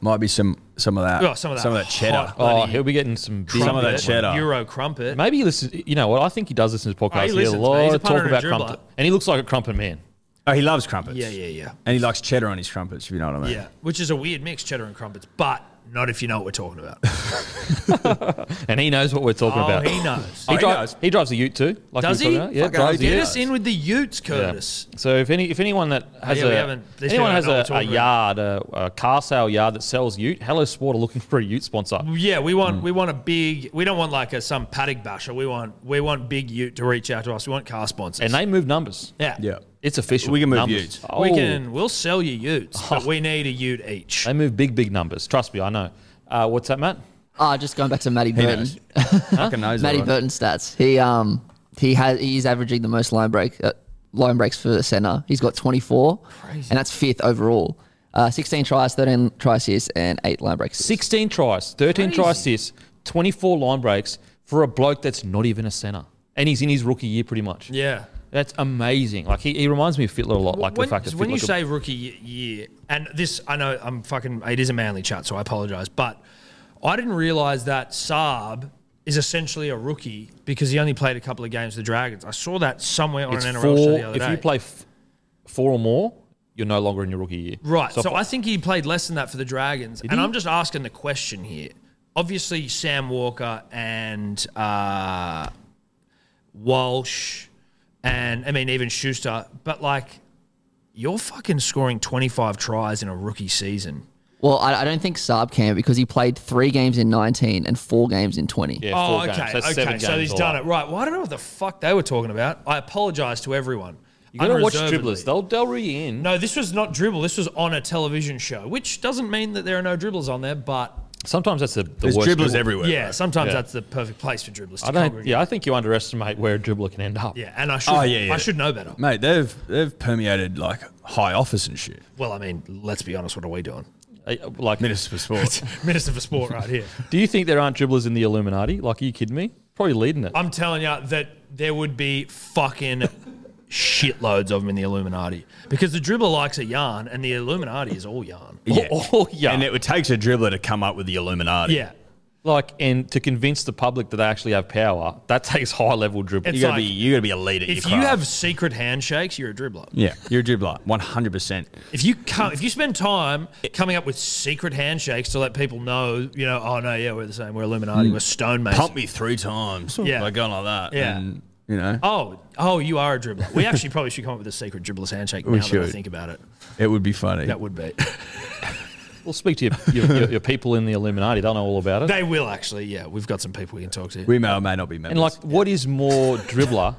Speaker 6: might be some some of that.
Speaker 5: oh, some of that,
Speaker 6: Some of that
Speaker 5: hot
Speaker 6: cheddar.
Speaker 3: Oh,
Speaker 5: bloody
Speaker 3: he'll be getting some big
Speaker 6: Some of that
Speaker 5: crumpet,
Speaker 6: cheddar.
Speaker 5: Euro crumpet.
Speaker 3: Maybe he listens. You know what? I think he does listen to this
Speaker 5: Oh,
Speaker 3: podcast.
Speaker 5: he
Speaker 3: he
Speaker 5: listens,
Speaker 3: a
Speaker 5: man.
Speaker 3: lot
Speaker 5: He's a
Speaker 3: of
Speaker 5: punter
Speaker 3: talk
Speaker 5: and a
Speaker 3: about
Speaker 5: dribbler.
Speaker 3: crumpet, and he looks like a crumpet man.
Speaker 6: Oh, he loves crumpets.
Speaker 5: Yeah, yeah, yeah,
Speaker 6: And he likes cheddar on his crumpets, if you know what I mean.
Speaker 5: yeah. Which is a weird mix, cheddar and crumpets, but Not if you know what we're talking about.
Speaker 3: And he knows what we're talking
Speaker 5: oh,
Speaker 3: about.
Speaker 5: he knows.
Speaker 3: He,
Speaker 6: he
Speaker 3: drive-
Speaker 6: knows.
Speaker 3: he drives a Ute too. Like
Speaker 5: Does
Speaker 3: you were
Speaker 5: he?
Speaker 3: talking about. Yeah,
Speaker 6: Fucking
Speaker 3: drives a
Speaker 5: Get
Speaker 6: Ute.
Speaker 5: us in with the Utes,
Speaker 3: Yeah.
Speaker 5: Curtis.
Speaker 3: So if any if anyone that has
Speaker 5: Oh, yeah, we
Speaker 3: a
Speaker 5: haven't- these
Speaker 3: anyone
Speaker 5: people
Speaker 3: has
Speaker 5: don't know
Speaker 3: a,
Speaker 5: what
Speaker 3: a
Speaker 5: we're talking
Speaker 3: yard, a, a car sale yard that sells Ute, Hello Sport are looking for a Ute sponsor.
Speaker 5: Yeah, we
Speaker 3: Hmm.
Speaker 5: want we want a big. We don't want like a some paddock basher. We want we want big Ute to reach out to us. We want car sponsors.
Speaker 3: And they move numbers.
Speaker 5: yeah,
Speaker 6: Yeah.
Speaker 3: It's official.
Speaker 6: We can move
Speaker 3: numbers.
Speaker 6: Utes.
Speaker 5: we
Speaker 3: Oh.
Speaker 5: can. We'll sell you Utes, but we need a Ute each.
Speaker 3: They move big, big numbers. Trust me, I know. Uh, what's that, Matt?
Speaker 2: Ah, just going back to Matty Burton.
Speaker 6: knows. Fucking knows.
Speaker 2: Matty
Speaker 6: all right.
Speaker 2: Burton stats. He um he has he's averaging the most line break uh, line breaks for the center. He's got 24, and that's fifth overall. Uh, 16 tries, 13 try assists, and eight line breaks.
Speaker 3: 16 tries, 13 tries, try assists, 24 line breaks for a bloke that's not even a center. And he's in his rookie year pretty much.
Speaker 5: Yeah.
Speaker 3: That's amazing. Like he, he reminds me of Fitler a lot. Like
Speaker 5: when,
Speaker 3: the fact that
Speaker 5: when
Speaker 3: Fitler
Speaker 5: you
Speaker 3: could-
Speaker 5: say rookie y- year, and this I know I'm fucking. It is a manly chat, so I apologize, but I didn't realize that Saab is essentially a rookie because he only played a couple of games with the Dragons. I saw that somewhere on
Speaker 3: it's
Speaker 5: an NRL
Speaker 3: four,
Speaker 5: show the other
Speaker 3: if
Speaker 5: day.
Speaker 3: you play f- four or more, you're no longer in your rookie year.
Speaker 5: Right. So,
Speaker 3: if-
Speaker 5: I think he played less than that for the Dragons. and
Speaker 3: he?
Speaker 5: I'm just asking the question here. Obviously, Sam Walker and uh, Walsh, and I mean, even Schuster, but like, you're fucking scoring 25 tries in a rookie season.
Speaker 2: Well, I, I don't think Saab can because he played three games in 19 and four games in 20.
Speaker 3: yeah,
Speaker 5: Oh,
Speaker 3: four
Speaker 5: okay.
Speaker 3: games. That's
Speaker 5: okay.
Speaker 3: seven
Speaker 5: So
Speaker 3: games
Speaker 5: he's
Speaker 3: all
Speaker 5: done
Speaker 3: up.
Speaker 5: it. Right. Well, I don't know what the fuck they were talking about. I apologize to everyone.
Speaker 3: You gotta watch
Speaker 5: Unreservedly.
Speaker 3: dribblers. They'll they'll re you in.
Speaker 5: No, this was not dribble. This was on a television show, which doesn't mean that there are no dribblers on there, but
Speaker 3: Sometimes that's the, the
Speaker 6: There's
Speaker 3: worst.
Speaker 6: dribblers
Speaker 3: dribble.
Speaker 6: everywhere.
Speaker 5: Yeah, sometimes
Speaker 3: Yeah.
Speaker 5: that's the perfect place for dribblers to
Speaker 3: I don't.
Speaker 5: congregate.
Speaker 3: Yeah, I think you underestimate where a dribbler can end up.
Speaker 5: Yeah, and I should.
Speaker 6: Oh, yeah, yeah.
Speaker 5: I should know better.
Speaker 6: Mate, they've they've permeated like high office and shit.
Speaker 5: Well, I mean, let's be honest. What are we doing?
Speaker 3: Uh, Like,
Speaker 6: Minister for Sport.
Speaker 5: Minister for Sport, right here.
Speaker 3: do you think there aren't dribblers in the Illuminati? Like, are you kidding me? Probably leading it.
Speaker 5: I'm telling you that there would be fucking shitloads of them in the Illuminati because the dribbler likes a yarn, and the Illuminati is all yarn.
Speaker 6: yeah.
Speaker 3: Oh, oh, yeah.
Speaker 6: And it, would takes a dribbler to come up with the Illuminati.
Speaker 5: Yeah,
Speaker 3: Like, and to convince the public that they actually have power, that takes high level dribbling.
Speaker 5: It's
Speaker 6: You gotta
Speaker 5: like-
Speaker 6: be you gotta be a leader.
Speaker 5: if you have secret handshakes, you're a dribbler.
Speaker 6: Yeah, you're a dribbler, one hundred percent.
Speaker 5: If you come, if you spend time coming up with secret handshakes to let people know, you know, oh no, yeah, we're the same. We're Illuminati. We're stonemasons.
Speaker 6: Hmm. Pump me three times.
Speaker 5: Yeah.
Speaker 6: Like going like that.
Speaker 5: Yeah.
Speaker 6: And you know
Speaker 5: Oh, oh, you are a dribbler. We actually probably should come up with a secret dribbler's handshake now that I
Speaker 6: should.
Speaker 5: think about it.
Speaker 6: it would be funny.
Speaker 5: That would be.
Speaker 3: Well, speak to your, your, your, your people in the Illuminati. They'll know all about it.
Speaker 5: they will actually. Yeah, we've got some people we can talk to.
Speaker 6: we may or may not be members.
Speaker 3: And like, what is more dribbler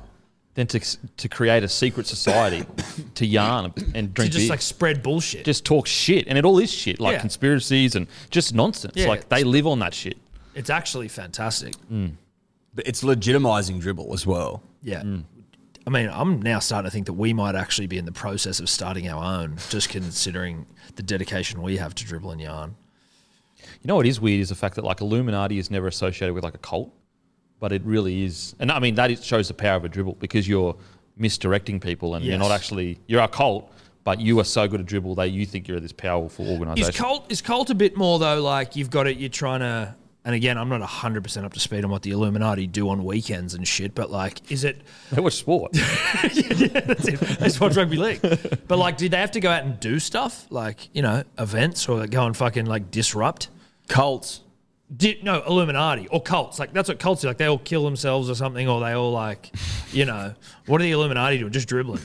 Speaker 3: than to to create a secret society, to yarn and
Speaker 5: to
Speaker 3: drink
Speaker 5: just
Speaker 3: beer?
Speaker 5: like spread bullshit.
Speaker 3: just talk shit, and it all is shit, like
Speaker 5: Yeah.
Speaker 3: conspiracies and just nonsense.
Speaker 5: Yeah,
Speaker 3: like they live on that shit.
Speaker 5: it's actually fantastic.
Speaker 6: Mm. but it's legitimizing dribble as well.
Speaker 5: Yeah.
Speaker 6: Mm.
Speaker 5: I mean, I'm now starting to think that we might actually be in the process of starting our own, just considering the dedication we have to dribble and yarn.
Speaker 3: You know what is weird is the fact that like Illuminati is never associated with like a cult, but it really is. And I mean that is, shows the power of a dribble because you're misdirecting people, and you're
Speaker 5: Yes.
Speaker 3: not actually you're a cult, but you are so good at dribble that you think you're this powerful
Speaker 5: Is
Speaker 3: organization.
Speaker 5: cult is cult a bit more though? Like you've got it. You're trying to. And again, I'm not 100% up to speed on what the Illuminati do on weekends and shit, but like, is it
Speaker 3: they watch sport.
Speaker 5: That's it. They just watch rugby league. But like, did they have to go out and do stuff like you know events or like, go and fucking like disrupt?
Speaker 6: Cults.
Speaker 5: Did no Illuminati or cults? Like that's what cults do. Like they all kill themselves or something, or they all like, you know, what are the Illuminati doing? Just dribbling.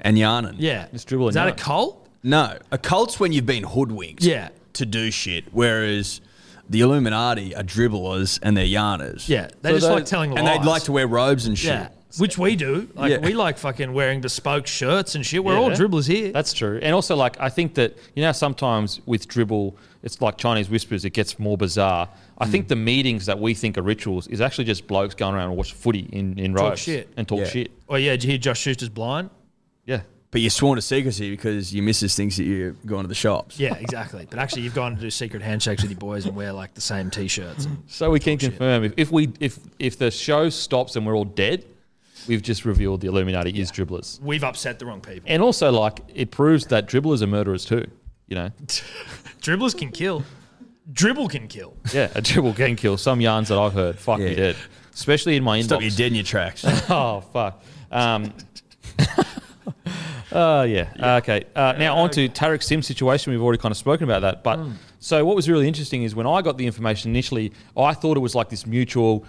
Speaker 6: And yarning.
Speaker 5: Yeah,
Speaker 3: Just dribbling,
Speaker 5: Is that
Speaker 3: yeah.
Speaker 5: a cult?
Speaker 6: No. A cult's when you've been hoodwinked
Speaker 5: Yeah.
Speaker 6: to do shit. Whereas the Illuminati are dribblers and they're yarners.
Speaker 5: Yeah, they
Speaker 3: So
Speaker 5: just like
Speaker 3: those-
Speaker 5: telling
Speaker 6: And
Speaker 5: lies.
Speaker 6: they'd like to wear robes and shit.
Speaker 5: yeah, which we do. Like
Speaker 6: Yeah.
Speaker 5: we like fucking wearing bespoke shirts and shit. We're all
Speaker 3: Yeah.
Speaker 5: dribblers here.
Speaker 3: That's true. And also, like, I think that, you know, sometimes with dribble, it's like Chinese whispers, it gets more bizarre. I
Speaker 5: Hmm.
Speaker 3: think the meetings that we think are rituals is actually just blokes going around and watch footy in, in
Speaker 5: Talk
Speaker 3: robes
Speaker 5: shit.
Speaker 3: and talk
Speaker 6: Yeah.
Speaker 3: shit.
Speaker 5: oh yeah, did you hear Josh Schuster's blind?
Speaker 3: Yeah.
Speaker 6: But you're sworn to secrecy because your missus thinks that you're going to the shops.
Speaker 5: Yeah, exactly. But actually, you've gone to do secret handshakes with your boys and wear like the same t-shirts. And
Speaker 3: So we can confirm if, if we if if the show stops and we're all dead, we've just revealed the Illuminati is dribblers.
Speaker 5: we've upset the wrong people.
Speaker 3: And also, like, it proves that dribblers are murderers too. You know,
Speaker 5: Dribblers can kill. Dribble can kill.
Speaker 3: yeah, a dribble can kill. Some yarns that I've heard, fuck me
Speaker 6: Yeah.
Speaker 3: dead, especially in my inbox.
Speaker 6: Stop you dead in your tracks.
Speaker 3: Oh fuck. Um, oh, uh, yeah. Okay. Uh, now on to Tarek Sim situation. We've already kind of spoken about that, but So what was really interesting is when I got the information initially, I thought it was like this mutual.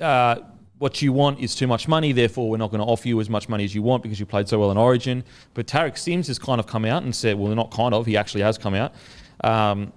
Speaker 3: Uh, what you want is too much money, therefore we're not going to offer you as much money as you want because you played so well in Origin. But Tarek Sims has kind of come out and said, well, not kind of, he actually has come out. Um,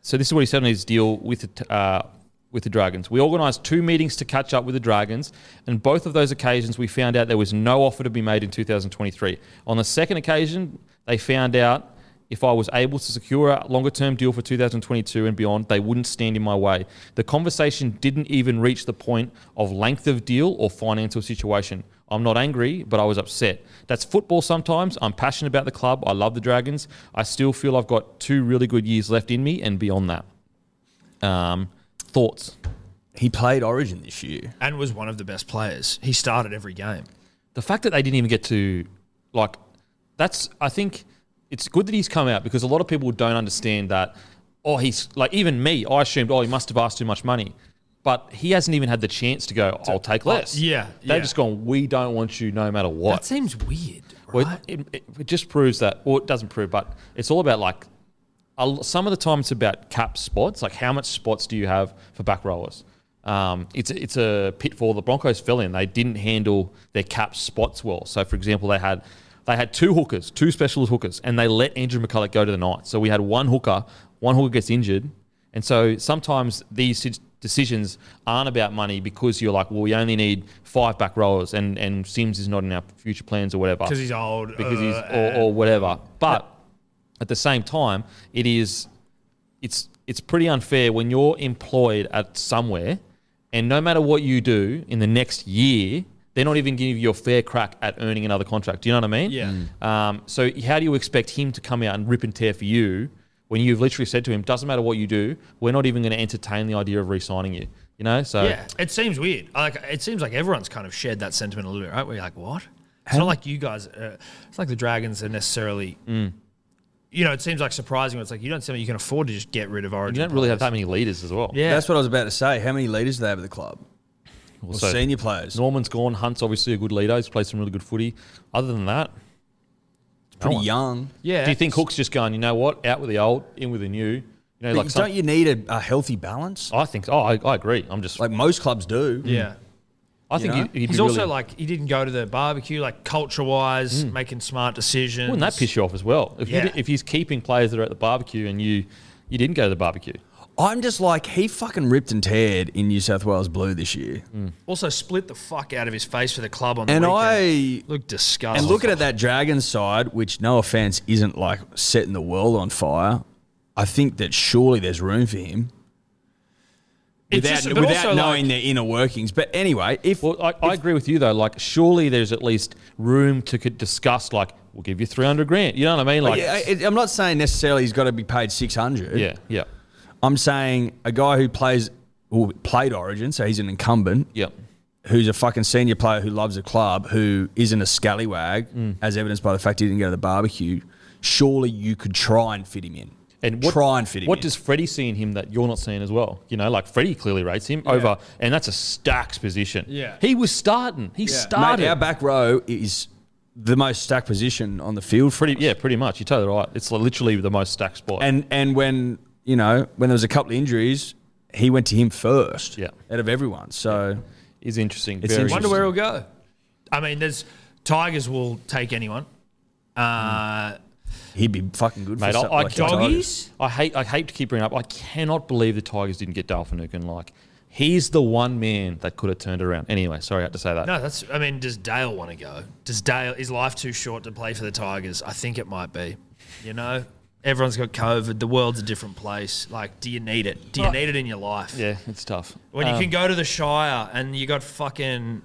Speaker 3: so this is what he said on his deal with the, uh, with the Dragons. We organised two meetings to catch up with the Dragons, and both of those occasions we found out there was no offer to be made in 2023. On the second occasion, they found out if I was able to secure a longer term deal for 2022 and beyond, they wouldn't stand in my way. The conversation didn't even reach the point of length of deal or financial situation. I'm not angry, but I was upset. That's football sometimes. I'm passionate about the club. I love the Dragons. I still feel I've got two really good years left in me and beyond that. Um, thoughts?
Speaker 6: He played Origin this year.
Speaker 5: and was one of the best players. He started every game.
Speaker 3: the fact that they didn't even get to like that's I think it's good that he's come out because a lot of people don't understand that oh he's like even me I assumed oh he must have asked too much money but he hasn't even had the chance to go I'll take less
Speaker 5: yeah,
Speaker 3: they've
Speaker 5: yeah.
Speaker 3: just gone we don't want you no matter what
Speaker 5: That seems weird, right?
Speaker 3: well, it, it, it just proves that, or it doesn't prove, but it's all about like a l some of the time it's about cap spots, like how much spots do you have for back rollers? Um, it's it's a pitfall the Broncos fell in. They didn't handle their cap spots well. So, for example, they had they had two hookers, two specialist hookers, and they let Andrew McCulloch go to the night. So we had one hooker, one hooker gets injured, and so sometimes these sit- decisions aren't about money because you're like, well, we only need five back rollers, and and Sims is not in our future plans or whatever
Speaker 5: because he's old.
Speaker 3: because
Speaker 5: uh,
Speaker 3: he's or,
Speaker 5: and-
Speaker 3: or whatever. But at the same time, it is it's it's pretty unfair when you're employed at somewhere, and no matter what you do in the next year, they're not even giving you a fair crack at earning another contract. Do you know what I mean?
Speaker 5: Yeah.
Speaker 3: Um, so how do you expect him to come out and rip and tear for you when you've literally said to him, "Doesn't matter what you do, we're not even going to entertain the idea of re-signing you." You know, so
Speaker 5: yeah, it seems weird. Like it seems like everyone's kind of shared that sentiment a little bit, right? Where you're like, what? It's not like you guys. Uh, it's like the Dragons are necessarily.
Speaker 3: Mm.
Speaker 5: You know, it seems like surprising. when It's like you don't seem like you can afford to just get rid of Origin.
Speaker 3: you don't really have that many leaders as well.
Speaker 5: Yeah.
Speaker 6: That's what I was about to say. How many leaders do they have at the club? Or
Speaker 3: so-
Speaker 6: senior players?
Speaker 3: Norman's gone. Hunt's obviously a good leader. He's played some really good footy. Other than that,
Speaker 6: Pretty young.
Speaker 5: Yeah.
Speaker 3: Do you think Hook's just going? You know what? Out with the old, in with the new. You know,
Speaker 6: But
Speaker 3: like some,
Speaker 6: don't you need a, a healthy balance?
Speaker 3: I think. Oh, I, I agree. I'm just.
Speaker 6: Like most clubs do.
Speaker 5: Yeah.
Speaker 3: I think
Speaker 6: you know?
Speaker 3: he, he'd
Speaker 5: He's
Speaker 3: be
Speaker 5: also
Speaker 3: really,
Speaker 5: like he didn't go to the barbecue, like culture wise, making smart decisions.
Speaker 3: Mm. Wouldn't that piss you off as well? If you
Speaker 5: Yeah.
Speaker 3: di- if he's keeping players that are at the barbecue and you you didn't go to the barbecue,
Speaker 6: I'm just like, he fucking ripped and teared in New South Wales blue this year.
Speaker 5: Also split the fuck out of his face for the club on the
Speaker 6: And
Speaker 5: weekend.
Speaker 6: I.
Speaker 5: look disgusting.
Speaker 6: And looking at that Dragons side, which no offense isn't like setting the world on fire, I think that surely there's room for him.
Speaker 5: It's
Speaker 6: Without,
Speaker 5: just- but also,
Speaker 6: without
Speaker 5: like-
Speaker 6: knowing their inner workings. But anyway, if
Speaker 3: well, I, I agree with you though. Like, surely there's at least room to could discuss. Like, we'll give you three hundred grand. You know what I mean? Like,
Speaker 6: yeah, I- I'm not saying necessarily he's got to be paid 600.
Speaker 3: yeah, yeah,
Speaker 6: I'm saying a guy who plays who played Origin, so he's an incumbent,
Speaker 3: yeah.
Speaker 6: who's a fucking senior player who loves a club, who isn't a scallywag,
Speaker 3: Mm.
Speaker 6: as evidenced by the fact he didn't go to the barbecue. Surely you could try and fit him in.
Speaker 3: And what,
Speaker 6: try and fit him
Speaker 3: what
Speaker 6: in.
Speaker 3: does Freddie see in him that you're not seeing as well? You know, like Freddie clearly rates him over, and that's a stacks position.
Speaker 5: Yeah.
Speaker 3: he was starting. He started.
Speaker 6: Mate, our back row is the most stacked position on the field. for
Speaker 3: Pretty, yeah, pretty much. You're totally right. It's literally the most stacked spot.
Speaker 6: And and when you know when there was a couple of injuries, he went to him first.
Speaker 3: Yeah.
Speaker 6: out of everyone. So
Speaker 3: is interesting.
Speaker 6: It's
Speaker 3: Very
Speaker 6: interesting.
Speaker 5: Wonder where he'll go. I mean, there's Tigers will take anyone. Uh,
Speaker 6: he'd be fucking good
Speaker 3: Mate,
Speaker 6: for
Speaker 3: I-
Speaker 6: something
Speaker 3: I-
Speaker 6: like the Tigers.
Speaker 5: doggies.
Speaker 3: I hate. I hate to keep bringing up. I cannot believe the Tigers didn't get Dalfanukin. Like, he's the one man that could have turned it around. Anyway, sorry, I had to say that.
Speaker 5: No, that's. I mean, does Dale want to go? Does Dale is life too short to play for the Tigers? I think it might be. You know, everyone's got COVID. The world's a different place. Like, do you need it? Do you need it in your life?
Speaker 3: Yeah, it's tough.
Speaker 5: When you can go to the Shire and you got fucking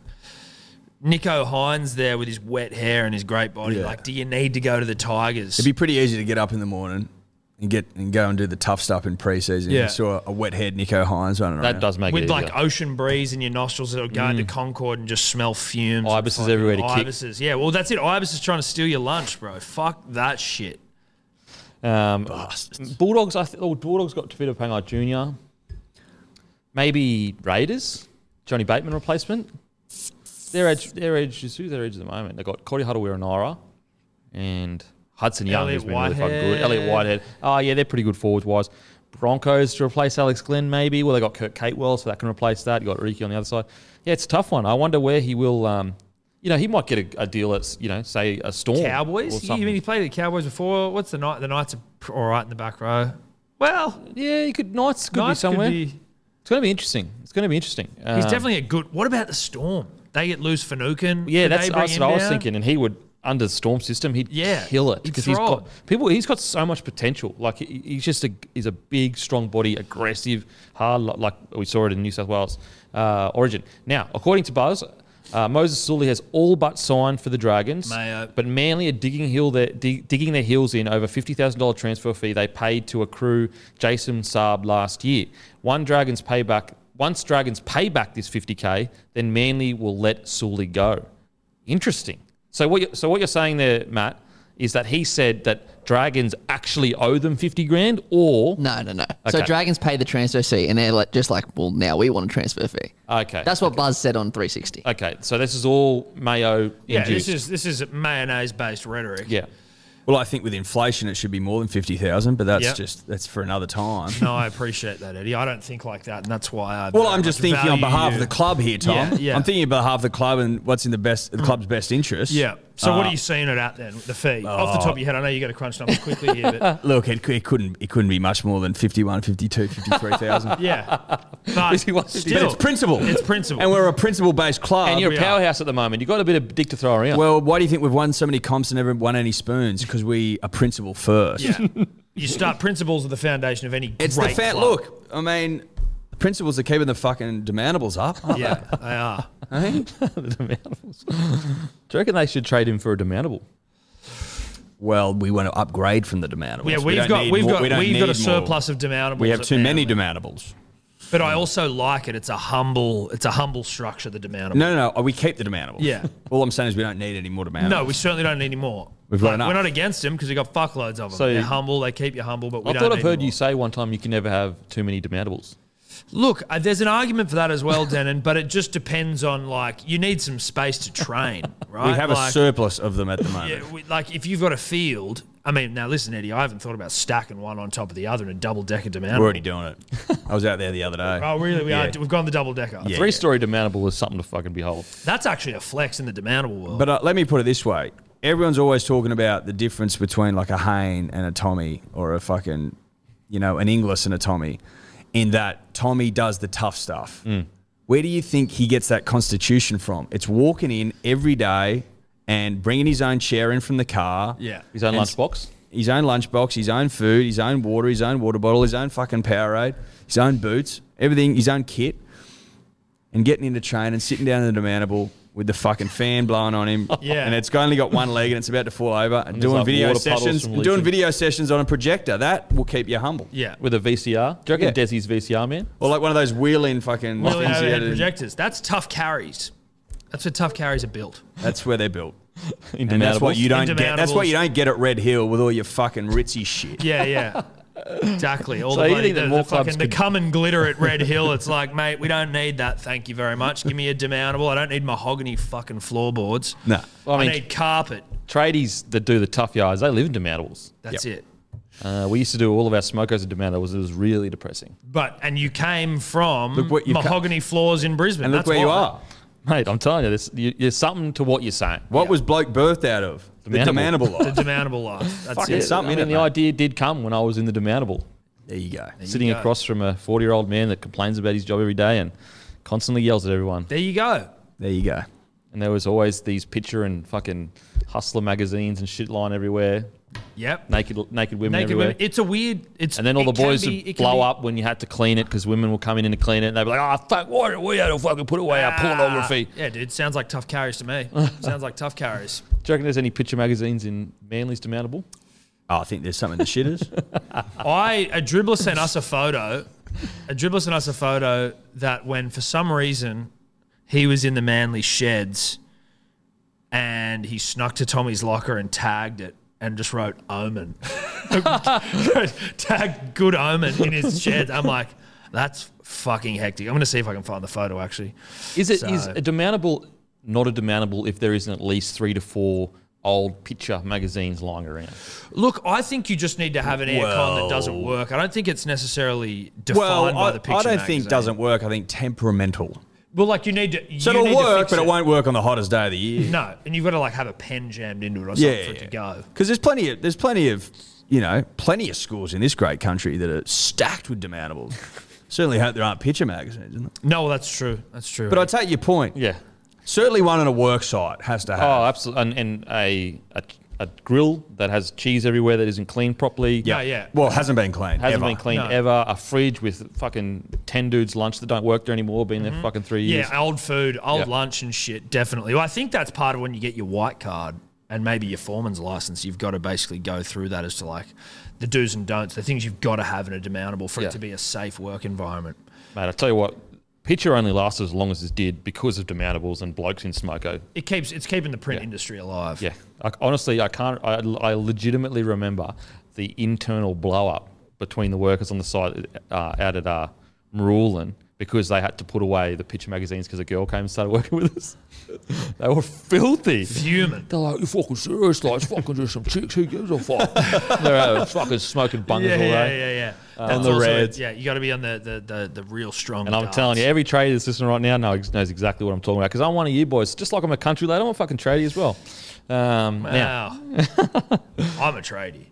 Speaker 5: Nico Hines there with his wet hair and his great body.
Speaker 6: Yeah.
Speaker 5: Like, do you need to go to the Tigers?
Speaker 6: It'd be pretty easy to get up in the morning and get and go and do the tough stuff in preseason.
Speaker 5: Yeah.
Speaker 6: You saw a wet head Nico Hines running around.
Speaker 3: That does make
Speaker 5: with
Speaker 3: it
Speaker 5: like
Speaker 3: easier.
Speaker 5: ocean breeze in your nostrils that'll go into Concord and just smell fumes. and
Speaker 3: Ibises
Speaker 5: fucking
Speaker 3: everywhere to kick.
Speaker 5: Ibises. Yeah, well, that's it. Ibis is trying to steal your lunch, bro. Fuck that shit.
Speaker 3: Um, Bulldogs. I th- oh, Bulldogs got Tavita Pangai Junior. Maybe Raiders. Johnny Bateman replacement. Their edge. Their edge is who their edge at the moment. They got Cody Huddle Nara and Hudson Young
Speaker 5: Elliot
Speaker 3: has been really fucking good.
Speaker 5: Whitehead.
Speaker 3: Elliot Whitehead. Oh, yeah, they're pretty good forwards wise. Broncos to replace Alex Glenn, maybe. Well, they got Kirk Catewell, so that can replace that. You got Ricky on the other side. Yeah, it's a tough one. I wonder where he will. Um, you know, he might get a, a deal at, you know, say a Storm. or
Speaker 5: Cowboys. You,
Speaker 3: something.
Speaker 5: you mean he played the Cowboys before? What's the night? The Knights are pr- all right in the back row. Well,
Speaker 3: yeah, he could. Knights could be
Speaker 5: Knights
Speaker 3: somewhere.
Speaker 5: Could be,
Speaker 3: It's going to be interesting. It's going to be interesting.
Speaker 5: he's
Speaker 3: Um,
Speaker 5: definitely a good. What about the Storm? They get loose Finucane.
Speaker 3: Yeah,
Speaker 5: Could
Speaker 3: that's,
Speaker 5: they bring
Speaker 3: that's
Speaker 5: him
Speaker 3: what I was
Speaker 5: down?
Speaker 3: thinking, and he would under the storm system, he'd
Speaker 5: Yeah,
Speaker 3: kill it
Speaker 5: he'd
Speaker 3: because he's got
Speaker 5: thrive.
Speaker 3: people. He's got so much potential. Like he, he's just a he's a big, strong body, aggressive, hard. lo- Like we saw it in New South Wales uh, Origin. Now, according to Buzz. Uh, Moses Sully has all but signed for the Dragons,
Speaker 5: Mayo.
Speaker 3: but Manly are digging, heel their, dig, digging their heels in over fifty thousand dollar transfer fee they paid to accrue Jason Saab last year. One Dragons pay back once Dragons pay back this fifty k, then Manly will let Sully go. Interesting. So what? You, so what you're saying there, Matt, is that he said that Dragons actually owe them fifty grand, or
Speaker 2: No, no, no. So
Speaker 3: Okay.
Speaker 2: Dragons pay the transfer fee, and they're like, just like, well, now we want a transfer fee.
Speaker 3: okay,
Speaker 2: That's what Buzz said on 360.
Speaker 3: okay. So this is all Mayo
Speaker 5: Yeah,
Speaker 3: induced.
Speaker 5: this is this is mayonnaise based rhetoric.
Speaker 3: yeah.
Speaker 6: Well, I think with inflation, it should be more than fifty thousand, but that's
Speaker 5: Yep.
Speaker 6: just that's for another time.
Speaker 5: No, I appreciate that, Eddie. I don't think like that, and that's why I.
Speaker 6: Well, I'm just
Speaker 5: value
Speaker 6: thinking on behalf of
Speaker 5: you.
Speaker 6: the club here, Tom.
Speaker 5: Yeah, yeah.
Speaker 6: I'm thinking on behalf of the club and what's in the best the club's best interest.
Speaker 5: Yeah. So
Speaker 6: Uh,
Speaker 5: what are you seeing it at then? The fee off the top of your head. I know you got to crunch numbers quickly here, but
Speaker 6: Look, it, it couldn't it couldn't be much more than 51, 52, 53,000.
Speaker 5: yeah. But still,
Speaker 3: wants to do it.
Speaker 6: But it's principle.
Speaker 5: It's principle.
Speaker 6: And we're a principle based club.
Speaker 3: And you're a
Speaker 5: are.
Speaker 3: powerhouse at the moment. You've got a bit of dick to throw around.
Speaker 6: well, why do you think we've won so many comps and never won any spoons? Because we are principle first.
Speaker 5: Yeah. You start principles are the foundation of any.
Speaker 6: It's
Speaker 5: great
Speaker 6: the fact.
Speaker 5: club.
Speaker 6: Look, I mean, the principles are keeping the fucking demandables up. aren't Eh?
Speaker 5: Yeah, they are.
Speaker 3: the demountables. Do you reckon they should trade him for a demountable?
Speaker 6: Well, we want to upgrade from the demandables.
Speaker 5: Yeah,
Speaker 6: We
Speaker 5: we've
Speaker 6: don't
Speaker 5: got
Speaker 6: need
Speaker 5: we've
Speaker 6: more-
Speaker 5: got
Speaker 6: we
Speaker 5: we
Speaker 6: don't
Speaker 5: have got a
Speaker 6: need more.
Speaker 5: surplus of demountables.
Speaker 6: We have
Speaker 5: at
Speaker 6: too many
Speaker 5: Manly.
Speaker 6: demandables.
Speaker 5: But I also like it. It's a humble. It's a humble structure. The demountable.
Speaker 6: No, no, no. We keep the demandables.
Speaker 5: Yeah.
Speaker 6: All I'm saying is we don't need any more demandables.
Speaker 5: No, we certainly don't need any more.
Speaker 6: We've got enough.
Speaker 5: We're not against them because we got fuckloads of them.
Speaker 3: So-
Speaker 5: They're humble. They keep you humble, but we
Speaker 3: I
Speaker 5: don't.
Speaker 3: thought I've
Speaker 5: need
Speaker 3: heard
Speaker 5: them
Speaker 3: you
Speaker 5: all.
Speaker 3: say one time you can never have too many demountables.
Speaker 5: Look, uh, there's an argument for that as well, Denon, but it just depends on like you need some space to train, right?
Speaker 6: We have a
Speaker 5: Like,
Speaker 6: surplus of them at the moment.
Speaker 5: yeah, we- like if you've got a field. I mean, now listen, Eddie. I haven't thought about stacking one on top of the other in a double decker demountainable.
Speaker 6: We're already doing it. I was out there the other day.
Speaker 5: Oh, really? We
Speaker 6: Yeah.
Speaker 5: are. We've gone the double decker.
Speaker 6: Yeah.
Speaker 3: Three story demountable is something to fucking behold.
Speaker 5: That's actually a flex in the demountable world.
Speaker 6: But uh, let me put it this way: everyone's always talking about the difference between like a Hayne and a Tommy, or a fucking, you know, an Inglis and a Tommy, in that Tommy does the tough stuff. Where do you think he gets that constitution from? It's walking in every day and bringing his own chair in from the car.
Speaker 5: yeah.
Speaker 3: His own
Speaker 6: And-
Speaker 3: lunchbox.
Speaker 6: His own lunchbox, his own food, his own water, his own water bottle, his own fucking Powerade, his own boots, everything, his own kit, and getting into train and sitting down in the demountable with the fucking fan blowing on him.
Speaker 5: Yeah.
Speaker 6: And it's only got one leg and it's about to fall over. And,
Speaker 3: there's,
Speaker 6: doing
Speaker 3: like,
Speaker 6: video
Speaker 3: water puddles
Speaker 6: sessions,
Speaker 3: from
Speaker 6: doing
Speaker 3: leaking.
Speaker 6: video sessions on a projector. That will keep you humble.
Speaker 5: Yeah.
Speaker 3: With a VCR. Do you reckon
Speaker 6: Yeah.
Speaker 3: Desi's VCR man?
Speaker 6: Or like one of those wheel-in fucking
Speaker 5: Really
Speaker 6: things. you
Speaker 5: overhead
Speaker 6: had in-
Speaker 5: projectors. That's tough carries. That's what tough carries are built.
Speaker 6: That's where they're built.
Speaker 3: In
Speaker 6: And that's what
Speaker 3: demountables?
Speaker 6: you don't get. That's what
Speaker 5: Indemountables.
Speaker 6: you don't get at Red Hill with all your fucking ritzy shit.
Speaker 5: Yeah, yeah. Exactly. All
Speaker 3: So
Speaker 5: the,
Speaker 3: you
Speaker 5: bloody,
Speaker 3: think that
Speaker 5: the,
Speaker 3: more
Speaker 5: the,
Speaker 3: clubs
Speaker 5: fucking, the
Speaker 3: could-
Speaker 5: come and glitter at Red Hill. It's like, mate, we don't need that. Thank you very much. Give me a demountable. I don't need mahogany fucking floorboards.
Speaker 6: No.
Speaker 3: Well, I
Speaker 5: I,
Speaker 3: mean-
Speaker 5: need carpet.
Speaker 3: tradies that do the tough yards, they live in demountables.
Speaker 5: That's it.
Speaker 3: Uh, we used to do all of our smokers in demountables. It was really depressing.
Speaker 5: But and you came from
Speaker 6: Look what you've come-
Speaker 5: mahogany floors in Brisbane.
Speaker 6: And look
Speaker 5: That's
Speaker 6: where you
Speaker 5: why.
Speaker 6: are.
Speaker 3: Mate, I'm telling you, there's, you, there's something to what you're saying.
Speaker 6: What was bloke birthed out of? The
Speaker 3: Demandable.
Speaker 6: demandable life.
Speaker 5: The demountable life. That's
Speaker 6: Fucking
Speaker 5: it.
Speaker 6: something
Speaker 3: I
Speaker 6: in
Speaker 3: mean,
Speaker 6: it,
Speaker 3: the
Speaker 6: mate.
Speaker 3: idea did come when I was in the demountable,
Speaker 6: There you go.
Speaker 3: sitting
Speaker 5: go.
Speaker 3: across from a 40 year old man that complains about his job every day and constantly yells at everyone.
Speaker 5: There you go.
Speaker 6: There you go.
Speaker 3: And there was always these picture and fucking hustler magazines and shit line everywhere,
Speaker 5: Yep.
Speaker 3: naked naked women
Speaker 5: Naked
Speaker 3: everywhere.
Speaker 5: women. It's a weird. It's
Speaker 3: and then all the
Speaker 5: it can
Speaker 3: boys
Speaker 5: be-
Speaker 3: would
Speaker 5: it can
Speaker 3: blow
Speaker 5: be-
Speaker 3: up when you had to clean it because women were coming in to clean it and they'd be like, oh, fuck, why don't we have to fucking put away our
Speaker 5: Ah,
Speaker 3: pornography?
Speaker 5: Yeah, dude. Sounds like tough carries to me. Sounds like tough carries.
Speaker 3: Do you reckon there's any picture magazines in Manly's demountable?
Speaker 6: Oh, I think there's something to shitters.
Speaker 5: I a dribbler sent us a photo. A dribbler sent us a photo that when for some reason he was in the Manly sheds and he snuck to Tommy's locker and tagged it and just wrote omen. tagged good omen in his shed. I'm like, that's fucking hectic. I'm gonna see if I can find the photo actually.
Speaker 3: Is it is
Speaker 5: So-
Speaker 3: a demountable not a demountable if there isn't at least three to four old picture magazines lying around.
Speaker 5: Look, I think you just need to have an aircon that doesn't
Speaker 6: Well-
Speaker 5: work. I don't think it's necessarily defined
Speaker 6: Well,
Speaker 5: by
Speaker 6: I,
Speaker 5: the picture.
Speaker 6: I don't
Speaker 5: magazine.
Speaker 6: think doesn't work. I think temperamental.
Speaker 5: Well, like you need to.
Speaker 6: So
Speaker 5: you need
Speaker 6: it'll
Speaker 5: to
Speaker 6: work,
Speaker 5: fix
Speaker 6: but it. won't work on the hottest day of the year.
Speaker 5: No, and you've got to like have a pen jammed into it or something
Speaker 6: yeah,
Speaker 5: for it to go.
Speaker 6: Because there's plenty of there's plenty of you know plenty of schools in this great country that are stacked with demandables. Certainly hope there aren't picture magazines. Isn't there?
Speaker 5: No, well, that's true. That's true.
Speaker 6: But I take your point.
Speaker 3: Yeah.
Speaker 6: Certainly one on a work site has to have.
Speaker 3: Oh, absolutely. And, and a, a a grill that has cheese everywhere that isn't cleaned properly.
Speaker 5: Yeah. No, yeah.
Speaker 6: Well, hasn't been cleaned.
Speaker 3: Hasn't
Speaker 6: ever.
Speaker 3: been cleaned
Speaker 5: No.
Speaker 3: ever. A fridge with fucking ten dudes lunch that don't work there anymore. Been there fucking three years.
Speaker 5: Mm-hmm. yeah, old food, old
Speaker 3: Yeah.
Speaker 5: lunch and shit. Definitely. Well, I think that's part of when you get your white card and maybe your foreman's license. You've got to basically go through that as to like the do's and don'ts, the things you've got to have in a demountable for
Speaker 3: Yeah.
Speaker 5: it to be a safe work environment.
Speaker 3: Mate, I tell you what, picture only lasted as long as it did because of demountables and blokes in smoko.
Speaker 5: It keeps it's keeping the print
Speaker 3: Yeah.
Speaker 5: industry alive.
Speaker 3: Yeah, I, honestly, I can't. I, I legitimately remember the internal blow up between the workers on the site uh, out at uh, Marulan because they had to put away the picture magazines because a girl came and started working with us. they were filthy.
Speaker 5: Human.
Speaker 3: They're like, you fucking serious? Like, it's fucking just some chicks. Who gives a fuck? They're out fucking smoking bungers
Speaker 5: Yeah,
Speaker 3: all day.
Speaker 5: yeah, yeah, yeah. That's
Speaker 3: uh, the
Speaker 5: also-
Speaker 3: reds.
Speaker 5: Yeah, you got to be on the the, the, the real strong.
Speaker 3: And I'm telling you, every trader that's listening right now knows, knows exactly what I'm talking about because I'm one of you boys. Just like I'm a country lad, I'm a fucking tradie as well. Um, Now,
Speaker 5: wow, I'm a tradie.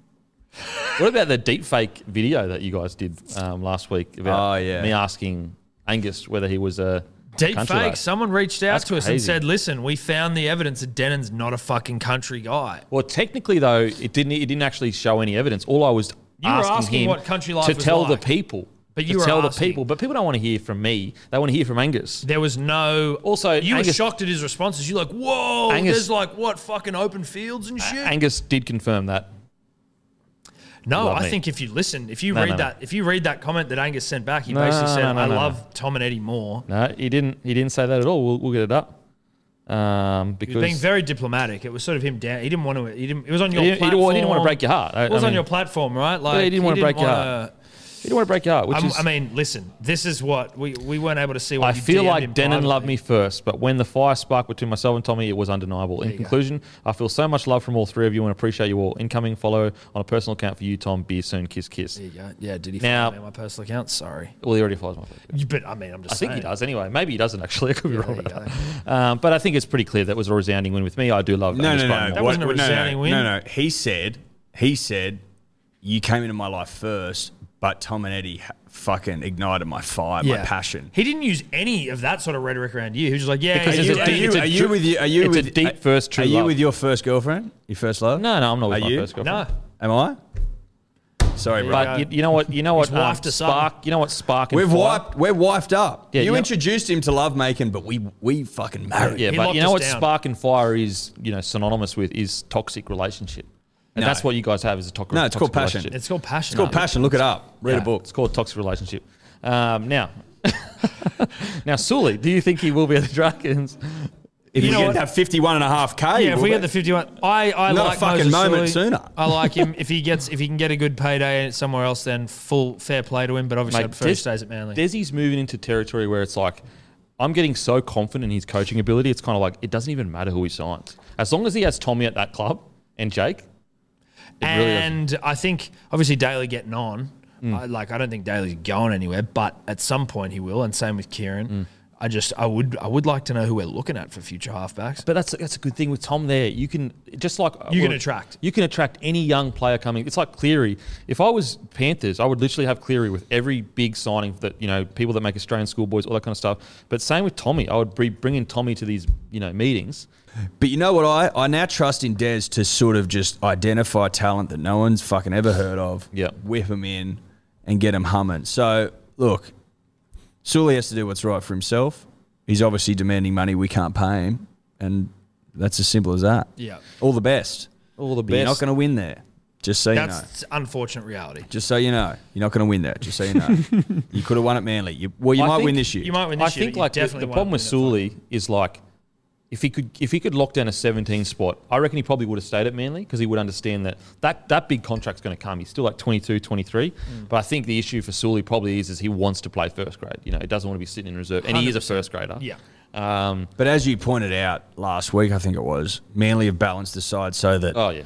Speaker 3: what about the deep fake video that you guys did um, last week about
Speaker 6: Oh, yeah.
Speaker 3: me asking Angus whether he was a
Speaker 5: Deep
Speaker 3: country
Speaker 5: fake.
Speaker 3: lad?
Speaker 5: Someone reached out
Speaker 3: That's
Speaker 5: to us and
Speaker 3: crazy.
Speaker 5: said, "Listen, we found the evidence that Denon's not a fucking country guy."
Speaker 3: Well, technically though, it didn't. It didn't actually show any evidence. All I was
Speaker 5: You were
Speaker 3: asking,
Speaker 5: asking
Speaker 3: him
Speaker 5: what country life
Speaker 3: to
Speaker 5: was
Speaker 3: tell
Speaker 5: like.
Speaker 3: the people.
Speaker 5: But
Speaker 3: to
Speaker 5: you were
Speaker 3: tell the
Speaker 5: asking.
Speaker 3: people. But people don't want to hear from me. They want to hear from Angus.
Speaker 5: There was no.
Speaker 3: Also,
Speaker 5: you were
Speaker 3: Angus-
Speaker 5: shocked at his responses. You're like, "Whoa!"
Speaker 3: Angus-
Speaker 5: there's like what fucking open fields and shit.
Speaker 3: Angus did confirm that.
Speaker 5: no,
Speaker 3: love
Speaker 5: I
Speaker 3: me.
Speaker 5: think if you listen, if you
Speaker 3: No,
Speaker 5: read
Speaker 3: no, no.
Speaker 5: that, if you read that comment that Angus sent back, he
Speaker 3: No,
Speaker 5: basically said,
Speaker 3: no, no,
Speaker 5: "I
Speaker 3: no, no.
Speaker 5: love Tom and Eddie more."
Speaker 3: No, he didn't. He didn't say that at all. We'll, we'll get it up. Um,
Speaker 5: He was being
Speaker 3: because
Speaker 5: very diplomatic. It was sort of him down. He didn't want to. He didn't. It was on your.
Speaker 3: he didn't, he didn't
Speaker 5: platform.
Speaker 3: want- he didn't want to break your heart. I,
Speaker 5: It was
Speaker 3: I
Speaker 5: on
Speaker 3: mean,
Speaker 5: your platform, right? Like
Speaker 3: he didn't wanna break your
Speaker 5: wanna-
Speaker 3: heart. he didn't want to break your heart, which
Speaker 5: I'm-
Speaker 3: is.
Speaker 5: I mean, listen, this is what we, we weren't able to see. What
Speaker 3: I
Speaker 5: you
Speaker 3: feel
Speaker 5: DM'd
Speaker 3: like
Speaker 5: him
Speaker 3: Denon loved
Speaker 5: privately.
Speaker 3: me first, but when the fire sparked between myself and Tommy, it was undeniable. In conclusion, I feel so much love from all three of you and appreciate you all. Incoming follow on a personal account for you, Tom. Beer soon, kiss, kiss.
Speaker 5: There you go. Yeah, did he
Speaker 3: Now-
Speaker 5: follow me on my personal account? Sorry,
Speaker 3: Well, he already follows my. account.
Speaker 5: You- but I mean, I'm just.
Speaker 3: I think he
Speaker 5: saying.
Speaker 3: does anyway. Maybe he doesn't actually. I could be
Speaker 5: There
Speaker 3: wrong
Speaker 5: you
Speaker 3: about
Speaker 5: go.
Speaker 3: that. Um, but I think it's pretty clear that was a resounding win with me. I do love
Speaker 6: No,
Speaker 3: Angus
Speaker 6: no,
Speaker 3: Crichton
Speaker 6: no.
Speaker 3: more.
Speaker 5: That wasn't a
Speaker 6: no,
Speaker 5: resounding
Speaker 6: no,
Speaker 5: win.
Speaker 6: No, no. He said, he said, you came into my life first, but Tom and Eddie ha- fucking ignited my fire, my passion.
Speaker 5: He didn't use any of that sort of rhetoric around you. He was just like, yeah,
Speaker 3: Because
Speaker 5: yeah,
Speaker 3: it's
Speaker 5: you,
Speaker 3: a
Speaker 5: yeah,
Speaker 3: deep-
Speaker 5: you-
Speaker 3: it's a dr-
Speaker 6: Are you
Speaker 3: it's a
Speaker 6: with-
Speaker 3: deep first true
Speaker 6: Are you
Speaker 3: love.
Speaker 6: with your first girlfriend? Your first love?
Speaker 3: No, no, I'm not with
Speaker 6: Are
Speaker 3: my
Speaker 6: you?
Speaker 3: first girlfriend.
Speaker 5: no.
Speaker 6: Am I? Sorry, bro.
Speaker 3: But you, you know what? You know what?
Speaker 5: He's
Speaker 3: Um,
Speaker 5: wifed us up.
Speaker 3: spark. You know what? Spark. And
Speaker 6: We've
Speaker 3: fire-
Speaker 6: wiped. We're wifed up.
Speaker 3: Yeah,
Speaker 6: you
Speaker 3: you know-
Speaker 6: introduced him to lovemaking, but we we fucking married.
Speaker 3: Yeah,
Speaker 5: He
Speaker 3: but
Speaker 5: locked
Speaker 3: you know what?
Speaker 5: us down.
Speaker 3: Spark and fire is you know synonymous with is toxic relationship, and
Speaker 6: No.
Speaker 3: that's what you guys have is a toxic.
Speaker 6: No, it's called
Speaker 3: toxic
Speaker 6: passion.
Speaker 3: relationship.
Speaker 5: It's called passion.
Speaker 6: It's called passion. Look it up. Read
Speaker 3: Yeah,
Speaker 6: a book.
Speaker 3: It's called toxic relationship. Um, now, now, Sully, do you think he will be at the Dragons?
Speaker 6: If
Speaker 5: You
Speaker 6: we
Speaker 5: know
Speaker 6: get
Speaker 5: what?
Speaker 6: that fifty-one and a half k,
Speaker 5: Yeah, if we get the 51, I, I
Speaker 6: Not a
Speaker 5: like Moses
Speaker 6: fucking moment
Speaker 5: Sully.
Speaker 6: sooner.
Speaker 5: I like him. If he gets, if he can get a good payday somewhere else, then full fair play to him. But obviously, I prefer he
Speaker 3: Des-
Speaker 5: stays at Manly.
Speaker 3: Desi's moving into territory where it's like, I'm getting so confident in his coaching ability. It's kind of like it doesn't even matter who he signs, as long as he has Tommy at that club and Jake. It really doesn't.
Speaker 5: and I think obviously Daly getting on.
Speaker 3: Mm.
Speaker 5: I, like I don't think Daly's going anywhere, but at some point he will. And same with Kieran.
Speaker 3: Mm.
Speaker 5: I just I would I would like to know who we're looking at for future halfbacks.
Speaker 3: But that's that's a good thing with Tom there. You can just like
Speaker 5: You can attract.
Speaker 3: You can attract any young player coming. It's like Cleary. If I was Panthers, I would literally have Cleary with every big signing that you know people that make Australian schoolboys, all that kind of stuff. But same with Tommy, I would be bringing Tommy to these you know meetings.
Speaker 6: But you know what? I, I now trust in Des to sort of just identify talent that no one's fucking ever heard of.
Speaker 3: Yeah.
Speaker 6: Whip them in and get them humming. So, look, Sully has to do what's right for himself. He's obviously demanding money we can't pay him. And that's as simple as that.
Speaker 5: Yeah.
Speaker 6: All the best.
Speaker 3: All the
Speaker 6: But you're not
Speaker 3: best.
Speaker 6: going to win there. Just so you know.
Speaker 5: That's unfortunate reality.
Speaker 6: Just so you know. You're not going to win there. Just so you know. you could have won at Manly. You, well, you
Speaker 3: I
Speaker 6: might
Speaker 3: think
Speaker 6: win this year.
Speaker 5: You might win
Speaker 3: I
Speaker 5: this year.
Speaker 3: think
Speaker 5: but you
Speaker 3: like the,
Speaker 5: definitely
Speaker 3: the
Speaker 5: won't
Speaker 3: problem with
Speaker 5: win it.
Speaker 3: Sully is like if he could if he could lock down a 17 spot, I reckon he probably would have stayed at Manly because he would understand that that, that big contract's going to come. He's still like 22, 23,
Speaker 5: Mm.
Speaker 3: but I think the issue for Sully probably is is he wants to play first grade. You know, he doesn't want to be sitting in reserve, and he is a first grader.
Speaker 5: Yeah.
Speaker 3: Um,
Speaker 6: But as you pointed out last week, I think it was, Manly have balanced the side so that
Speaker 3: oh yeah,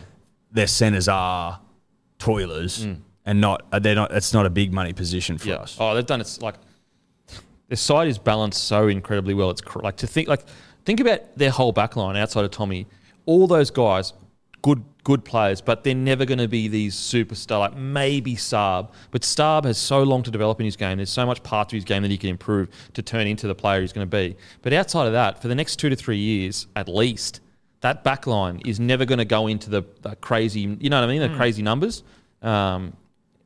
Speaker 6: their centres are toilers
Speaker 5: Mm.
Speaker 6: and not uh, they're not. It's not a big money position for
Speaker 3: yeah.
Speaker 6: us.
Speaker 3: Oh, they've done it's like their side is balanced so incredibly well. It's cr- like to think like think about their whole back line outside of Tommy. All those guys, good good players, but they're never going to be these superstar. Like maybe Saab, but Saab has so long to develop in his game. There's so much part to his game that he can improve to turn into the player he's going to be. But outside of that, for the next two to three years at least, that back line is never going to go into the, the crazy. You know what I mean?
Speaker 6: Hmm.
Speaker 3: The crazy numbers. Um,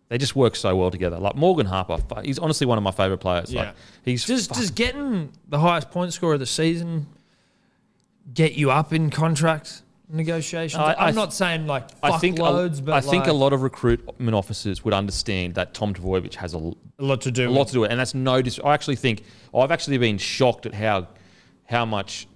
Speaker 3: they just work so well together. Like Morgan Harper, fu- he's honestly one of my favorite players.
Speaker 5: Yeah.
Speaker 3: Like he's
Speaker 5: Does
Speaker 3: fu-
Speaker 5: does getting the highest point scorer of the season get you up in contract negotiations?
Speaker 3: I-
Speaker 5: I,
Speaker 3: I
Speaker 5: am
Speaker 3: th-
Speaker 5: not saying like fuck
Speaker 3: I think
Speaker 5: loads,
Speaker 3: a,
Speaker 5: but
Speaker 3: I think a
Speaker 5: like,
Speaker 3: lot of recruitment officers would understand that Tom Tavoyevich has a, l-
Speaker 5: a lot to do.
Speaker 3: a lot to do with it, and that's no. Dis- I actually think I've actually been shocked at how how much.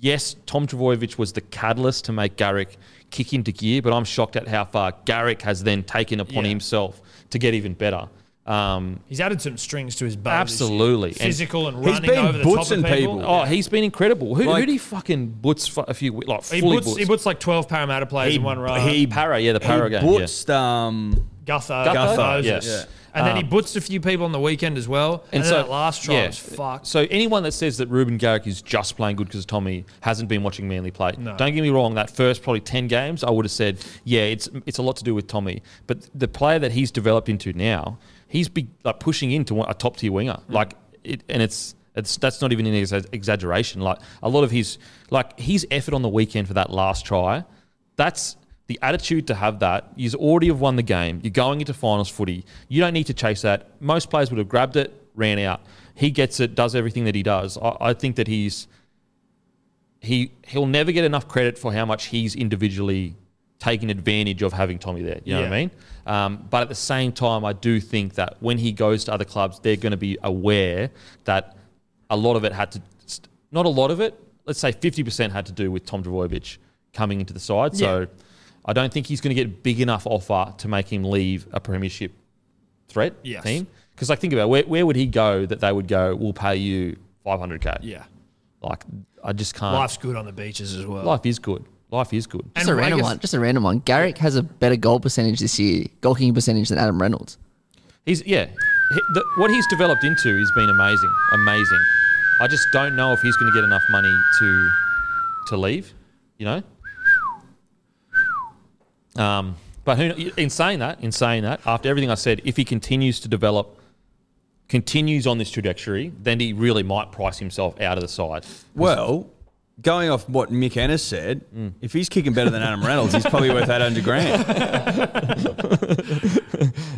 Speaker 3: Yes, Tom Travojevic was the catalyst to make Garrick kick into gear, but I'm shocked at how far Garrick has then taken upon
Speaker 5: Yeah.
Speaker 3: himself to get even better. Um,
Speaker 5: He's added some strings to his bow. this year.
Speaker 3: Absolutely. And-
Speaker 5: physical and,
Speaker 6: He's
Speaker 5: running
Speaker 6: been
Speaker 5: over the top of
Speaker 6: bootsing
Speaker 5: people.
Speaker 6: people.
Speaker 5: Oh,
Speaker 3: oh, he's been incredible. Who, who
Speaker 6: Like-
Speaker 3: did he fucking boots fu- a few like
Speaker 5: he,
Speaker 3: fully
Speaker 5: puts,
Speaker 3: boots?
Speaker 5: he puts like twelve Parramatta players in one row.
Speaker 6: he-
Speaker 3: Para, yeah, the Para
Speaker 6: he
Speaker 3: game,
Speaker 6: boots, um,
Speaker 5: Gutho,
Speaker 3: Gutho,
Speaker 5: Moses.
Speaker 3: yes.
Speaker 5: And then he butts a few people on the weekend as well. And, then that last try
Speaker 3: yeah.
Speaker 5: was fucked.
Speaker 3: So anyone that says that Ruben Garrick is just playing good because Tommy hasn't been watching Manly play,
Speaker 5: No.
Speaker 3: don't get me wrong. That first probably ten games, I would have said, yeah, it's it's a lot to do with Tommy. But the player that he's developed into now, he's be, like pushing into a top tier winger,
Speaker 5: Mm.
Speaker 3: like it, and it's. It's, that's not even an exa- exaggeration. Like a lot of his, like his effort on the weekend for that last try, that's the attitude to have that. You already have won the game. You're going into finals footy. You don't need to chase that. Most players would have grabbed it, ran out. He gets it, does everything that he does. I, I think that he's he he'll never get enough credit for how much he's individually taken advantage of having Tommy there. You know what I
Speaker 5: Yeah.
Speaker 3: mean? Um, but at the same time, I do think that when he goes to other clubs, they're going to be aware that a lot of it had to, not a lot of it, let's say 50% had to do with Tom Dvojevic coming into the side. So I don't think he's going to get a big enough offer to make him leave a premiership threat
Speaker 5: Yes.
Speaker 3: team. Because like think about it, where, where would he go that they would go, we'll pay you 500K?
Speaker 5: yeah.
Speaker 3: Like I just can't.
Speaker 5: Life's good on the beaches as well.
Speaker 3: Life is good. Life is good.
Speaker 5: And
Speaker 2: Just a
Speaker 5: I
Speaker 2: random
Speaker 5: guess-
Speaker 2: one. Just a random one. Garrick has a better goal percentage this year, goalkeeping percentage than Adam Reynolds.
Speaker 3: He's yeah. He, the, what he's developed into has been amazing, amazing. I just don't know if he's going to get enough money to to leave. You know. Um, but who, in saying that, in saying that, after everything I said, if he continues to develop, continues on this trajectory, then he really might price himself out of the side.
Speaker 6: well. Going off what Mick Ennis said,
Speaker 5: Mm.
Speaker 6: if he's kicking better than Adam Reynolds, he's probably worth 800 grand.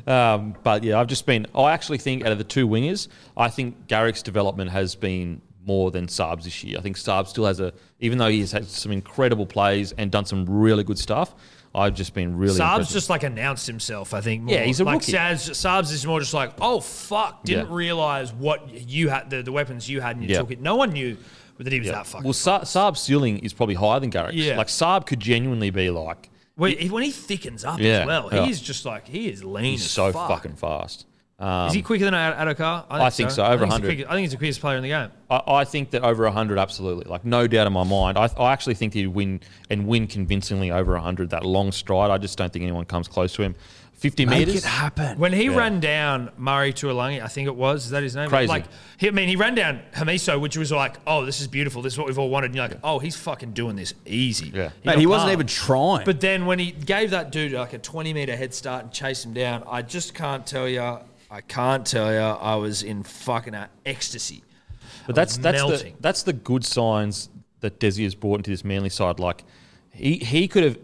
Speaker 3: But yeah, I've just been. I actually think out of the two wingers, I think Garrick's development has been more than Saab's this year. I think Saab still has a, even though he's had some incredible plays and done some really good stuff. I've just been really.
Speaker 5: Saab's
Speaker 3: impressed.
Speaker 5: just like announced himself, I think. More.
Speaker 3: Yeah, he's a
Speaker 5: like
Speaker 3: rookie.
Speaker 5: Saab's, Saab's is more just like, oh fuck, didn't
Speaker 3: Yeah.
Speaker 5: realize what you had, the, the weapons you had, and you
Speaker 3: Yeah.
Speaker 5: took it. No one knew that he was that fucking.
Speaker 3: well, Sa- Saab's ceiling is probably higher than Garrick's.
Speaker 5: Yeah.
Speaker 3: like Saab could genuinely be like
Speaker 5: when, he, when he thickens up
Speaker 3: Yeah,
Speaker 5: as well,
Speaker 3: yeah.
Speaker 5: he's just like he is lean.
Speaker 3: he's
Speaker 5: as
Speaker 3: so
Speaker 5: fuck.
Speaker 3: fucking fast. Um,
Speaker 5: Is he quicker than Ad- Adokar?
Speaker 3: I think so, over
Speaker 5: I think he's
Speaker 3: 100.
Speaker 5: the quickest- I think he's the quickest player in the game.
Speaker 3: I, I think that over 100, absolutely. Like, no doubt in my mind. I, I actually think he'd win and win convincingly over 100. That long stride, I just don't think anyone comes close to him. 50
Speaker 6: Make
Speaker 3: metres.
Speaker 6: it happen.
Speaker 5: When he ran down Murray Tuolangi, I think it was, is that his name?
Speaker 3: Crazy.
Speaker 5: Like, he, I mean, he ran down Hamiso, which was like, oh, this is beautiful. This is what we've all wanted. And you're like, oh, he's fucking doing this easy.
Speaker 3: Yeah.
Speaker 6: Mate,
Speaker 5: got
Speaker 6: he wasn't
Speaker 5: palmed.
Speaker 6: even trying.
Speaker 5: But then when he gave that dude like a 20 meter head start and chased him down, I just can't tell you. I can't tell you. I was in fucking uh, ecstasy.
Speaker 3: But that's that's the,
Speaker 5: melting.
Speaker 3: that's the good signs that Desi has brought into this Manly side. Like he he could have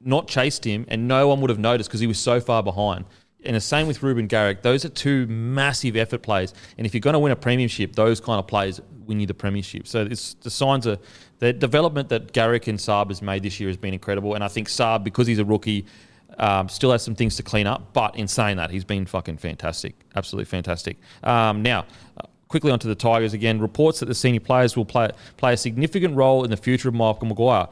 Speaker 3: not chased him, and no one would have noticed because he was so far behind. And the same with Ruben Garrick. Those are two massive effort plays, and if you're going to win a premiership, those kind of plays win you the premiership. So it's the signs are the development that Garrick and Saab has made this year has been incredible, and I think Saab because he's a rookie. Um, still has some things to clean up, but in saying that, he's been fucking fantastic, absolutely fantastic. Um, now, uh, quickly onto the Tigers again. Reports that the senior players will play play a significant role in the future of Michael Maguire.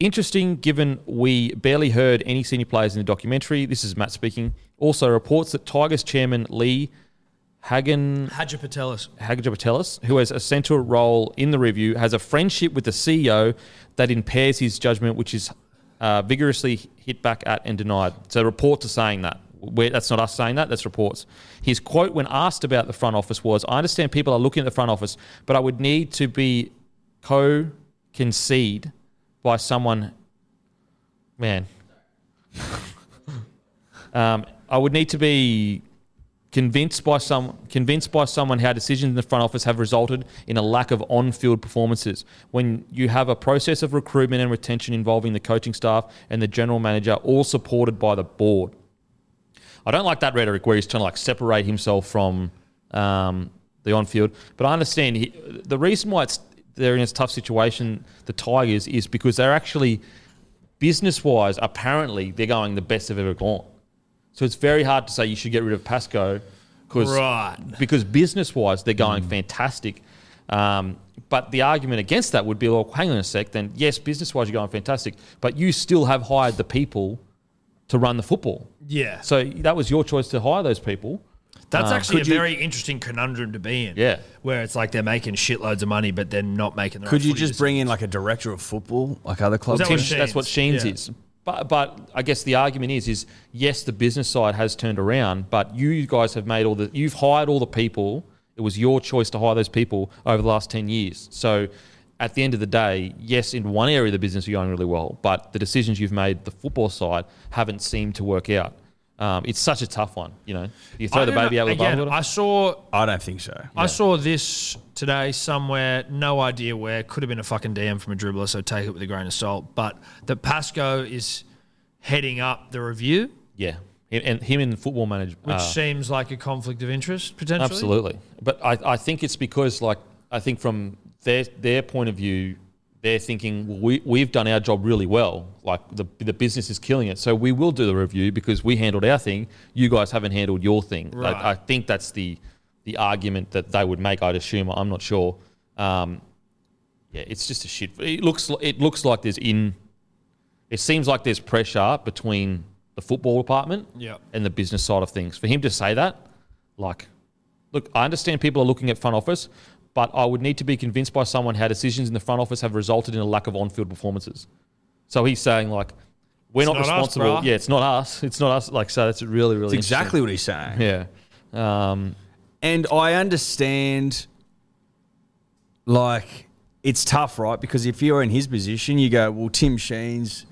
Speaker 3: Interesting, given we barely heard any senior players in the documentary. This is Matt speaking. Also, reports that Tigers chairman Lee Hagen
Speaker 5: Hadja Patelis.
Speaker 3: Hagajapatelis, who has a central role in the review, has a friendship with the CEO that impairs his judgment, which is uh, vigorously hit back at and denied. So reports are saying that. We're, that's not us saying that, that's reports. His quote when asked about the front office was, I understand people are looking at the front office, but I would need to be co-concede by someone, man. um, I would need to be convinced by some convinced by someone how decisions in the front office have resulted in a lack of on-field performances when you have a process of recruitment and retention involving the coaching staff and the general manager all supported by the board i don't like that rhetoric where he's trying to like separate himself from um, the on-field but i understand he, the reason why it's they're in a tough situation the tigers is because they're actually business-wise apparently they're going the best they've ever gone so it's very hard to say you should get rid of Pasco because
Speaker 5: Right.
Speaker 3: because business wise they're going fantastic. Um, but the argument against that would be, well, hang on a sec. Then yes, business wise you're going fantastic, but you still have hired the people to run the football.
Speaker 5: Yeah.
Speaker 3: So that was your choice to hire those people.
Speaker 5: That's actually a
Speaker 6: could you-
Speaker 5: very interesting conundrum to be in.
Speaker 3: Yeah.
Speaker 5: Where it's like they're making shitloads of money, but they're not making the right
Speaker 6: Could you
Speaker 5: footy
Speaker 6: just bring in like a director of football, like other clubs?
Speaker 5: that what
Speaker 6: do?
Speaker 5: she-
Speaker 3: That's what
Speaker 5: Sheens.
Speaker 3: Sheens
Speaker 5: Yeah.
Speaker 3: is. But but I guess the argument is is yes, the business side has turned around, but you guys have made all the you've hired all the people. It was your choice to hire those people over the last ten years. So at the end of the day, yes, in one area of the business you're going really well, but the decisions you've made, the football side, haven't seemed to work out. Um, it's such a tough one, you know. You
Speaker 5: decision.
Speaker 3: throw the
Speaker 5: I don't
Speaker 3: baby
Speaker 5: know.
Speaker 3: out with the
Speaker 5: Again,
Speaker 3: bathwater.
Speaker 5: I saw
Speaker 6: I don't think so.
Speaker 5: I saw this today somewhere, no idea where. Could have been a fucking DM from a dribbler, so take it with a grain of salt. But that Pasco is heading up the review,
Speaker 3: Yeah, and and him in football uh, management,
Speaker 5: which seems like a conflict of interest potentially.
Speaker 3: Absolutely, but I, I think it's because like I think from their their point of view, they're thinking well, we we've done our job really well. Like the the business is killing it, so we will do the review because we handled our thing. You guys haven't handled your thing. Like,
Speaker 5: Right.
Speaker 3: I think that's the the argument that they would make. I'd assume. I'm not sure. Um, yeah, it's just a shit. It looks li- it looks like there's in. It seems like there's pressure between the football department
Speaker 5: Yep.
Speaker 3: and the business side of things. For him to say that, like, look, I understand people are looking at front office, but I would need to be convinced by someone how decisions in the front office have resulted in a lack of on-field performances. So he's saying like, we're not,
Speaker 5: not us,
Speaker 3: responsible.
Speaker 5: bruh.
Speaker 3: yeah, it's not us. It's not us. Like, so that's really, really
Speaker 6: That's exactly what he's saying.
Speaker 3: interesting. Yeah. Um,
Speaker 6: And I understand, like, it's tough, right? Because if you're in his position, you go, well, Tim Sheens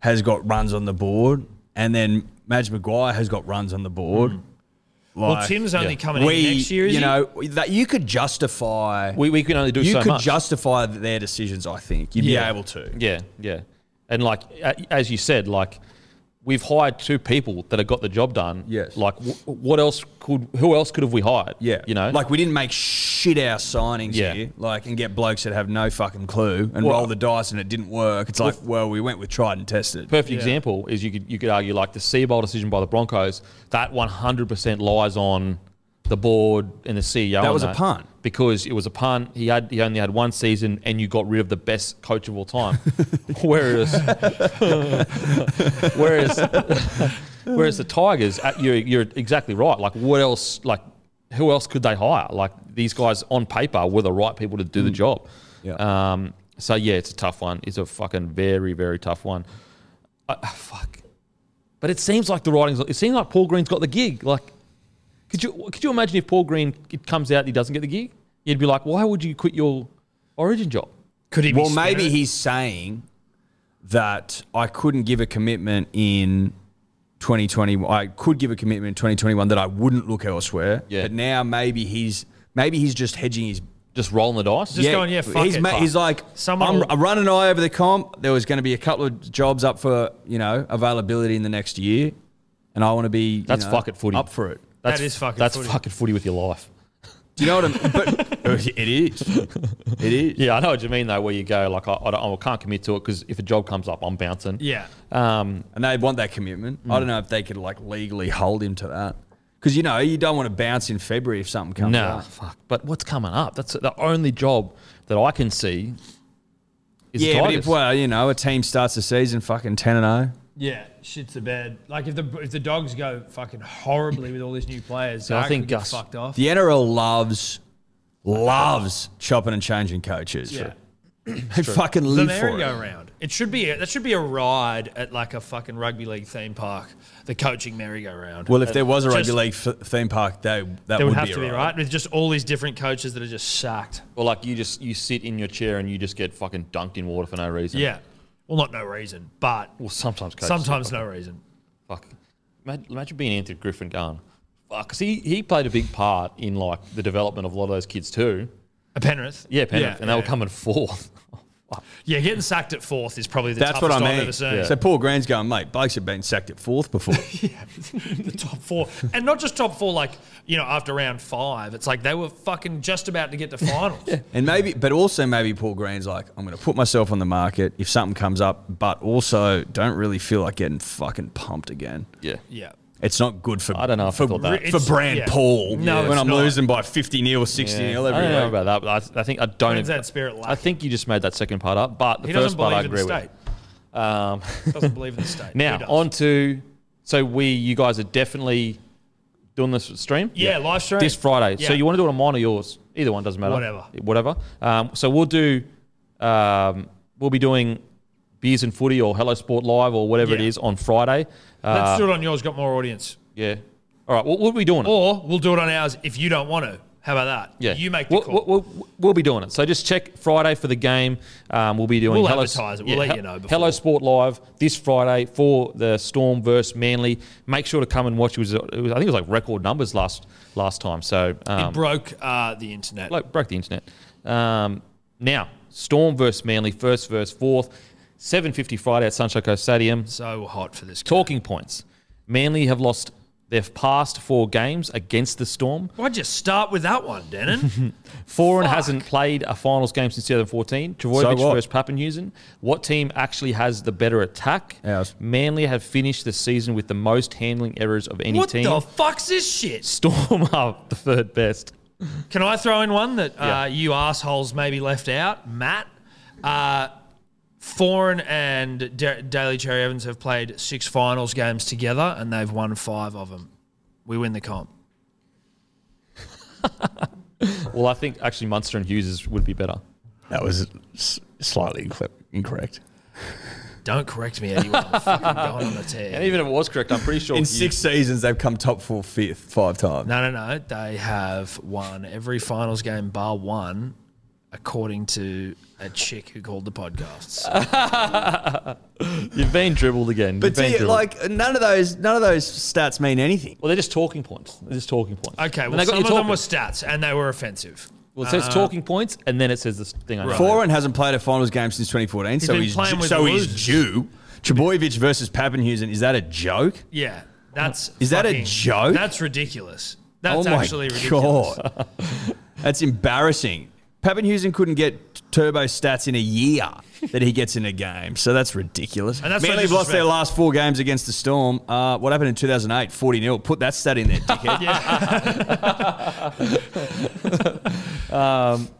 Speaker 6: has got runs on the board, and then Madge Maguire has got runs on the board. Like,
Speaker 5: Well, Tim's only
Speaker 3: Yeah.
Speaker 5: coming in next year, is
Speaker 6: you
Speaker 5: he?
Speaker 6: know, that you could justify.
Speaker 3: we, we can only do
Speaker 6: you
Speaker 3: so
Speaker 6: could
Speaker 3: much.
Speaker 6: justify their decisions. I think you'd
Speaker 3: Yeah.
Speaker 6: be able to.
Speaker 3: Yeah, yeah. And like a- as you said, like we've hired two people that have got the job done.
Speaker 6: Yes.
Speaker 3: Like wh- what else could who else could have we hired?
Speaker 6: Yeah,
Speaker 3: You know,
Speaker 6: like we didn't make shit our signings
Speaker 3: Yeah.
Speaker 6: here, like and get blokes that have no fucking clue and
Speaker 3: Well-
Speaker 6: roll the dice and it didn't work. It's like, well, we went with tried and tested.
Speaker 3: perfect example is you could you could argue like the Seabold decision by the Broncos that 100% lies on the board and the CEO.
Speaker 6: That
Speaker 3: on
Speaker 6: was a punt.
Speaker 3: because it was a punt. He had he only had one season, and you got rid of the best coach of all time. whereas, whereas, whereas the Tigers, uh, you're you're exactly right. Like what else? Like who else could they hire? Like these guys on paper were the right people to do the
Speaker 6: Mm.
Speaker 3: job.
Speaker 6: Yeah.
Speaker 5: Uh,
Speaker 3: Um. So yeah, it's a tough one. It's a fucking very very tough one. I, ah, fuck. But it seems like the writing's. It seems like Paul Green's got the gig. Like, could you could you imagine if Paul Green it comes out and he doesn't get the gig? You'd be like, why would you quit your Origin job?
Speaker 5: Could he? Be
Speaker 6: Well, maybe
Speaker 5: scared?
Speaker 6: he's saying that I couldn't give a commitment in 2020. I could give a commitment in 2021 that I wouldn't look elsewhere.
Speaker 3: Yeah.
Speaker 6: But now maybe he's maybe he's just hedging his.
Speaker 3: Just rolling the dice.
Speaker 5: Just going, yeah, fuck
Speaker 6: he's,
Speaker 5: it.
Speaker 6: ma- he's like,
Speaker 5: Someone
Speaker 6: I'm,
Speaker 5: will-
Speaker 6: I'm running an eye over the comp. There was going to be a couple of jobs up for you know availability in the next year, and I want to be you
Speaker 3: That's
Speaker 6: know,
Speaker 3: fuck it footy.
Speaker 6: up for it.
Speaker 3: That's,
Speaker 5: That is fucking
Speaker 3: That's
Speaker 5: footy.
Speaker 3: fucking footy with your life.
Speaker 6: Do you know what I'm? But it is, it is.
Speaker 3: Yeah, I know what you mean though. Where you go, like I, I, don't, I can't commit to it because if a job comes up, I'm bouncing.
Speaker 5: Yeah.
Speaker 3: Um.
Speaker 6: and they want that commitment. I don't know if they could like legally hold him to that because you know you don't want to bounce in February if something comes.
Speaker 3: No.
Speaker 6: up.
Speaker 3: Oh, Fuck. But what's coming up? That's the only job that I can see. Is the
Speaker 6: yeah, but
Speaker 3: Tigers.
Speaker 6: if, well, you know, a team starts the season fucking ten and oh, zero.
Speaker 5: yeah, shit's the bed. Like if the if the dogs go fucking horribly with all these new players,
Speaker 3: So I
Speaker 5: Zach
Speaker 3: think
Speaker 5: would get
Speaker 3: Gus-
Speaker 5: fucked off.
Speaker 6: The NRL loves loves chopping and changing coaches.
Speaker 5: Yeah.
Speaker 6: They fucking
Speaker 5: The
Speaker 6: live for it.
Speaker 5: merry-go-round. It should be a, that should be a ride at like a fucking rugby league theme park. The coaching merry-go-round.
Speaker 6: Well, if there was a rugby
Speaker 5: Just-
Speaker 6: league f- theme park, they
Speaker 5: there
Speaker 6: that would,
Speaker 5: would have
Speaker 6: be
Speaker 5: to be right with just all these different coaches that are just sacked.
Speaker 3: Or like you just you sit in your chair and you just get fucking dunked in water for no reason.
Speaker 5: Yeah. Well, not no reason, but
Speaker 3: Well, sometimes coaches
Speaker 5: sometimes no reason.
Speaker 3: Fuck. Ima- Imagine being Anthony Griffin going, fuck. 'Cause he, he played a big part in like the development of a lot of those kids too.
Speaker 5: A Penrith.
Speaker 3: Yeah, Penrith. and they
Speaker 5: yeah.
Speaker 3: were coming fourth.
Speaker 5: Yeah, getting sacked at fourth is probably the
Speaker 6: That's
Speaker 5: toughest
Speaker 6: what I
Speaker 5: I've
Speaker 6: mean.
Speaker 5: ever seen.
Speaker 6: So Paul Green's going, mate. Blakes have been sacked at fourth before.
Speaker 5: the top four, and not just top four. Like you know, after round five, it's like they were fucking just about to get to finals.
Speaker 6: And maybe, but also maybe Paul Green's like, I'm going to put myself on the market if something comes up, but also don't really feel like getting fucking pumped again.
Speaker 3: Yeah.
Speaker 5: yeah.
Speaker 6: It's not good for
Speaker 3: I don't know if I
Speaker 6: for,
Speaker 3: thought that.
Speaker 6: for
Speaker 5: It's-
Speaker 6: brand
Speaker 5: yeah.
Speaker 6: Paul
Speaker 5: No,
Speaker 6: when
Speaker 5: it's
Speaker 6: I'm
Speaker 5: not.
Speaker 6: losing by 50 nil or 60
Speaker 3: Yeah.
Speaker 6: nil
Speaker 3: I
Speaker 6: every
Speaker 3: don't know
Speaker 6: week.
Speaker 3: about that. But I, th- I think I don't.
Speaker 5: When's that spirit
Speaker 3: I
Speaker 5: lacking?
Speaker 3: think you just made that second part up, but the
Speaker 5: He
Speaker 3: first
Speaker 5: doesn't
Speaker 3: part I
Speaker 5: believe in
Speaker 3: agree
Speaker 5: the
Speaker 3: with.
Speaker 5: state.
Speaker 3: Um,
Speaker 5: Doesn't believe in the state.
Speaker 3: now
Speaker 5: Who does?
Speaker 3: on to so we you guys are definitely doing this stream.
Speaker 5: yeah, live stream
Speaker 3: this Friday. So
Speaker 5: Yeah.
Speaker 3: you want to do it on mine or yours? Either one doesn't matter.
Speaker 5: Whatever.
Speaker 3: Whatever. Um, so we'll do. Um, we'll be doing beers and footy or Hello Sport live or whatever it
Speaker 5: Yeah.
Speaker 3: is on Friday. Uh,
Speaker 5: Let's do it on yours. Got more audience,
Speaker 3: yeah. All right. What what are we doing? it?
Speaker 5: or we'll do it on ours if you don't want to. How about that?
Speaker 3: Yeah,
Speaker 5: you make the
Speaker 3: we'll,
Speaker 5: call.
Speaker 3: We'll, we'll, we'll be doing it. So just check Friday for the game. Um, we'll be doing.
Speaker 5: We'll
Speaker 3: Hello,
Speaker 5: advertise it. We'll let you know before.
Speaker 3: Hello Sport Live this Friday for the Storm versus Manly. Make sure to come and watch. It was, it was I think it was like record numbers last last time. So um,
Speaker 5: it broke uh, the internet.
Speaker 3: like broke the internet. Um, now Storm versus Manly, first versus fourth, seven fifty Friday at Sunshine Coast Stadium.
Speaker 5: so hot for this. Talk.
Speaker 3: Talking points: Manly have lost their past four games against the Storm.
Speaker 5: Why'd you start with that one, Denon?
Speaker 3: Foreign hasn't played a finals game since 2014. Travojevic
Speaker 6: So what?
Speaker 3: versus Pappenhuisen. What team actually has the better attack?
Speaker 6: Ours.
Speaker 3: Manly have finished the season with the most handling errors of any
Speaker 5: what
Speaker 3: team.
Speaker 5: the fuck's this shit?
Speaker 3: Storm are the third best.
Speaker 5: Can I throw in one that
Speaker 3: Yeah.
Speaker 5: uh, you assholes maybe left out? Matt, uh, Foreign and Da Daly Cherry Evans have played six finals games together, and they've won five of them. We win the comp.
Speaker 3: Well, I think actually Munster and Hughes is- would be better.
Speaker 7: That was s- slightly incle- incorrect.
Speaker 5: Don't correct me, Eddie. when I'm fucking going on a tear.
Speaker 3: even if it was correct, I'm pretty sure
Speaker 6: In six seasons, they've come top four, fifth, five times.
Speaker 5: No, no, no. They have won every finals game bar one, according to a chick who called the podcasts.
Speaker 3: You've been dribbled again.
Speaker 6: But
Speaker 3: You've been
Speaker 6: see,
Speaker 3: dribbled.
Speaker 6: like none of those, none of those stats mean anything.
Speaker 3: well, they're just talking points. They're just talking points.
Speaker 5: Okay,
Speaker 3: And
Speaker 5: well,
Speaker 3: they got
Speaker 5: some
Speaker 3: you
Speaker 5: of
Speaker 3: talking.
Speaker 5: them uh, were stats, and they were offensive.
Speaker 3: Well, it says talking points, and then it says this thing. I know.
Speaker 6: Foreign hasn't played a finals game since 2014, so
Speaker 5: been
Speaker 6: he's
Speaker 5: playing
Speaker 6: ju-
Speaker 5: with
Speaker 6: so he's
Speaker 5: losers.
Speaker 6: due. Trebojevic versus Pappenhuisen, is that a joke?
Speaker 5: Yeah, that's
Speaker 6: Is that a
Speaker 5: fucking-
Speaker 6: joke?
Speaker 5: That's ridiculous. That's
Speaker 6: oh my
Speaker 5: actually ridiculous.
Speaker 6: God. That's embarrassing. Pappenhuisen couldn't get turbo stats in a year that he gets in a game, so that's ridiculous.
Speaker 5: And that's no
Speaker 6: Manly have lost their
Speaker 5: disrespect.
Speaker 6: last four games against the Storm. Uh, what happened in 2008? 40 0. Put that stat in there, dickhead.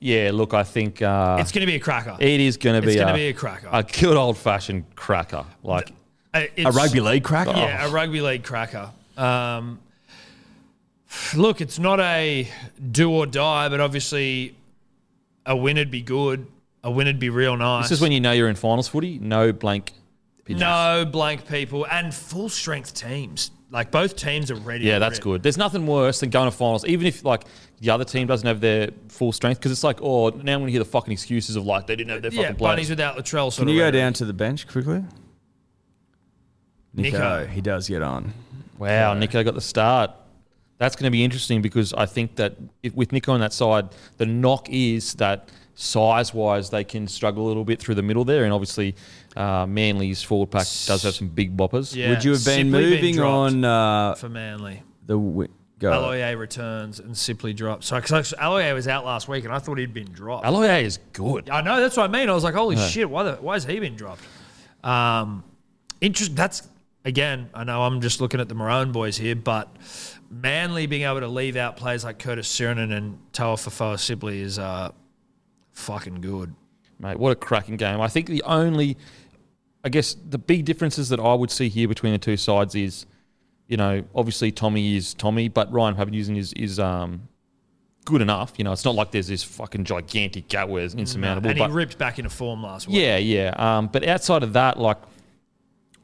Speaker 3: Yeah, look, I think uh,
Speaker 5: It's going to be a cracker.
Speaker 3: it is going to be.
Speaker 5: it's gonna
Speaker 3: a-
Speaker 5: be a cracker.
Speaker 3: A good old fashioned cracker. Like
Speaker 5: Uh, it's,
Speaker 6: A rugby league cracker.
Speaker 5: yeah, a rugby league cracker. Um, look, it's not a do or die, but obviously, a winner'd be good. A winner'd be real nice.
Speaker 3: This is when you know you're in finals footy. No blank.
Speaker 5: no blank people and full strength teams. Like both teams are ready.
Speaker 3: Yeah,
Speaker 5: to
Speaker 3: that's
Speaker 5: rip.
Speaker 3: good. There's nothing worse than going to finals, even if like the other team doesn't have their full strength, because it's like, oh, now I'm gonna hear the fucking excuses of like they didn't have their
Speaker 5: Yeah,
Speaker 3: fucking
Speaker 5: bunnies
Speaker 3: players.
Speaker 5: without Latrell. Sort
Speaker 6: Can
Speaker 5: of
Speaker 6: you go
Speaker 5: rhetoric.
Speaker 6: down to the bench quickly?
Speaker 5: Nico.
Speaker 6: He does get on.
Speaker 3: Wow, Nico got the start. That's going to be interesting because I think that if, with Nico on that side, the knock is that size-wise they can struggle a little bit through the middle there, and obviously uh, Manly's forward pack does have some big boppers.
Speaker 5: Yeah,
Speaker 6: Would you have been
Speaker 5: Sibley
Speaker 6: moving
Speaker 5: dropped
Speaker 6: on uh,
Speaker 5: for Manly?
Speaker 6: the wi- go?
Speaker 5: Aloye returns and Sipley drops. So, because Aloye was out last week, and I thought he'd been dropped.
Speaker 3: Aloye is good.
Speaker 5: I know that's what I mean. I was like, holy shit, why the, why has he been dropped? Um, interest. That's again. I know I'm just looking at the Maroon boys here, but Manly being able to leave out players like Curtis Sirinen and Toa Fafoa Sibley is uh, fucking good.
Speaker 3: Mate, what a cracking game. I think the only I guess the big differences that I would see here between the two sides is, you know, obviously Tommy is Tommy, but Ryan Papenhuisen is is um, good enough. You know, it's not like there's this fucking gigantic gap where it's insurmountable.
Speaker 4: and he
Speaker 3: but
Speaker 4: ripped back into form last week.
Speaker 3: yeah, yeah. Um, but outside of that, like,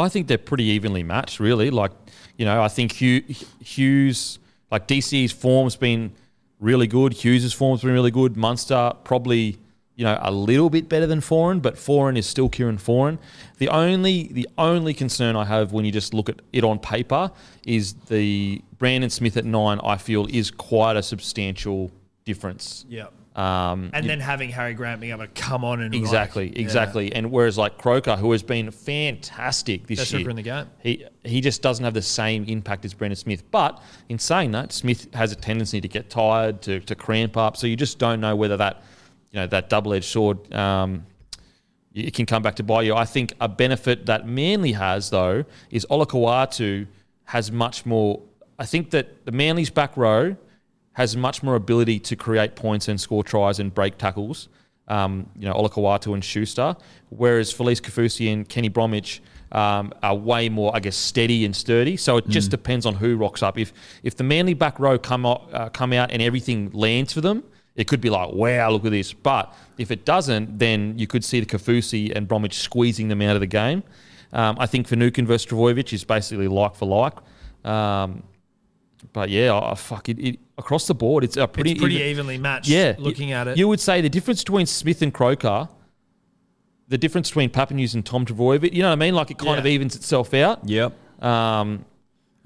Speaker 3: I think they're pretty evenly matched, really. Like, you know, I think Hugh, Hughes, like DC's form's been really good. Hughes' form's been really good. Munster probably, you know, a little bit better than Foreign, but Foreign is still Kieran Foreign. The only the only concern I have when you just look at it on paper is the Brandon Smith at nine. I feel is quite a substantial difference.
Speaker 4: Yeah.
Speaker 3: Um,
Speaker 4: And then having Harry Grant being able to come on and like-
Speaker 3: Exactly,
Speaker 4: Yeah.
Speaker 3: exactly. And whereas like Croker, who has been fantastic this
Speaker 4: Best
Speaker 3: year,
Speaker 4: hooker in the game.
Speaker 3: he he just doesn't have the same impact as Brendan Smith. But in saying that, Smith has a tendency to get tired, to, to cramp up. So you just don't know whether that you know that double edged sword um, it can come back to buy you. I think a benefit that Manly has though is Olakawatu has much more. I think that the Manly's back row has much more ability to create points and score tries and break tackles. Um, you know, Olakawatu and Schuster, whereas Felice Kafusi and Kenny Bromwich um, are way more, I guess, steady and sturdy. So it just depends on who rocks up. If if the Manly back row come out, uh, come out and everything lands for them, it could be like, wow, look at this. But if it doesn't, then you could see the Kafusi and Bromwich squeezing them out of the game. Um, I think Finucane versus Travojevic is basically like for like. Um, but yeah, I I- fuck it, it. Across the board, it's a pretty,
Speaker 4: It's pretty
Speaker 3: even-
Speaker 4: evenly matched.
Speaker 3: yeah,
Speaker 4: Looking
Speaker 3: you,
Speaker 4: at it.
Speaker 3: you would say the difference between Smith and Croker, the difference between Papanews and Tom Travojevic. You know what I mean? Like it kind of
Speaker 4: Yeah.
Speaker 3: evens itself out.
Speaker 6: Yep.
Speaker 3: Um,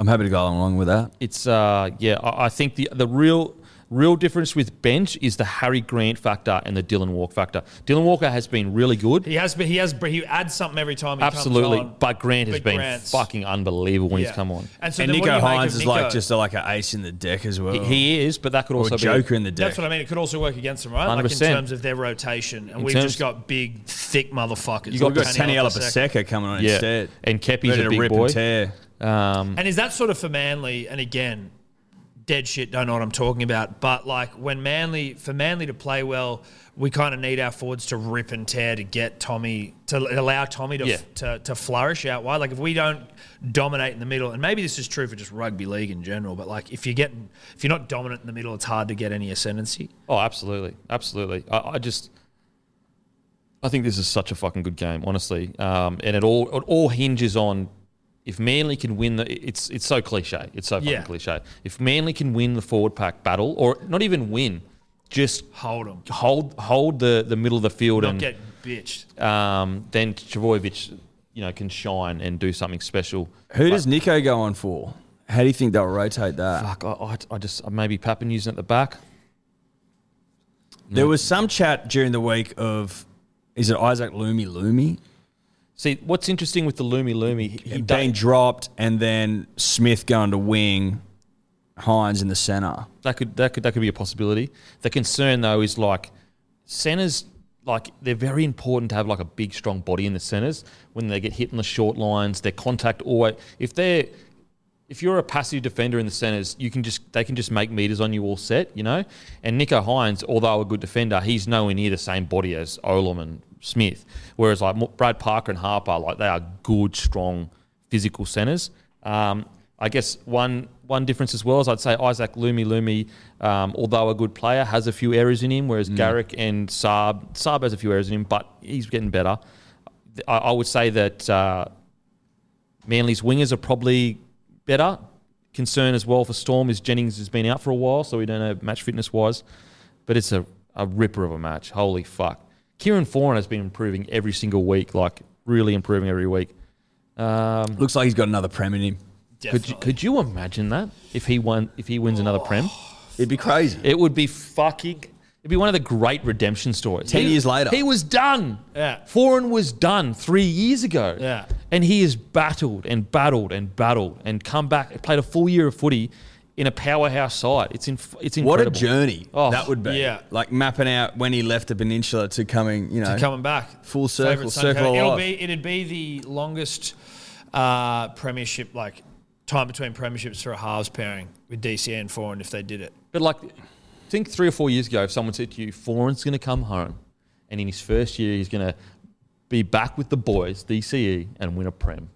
Speaker 6: I'm happy to go along with that.
Speaker 3: it's uh, yeah. I, I think the the real real difference with bench is the Harry Grant factor and the Dylan Walk factor. Dylan Walker has been really good.
Speaker 4: he has, but he has, but he adds something every time he
Speaker 3: Absolutely,
Speaker 4: comes on.
Speaker 3: but Grant has
Speaker 4: But
Speaker 3: been
Speaker 4: Grant's-
Speaker 3: fucking unbelievable when he's
Speaker 4: Yeah.
Speaker 3: come on.
Speaker 4: And, so then
Speaker 6: and
Speaker 4: what do
Speaker 6: Nico
Speaker 4: you make
Speaker 6: Hines
Speaker 4: of
Speaker 6: is like
Speaker 4: Nico?
Speaker 6: just like an ace in the deck as well.
Speaker 3: He, he is, but that could
Speaker 6: or
Speaker 3: also
Speaker 6: Joker
Speaker 3: be
Speaker 6: in the deck.
Speaker 4: That's what I mean. It could also work against them, right? Like in
Speaker 3: 100%.
Speaker 4: terms of their rotation, and
Speaker 3: In
Speaker 4: we've
Speaker 3: terms-
Speaker 4: just got big, thick motherfuckers.
Speaker 6: We've got
Speaker 4: Taniela
Speaker 6: Taniela
Speaker 4: Paseka.
Speaker 6: Paseka coming on
Speaker 3: yeah.
Speaker 6: instead.
Speaker 3: And Kepi's
Speaker 6: Ready
Speaker 3: a
Speaker 6: to
Speaker 3: big
Speaker 6: rip
Speaker 3: boy.
Speaker 6: and tear.
Speaker 3: Um,
Speaker 4: And is that sort of for Manly? And again, dead shit. Don't know what I'm talking about. But like when Manly, for Manly to play well, we kind of need our forwards to rip and tear to get Tommy to l- allow Tommy to,
Speaker 3: Yeah.
Speaker 4: to to flourish out wide. Like if we don't dominate in the middle, and maybe this is true for just rugby league in general. But like if you get if you're not dominant in the middle, it's hard to get any ascendancy.
Speaker 3: oh, absolutely, absolutely. I, I just, I think this is such a fucking good game, honestly. Um, and it all it all hinges on if Manly can win the. It's it's so cliche. It's so fucking
Speaker 4: Yeah.
Speaker 3: cliche. If Manly can win the forward pack battle, or not even win, just
Speaker 4: Hold them,
Speaker 3: hold hold the the middle of the field
Speaker 4: not
Speaker 3: and
Speaker 4: get bitched.
Speaker 3: um, then Travojevic, you know, can shine and do something special.
Speaker 6: Who does Nico go on for? How do you think they'll rotate that?
Speaker 3: Fuck, I, I, I just maybe Pappen using at the back.
Speaker 6: There was some chat during the week of, is it Isaac Lumi Lumi?
Speaker 3: See what's interesting with the Lumi Lumi, he, he
Speaker 6: He
Speaker 3: don't-
Speaker 6: being dropped and then Smith going to wing, Hines in the centre.
Speaker 3: That could that could that could be a possibility. The concern though is like centers like they're very important to have like a big strong body in the centers when they get hit in the short lines, their contact always if they're if you're a passive defender in the centers, you can just they can just make meters on you all set, you know. And Nico Hines, although a good defender, he's nowhere near the same body as Olam and Smith. Whereas like Mo- Brad Parker and Harper, like they are good, strong, physical centers. Um, I guess one one difference as well is I'd say Isaac Lumi Lumi, um, although a good player, has a few errors in him. Whereas Garrick and Saab Saab has a few errors in him, but he's getting better. I, I would say that. Uh, Manly's wingers are probably better. Concern as well for Storm is Jennings has been out for a while, so we don't know match fitness wise. But it's a, a ripper of a match. Holy fuck. Kieran Foran has been improving every single week, like really improving every week. Um,
Speaker 6: Looks like he's got another prem in him.
Speaker 3: could you, could you imagine that if he won if he wins another prem?
Speaker 6: It'd be crazy.
Speaker 3: It would be fucking. It'd be one of the great redemption stories.
Speaker 6: Ten
Speaker 3: He-
Speaker 6: years later.
Speaker 3: he was done.
Speaker 4: Yeah.
Speaker 3: Foreign was done three years ago.
Speaker 4: Yeah.
Speaker 3: and he has battled and battled and battled and come back. Played a full year of footy in a powerhouse side. It's in. It's
Speaker 6: What
Speaker 3: incredible.
Speaker 6: a journey
Speaker 3: Oh,
Speaker 6: that would be.
Speaker 4: yeah.
Speaker 6: Like mapping out when he left the peninsula to coming, you know.
Speaker 4: coming back.
Speaker 6: Full circle,
Speaker 4: Favourite son
Speaker 6: circle
Speaker 4: coming-
Speaker 6: of
Speaker 4: It'll
Speaker 6: life.
Speaker 4: be it'd be the longest uh, premiership like time between premierships for a halves pairing with DCA and Foreign if they did it.
Speaker 3: But like, think three or four years ago, if someone said to you, Foreign's going to come home, and in his first year, he's going to be back with the boys, DCE, and win a prem.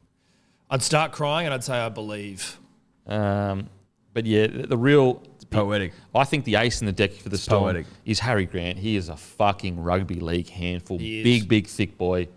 Speaker 5: I'd start crying and I'd say I believe.
Speaker 3: Um, but yeah, the, the real
Speaker 6: Poetic.
Speaker 3: I think the ace in the deck for the Storm
Speaker 6: poetic.
Speaker 3: is Harry Grant. He is a fucking rugby league handful,
Speaker 5: He is.
Speaker 3: big, big, thick boy,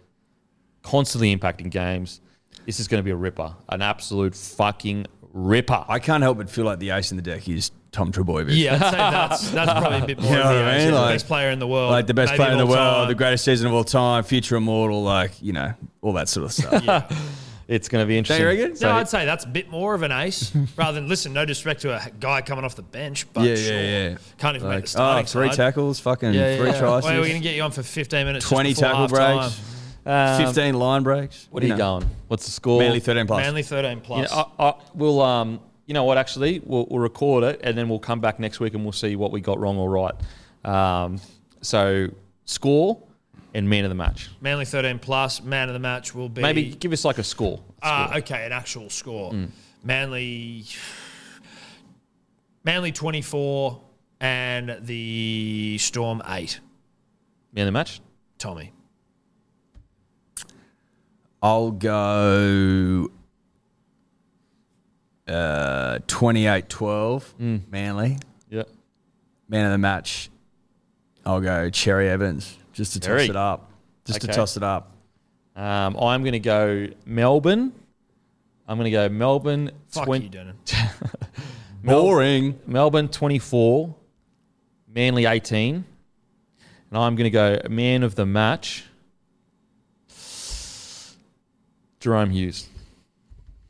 Speaker 3: constantly impacting games. This is going to be a ripper, an absolute fucking ripper.
Speaker 6: I can't help but feel like the ace in the deck is Tom Trebojevic.
Speaker 5: Yeah, I'd say that's that's probably a bit more.
Speaker 6: You know
Speaker 5: of the
Speaker 6: what I mean?
Speaker 5: answer.
Speaker 6: Like-
Speaker 5: best player in the world,
Speaker 6: Like the best
Speaker 5: maybe
Speaker 6: player in the
Speaker 5: of all
Speaker 6: world,
Speaker 5: time.
Speaker 6: the greatest season of all time, future immortal, like, you know, all that sort of stuff.
Speaker 3: It's going to be interesting.
Speaker 6: reckon?
Speaker 5: No, I'd say that's a bit more of an ace rather than listen. No disrespect to a guy coming off the bench, but
Speaker 6: Yeah, yeah,
Speaker 5: sure,
Speaker 6: yeah.
Speaker 5: can't even make
Speaker 6: Like,
Speaker 5: the
Speaker 6: oh,
Speaker 5: starting
Speaker 6: three
Speaker 5: side.
Speaker 6: tackles, fucking three tries,
Speaker 5: Wait, we're gonna get you on for fifteen minutes. just
Speaker 6: 20
Speaker 5: before
Speaker 6: tackle
Speaker 5: halftime.
Speaker 6: breaks,
Speaker 3: Um,
Speaker 6: 15 line breaks.
Speaker 3: What are you
Speaker 6: know,
Speaker 3: going? What's the score?
Speaker 6: Manly 13 plus.
Speaker 5: Manly thirteen plus.
Speaker 3: You know, I, I, we'll, um, you know what? Actually, we'll, we'll record it and then we'll come back next week and we'll see what we got wrong or right. Um, so score and man of the match.
Speaker 5: Manly thirteen plus. Man of the match will be
Speaker 3: Maybe give us like a score. Mm.
Speaker 5: Ah, okay, an actual score. Manly, Manly twenty four, and the Storm eight.
Speaker 3: Man of the match.
Speaker 5: Tommy,
Speaker 6: I'll go uh, 28 12,
Speaker 3: Hmm.
Speaker 6: Manly.
Speaker 3: Yeah.
Speaker 6: Man of the match, I'll go Cherry Evans just to
Speaker 3: Cherry.
Speaker 6: toss it up. Just
Speaker 3: Okay.
Speaker 6: to toss it up.
Speaker 3: Um, I'm going to go Melbourne. I'm going to go Melbourne.
Speaker 5: fuck
Speaker 3: twen-
Speaker 5: you, Denon.
Speaker 3: Mel-
Speaker 6: Boring.
Speaker 3: Melbourne 24, Manly 18. And I'm going to go man of the match, Jerome Hughes.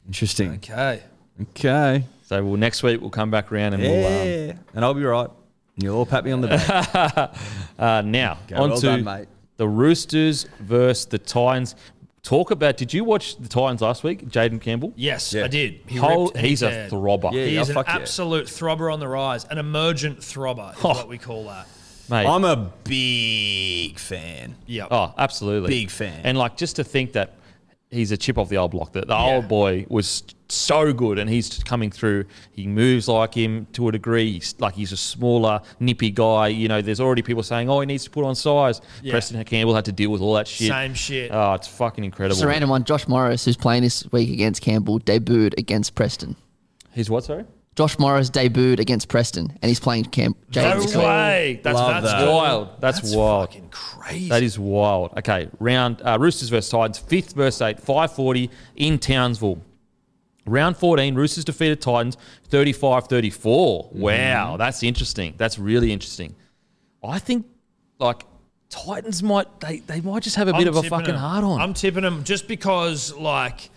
Speaker 6: Interesting.
Speaker 5: Okay,
Speaker 6: Okay.
Speaker 3: So we'll, next week we'll come back around and we'll. Um,
Speaker 6: Yeah. and I'll be right. You'll all pat me on the back.
Speaker 3: uh, now,
Speaker 6: Okay,
Speaker 3: on
Speaker 6: well
Speaker 3: to
Speaker 6: done, mate.
Speaker 3: the Roosters versus the Titans. Talk about, did you watch the Titans last week, Jaden Campbell?
Speaker 5: yes,
Speaker 6: Yeah.
Speaker 5: I did. He
Speaker 3: Whole-
Speaker 5: ripped and he
Speaker 3: he's a
Speaker 5: dared.
Speaker 3: throbber.
Speaker 6: Yeah.
Speaker 5: He is
Speaker 6: oh,
Speaker 5: an
Speaker 6: fuck yeah.
Speaker 5: absolute throbber on the rise, an emergent throbber
Speaker 3: Oh.
Speaker 5: is what we call that.
Speaker 3: Mate,
Speaker 6: I'm a big fan.
Speaker 5: Yeah.
Speaker 3: Oh, absolutely.
Speaker 6: Big fan.
Speaker 3: And like just to think that he's a chip off the old block, that the old boy was so good and he's coming through. He moves like him to a degree. He's, like he's a smaller, nippy guy. You know, there's already people saying, oh, he needs to put on size. Preston Campbell had to deal with all that shit.
Speaker 5: Same shit.
Speaker 3: Oh, it's fucking incredible.
Speaker 2: Just a random one. Josh Morris, who's playing this week against Campbell, debuted against Preston.
Speaker 3: He's what, sorry?
Speaker 2: Josh Morris debuted against Preston, and he's playing Camp. Jaden this
Speaker 5: no
Speaker 2: week.
Speaker 5: way. That's,
Speaker 6: Love
Speaker 5: Uh, that's
Speaker 6: that.
Speaker 5: cool.
Speaker 3: Wild. That's wild.
Speaker 5: fucking crazy.
Speaker 3: That is wild. Okay, round uh, Roosters versus Titans, fifth versus eight, five forty in Townsville. Round fourteen, Roosters defeated Titans 35-34.
Speaker 5: Mm-hmm.
Speaker 3: Wow, that's interesting. That's really interesting. I think like Titans might they, they might just have a bit
Speaker 5: I'm
Speaker 3: of a
Speaker 5: tipping
Speaker 3: fucking
Speaker 5: them.
Speaker 3: hard on.
Speaker 5: I'm tipping them just because, like,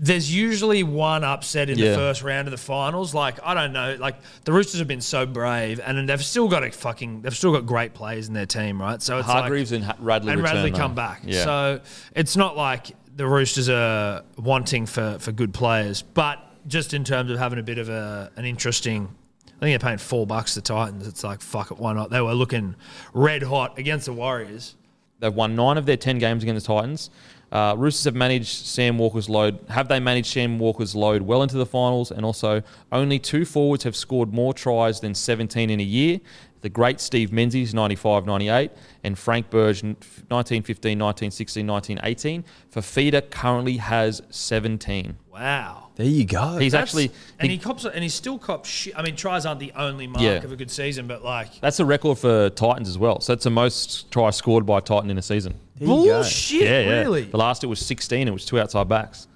Speaker 5: there's usually one upset in
Speaker 3: Yeah.
Speaker 5: the first round of the finals. Like, I don't know. Like, the Roosters have been so brave, and they've still got a fucking, they've still got great players in their team, right? So it's like,
Speaker 3: Hargreaves and Ha- Radley
Speaker 5: and
Speaker 3: return,
Speaker 5: Radley
Speaker 3: though.
Speaker 5: come back.
Speaker 3: Yeah.
Speaker 5: So it's not like the Roosters are wanting for, for good players, but just in terms of having a bit of a an interesting. I think they're paying four bucks the Titans. It's like fuck it, why not? They were looking red hot against the Warriors.
Speaker 3: They've won nine of their ten games against the Titans. Uh, Roosters have managed Sam Walker's load. Have they managed Sam Walker's load well into the finals? And also, only two forwards have scored more tries than 17 in a year. The great Steve Menzies, 95 98, and Frank Burge, 1915, 1916, 1918. Fafita currently has 17.
Speaker 5: Wow.
Speaker 6: There you go.
Speaker 3: He's
Speaker 5: That's- e-
Speaker 3: actually,
Speaker 5: and
Speaker 3: he-
Speaker 5: he cops and he still cops shit. I mean, tries aren't the only mark
Speaker 3: Yeah.
Speaker 5: of a good season, but like
Speaker 3: that's a record for Titans as well. So it's the most tries scored by a Titan in a season.
Speaker 6: There you go.
Speaker 5: bullshit. really.
Speaker 3: The last it was 16, it was two outside backs.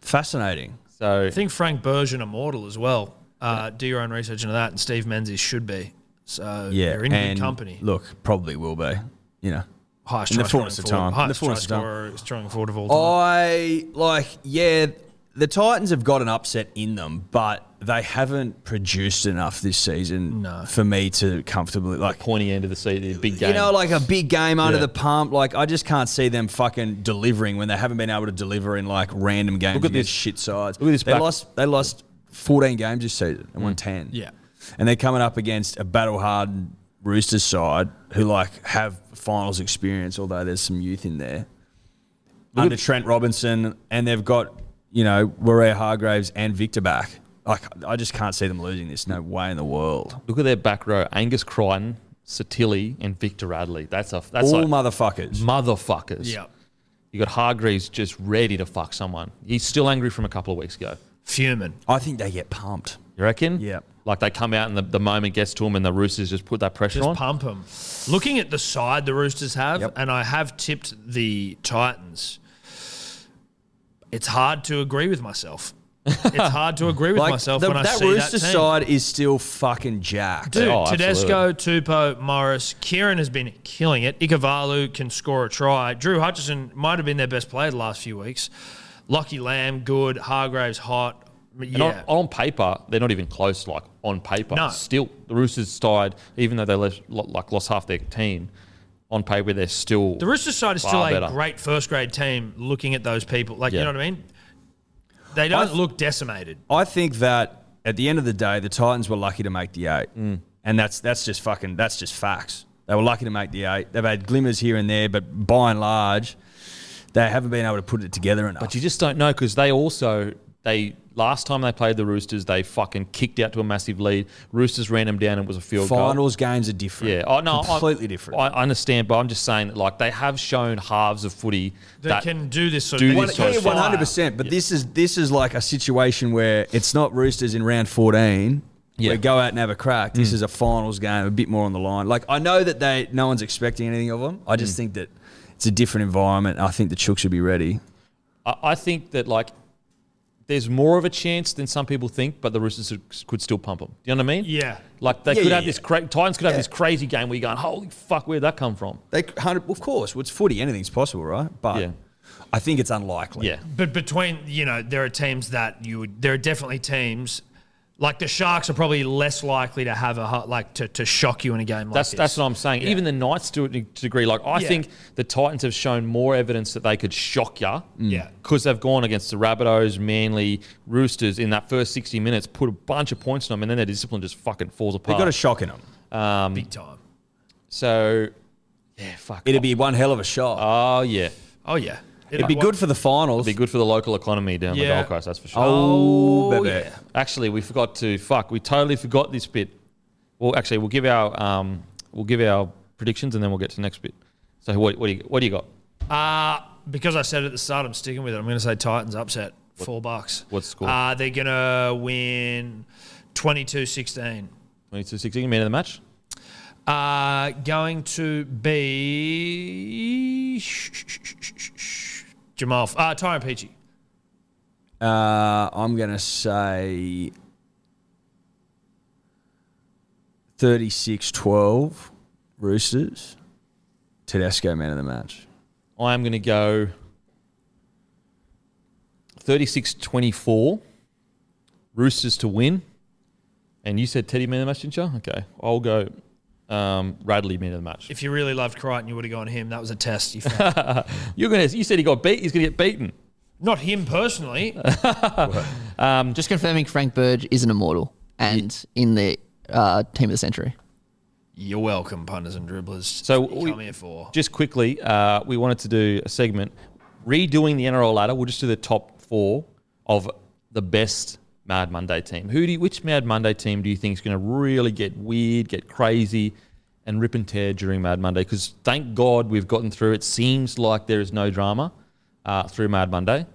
Speaker 6: Fascinating.
Speaker 3: So
Speaker 5: I think Frank Bergen immortal as well. Uh, Do your own research into that, and Steve Menzies should be. So
Speaker 6: Yeah.
Speaker 5: you're in
Speaker 6: and
Speaker 5: good company.
Speaker 6: Look, probably will be. You know.
Speaker 5: highest
Speaker 6: In the
Speaker 5: try scoring
Speaker 6: fullness
Speaker 5: forward-
Speaker 6: of time. In the
Speaker 5: Highest try
Speaker 6: fullness of time.
Speaker 5: scorer, strong forward of all time.
Speaker 6: Oh. I like, yeah, the Titans have got an upset in them, but they haven't produced enough this season for me to comfortably like
Speaker 3: pointy end of the season, the big game.
Speaker 6: You know, like a big game under
Speaker 3: Yeah.
Speaker 6: the pump. Like I just can't see them fucking delivering when they haven't been able to deliver in like random games
Speaker 3: Look at
Speaker 6: against
Speaker 3: this-
Speaker 6: shit sides.
Speaker 3: look at this
Speaker 6: They
Speaker 3: back- Mm.
Speaker 6: lost. They lost fourteen games this season and won ten.
Speaker 5: Yeah.
Speaker 6: and they're coming up against a battle hardened Roosters side who like have finals experience, although there's some youth in there. under Trent Robinson, and they've got you know Warrior Hargraves and Victor back. Like I just can't see them losing this. No way in the world.
Speaker 3: Look at their back row: Angus Crichton, Satili, and Victor Radley. That's a that's
Speaker 6: All
Speaker 3: like
Speaker 6: motherfuckers.
Speaker 3: motherfuckers.
Speaker 5: yeah,
Speaker 3: You got Hargreaves just ready to fuck someone. He's still angry from a couple of weeks ago.
Speaker 5: Fuming.
Speaker 6: I think they get pumped.
Speaker 3: You reckon?
Speaker 6: Yeah.
Speaker 3: Like they come out and the, the moment gets to him and the Roosters just put that pressure
Speaker 5: Just
Speaker 3: on.
Speaker 5: pump them. Looking at the side the Roosters have,
Speaker 6: Yep.
Speaker 5: and I have tipped the Titans. It's hard to agree with myself. It's hard to agree with myself
Speaker 6: the-
Speaker 5: when I
Speaker 6: that
Speaker 5: see
Speaker 6: Rooster
Speaker 5: that team.
Speaker 6: side is still fucking jacked.
Speaker 5: Dude,
Speaker 3: Oh,
Speaker 5: Tedesco, Tupou, Morris, Kieran has been killing it. Ikavalu can score a try. Drew Hutchison might have been their best player the last few weeks. Lockie Lamb, good. Hargraves, hot.
Speaker 3: And
Speaker 5: Yeah.
Speaker 3: on, on paper, they're not even close. Like on paper,
Speaker 5: No.
Speaker 3: still the Roosters side, even though they left, lo- like lost half their team, on paper they're still
Speaker 5: The Roosters side is
Speaker 3: Far
Speaker 5: still a
Speaker 3: better.
Speaker 5: great first grade team looking at those people. Like,
Speaker 3: Yeah.
Speaker 5: you know what I mean? They don't
Speaker 6: th-
Speaker 5: look decimated.
Speaker 6: I think that at the end of the day, the Titans were lucky to make the eight,
Speaker 5: Mm.
Speaker 6: and that's that's just fucking that's just facts. They were lucky to make the eight. They've had glimmers here and there, but by and large, they haven't been able to put it together enough.
Speaker 3: But you just don't know because they also they last time they played the Roosters, they fucking kicked out to a massive lead. Roosters ran them down and it was a field goal.
Speaker 6: Finals games are different.
Speaker 3: Yeah, oh, no, I-
Speaker 6: completely different.
Speaker 3: I understand, but I'm just saying that like they have shown halves of footy
Speaker 5: They
Speaker 3: that
Speaker 5: can do this sort
Speaker 3: do this
Speaker 5: of thing.
Speaker 3: sort of Yeah,
Speaker 6: One hundred percent. But this is this is like a situation where it's not Roosters in round fourteen.
Speaker 3: Yeah. Mm.
Speaker 6: Where go out and have a crack. This is a finals game, a bit more on the line. Like I know that they no one's expecting anything of them. I
Speaker 3: Mm.
Speaker 6: just think that it's a different environment. I think the Chooks should be ready.
Speaker 3: I, I think that like there's more of a chance than some people think, but the Roosters could still pump them. Do you know what I mean?
Speaker 5: Yeah.
Speaker 3: Like they
Speaker 6: Yeah,
Speaker 3: could
Speaker 6: yeah,
Speaker 3: have this cra- Titans could have this crazy game where you're going, holy fuck, where'd that come from?
Speaker 6: They hundred of course. Well, it's footy. Anything's possible, right? But
Speaker 3: Yeah.
Speaker 6: I think it's unlikely.
Speaker 3: Yeah.
Speaker 5: But between, you know, there are teams that you would, there are definitely teams. Like the Sharks are probably less likely to have a hu- like to, to shock you in a game like
Speaker 3: That's
Speaker 5: this.
Speaker 3: that's what I'm saying. Even the Knights to a de- degree, like I
Speaker 5: Yeah.
Speaker 3: think the Titans have shown more evidence that they could shock ya.
Speaker 5: Yeah.
Speaker 3: Because they've gone against the Rabbitohs, Manly, Roosters in that first 60 minutes, put a bunch of points on them, and then their discipline just fucking falls
Speaker 6: They've got a
Speaker 3: apart.
Speaker 6: shock in them.
Speaker 5: big
Speaker 3: Mm.
Speaker 5: time.
Speaker 3: so, yeah, fuck.
Speaker 6: It'd be one hell of a shot.
Speaker 3: oh, yeah.
Speaker 5: Oh yeah,
Speaker 6: It'd be good for the finals.
Speaker 3: Be good for the local economy down the
Speaker 5: Yeah.
Speaker 3: Gold Coast, that's for sure.
Speaker 6: oh, baby.
Speaker 3: Actually, we forgot to fuck. We totally forgot this bit. Well, actually, we'll give our um, we'll give our predictions, and then we'll get to the next bit. So, what, what do you what do you got?
Speaker 5: Uh, because I said at the start, I'm sticking with it. I'm going to say Titans upset, four bucks.
Speaker 3: what's the score?
Speaker 5: Uh, they're going to win 22-16.
Speaker 3: 22 16, man of the match.
Speaker 5: Uh, going to be Jamal, uh, Tyrone Peachy.
Speaker 6: Uh, I'm going to say 36 12 Roosters. Tedesco, man of the match.
Speaker 3: I am going to go 36 24. Roosters to win. And you said Teddy man of the match, didn't you? Okay. I'll go um, Radley man of the match.
Speaker 5: If you really loved Crichton, you would have gone him. That was a test. You found.
Speaker 3: You're gonna, you said he got beat. He's going to get beaten.
Speaker 5: Not him personally.
Speaker 2: I'm just confirming Frank Burge is an immortal and in the uh, team of the century.
Speaker 5: You're welcome, punters and dribblers.
Speaker 3: So
Speaker 5: That's what you
Speaker 3: we-
Speaker 5: come here for.
Speaker 3: Just quickly, uh, we wanted to do a segment redoing the NRL ladder. We'll just do the top four of the best Mad Monday team. Who do you, which Mad Monday team do you think is going to really get weird, get crazy, and rip and tear during Mad Monday? Because thank God we've gotten through. It seems like there is no drama uh, through Mad Monday.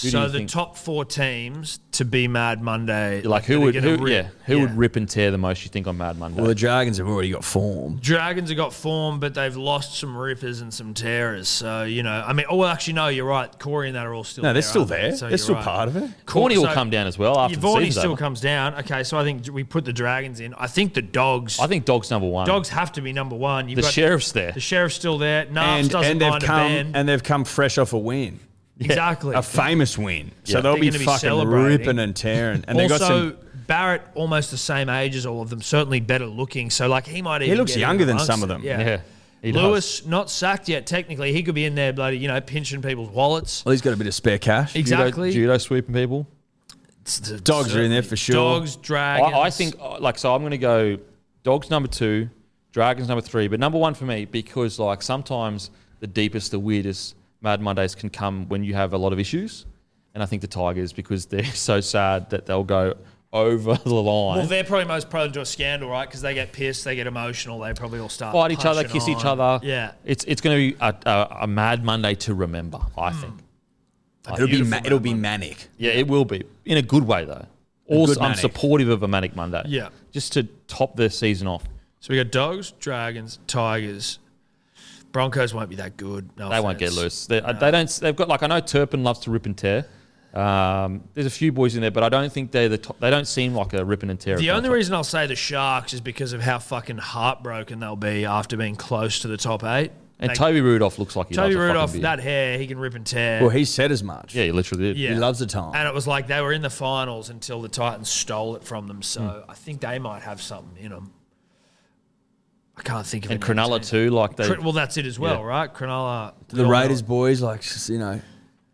Speaker 3: do
Speaker 5: so
Speaker 3: you
Speaker 5: the
Speaker 3: think-
Speaker 5: top four teams to be Mad Monday.
Speaker 3: Like who
Speaker 5: that are
Speaker 3: would
Speaker 5: gonna
Speaker 3: who,
Speaker 5: rip-
Speaker 3: yeah who would rip and tear the most? You think on Mad Monday?
Speaker 6: Well, the Dragons have already got form.
Speaker 5: Dragons have got form, but they've lost some rippers and some terrors. So you know, I mean, oh, well, actually, no, you're right. Corey and that are all still.
Speaker 6: No,
Speaker 5: there,
Speaker 6: they're still
Speaker 5: aren't they?
Speaker 6: there.
Speaker 5: So
Speaker 6: they're
Speaker 5: you're
Speaker 6: still
Speaker 5: right.
Speaker 6: part of it.
Speaker 3: Corny will
Speaker 5: So
Speaker 3: come down as well after the
Speaker 5: Yvonne
Speaker 3: season's
Speaker 5: still
Speaker 3: over.
Speaker 5: comes down. Okay, so I think we put the Dragons in. I think the Dogs.
Speaker 3: I think Dogs number one.
Speaker 5: dogs have to be number one. You've
Speaker 3: The
Speaker 5: got
Speaker 3: sheriff's there.
Speaker 5: The sheriff's still there. Narbs
Speaker 6: And,
Speaker 5: doesn't
Speaker 6: and they've
Speaker 5: mind
Speaker 6: come
Speaker 5: a band.
Speaker 6: and they've come fresh off a win,
Speaker 5: exactly.
Speaker 6: a famous win. So
Speaker 3: Yeah.
Speaker 6: they'll
Speaker 5: They're
Speaker 6: be
Speaker 5: gonna be
Speaker 6: fucking
Speaker 5: celebrating.
Speaker 6: ripping and tearing. And they've
Speaker 5: also,
Speaker 6: got some.
Speaker 5: Barrett almost the same age as all of them. Certainly better looking. So like he might even.
Speaker 6: looks
Speaker 5: get in
Speaker 6: younger than
Speaker 5: amongst
Speaker 6: some of
Speaker 5: it.
Speaker 6: them.
Speaker 5: Yeah.
Speaker 3: yeah. he does.
Speaker 5: Lewis not sacked yet. Technically, he could be in there, bloody you know, pinching people's wallets.
Speaker 6: Well, he's got a bit of spare cash.
Speaker 3: Judo-
Speaker 5: Exactly.
Speaker 3: judo sweeping people.
Speaker 6: Dogs are in there for sure.
Speaker 5: Dogs,
Speaker 3: I,
Speaker 5: dragons.
Speaker 3: I think uh, like so. I'm going to go dogs number two, dragons number three, but number one for me because like sometimes the deepest, the weirdest Mad Mondays can come when you have a lot of issues, and I think the Tigers because they're so sad that they'll go over the line.
Speaker 5: Well, they're probably most prone to a scandal, right? Because they get pissed, they get emotional, they probably all start
Speaker 3: fight each other,
Speaker 5: punching
Speaker 3: kiss each
Speaker 5: on.
Speaker 3: other.
Speaker 5: Yeah,
Speaker 3: it's it's going to be a, a, a mad Monday to remember. I
Speaker 5: Hmm.
Speaker 3: think.
Speaker 6: It'll be ma- it'll be manic.
Speaker 3: Yeah, it will be in a good way though. Also, I'm
Speaker 6: manic.
Speaker 3: supportive of a manic Monday.
Speaker 5: Yeah.
Speaker 3: just to top the season off.
Speaker 5: So we got dogs, dragons, tigers. Broncos won't be that good. No
Speaker 3: They won't get
Speaker 5: offense.
Speaker 3: loose. They, uh, they don't. They've got like I know Turpin loves to rip and tear. Um, there's a few boys in there, but I don't think they're the. Top, they don't seem like a ripping and tear.
Speaker 5: The
Speaker 3: at
Speaker 5: only
Speaker 3: top.
Speaker 5: reason I'll say the Sharks is because of how fucking heartbroken they'll be after being close to the top eight.
Speaker 3: and
Speaker 5: They-
Speaker 3: Toby Rudolph looks like he
Speaker 5: Toby
Speaker 3: loves a fucking
Speaker 5: Rudolph,
Speaker 3: beer.
Speaker 5: that hair, he can rip and tear.
Speaker 6: Well, he said as much.
Speaker 3: Yeah, he literally did.
Speaker 5: Yeah.
Speaker 6: He loves the time.
Speaker 5: And it was like they were in the finals until the Titans stole it from them. So
Speaker 3: Hmm.
Speaker 5: I think they might have something in them. I can't think of
Speaker 3: and
Speaker 5: it now,
Speaker 3: Cronulla
Speaker 5: Sam.
Speaker 3: too. Like they,
Speaker 5: Cr- well, that's it as well,
Speaker 3: Yeah.
Speaker 5: right? Cronulla.
Speaker 6: the Raiders boys, like s- you know,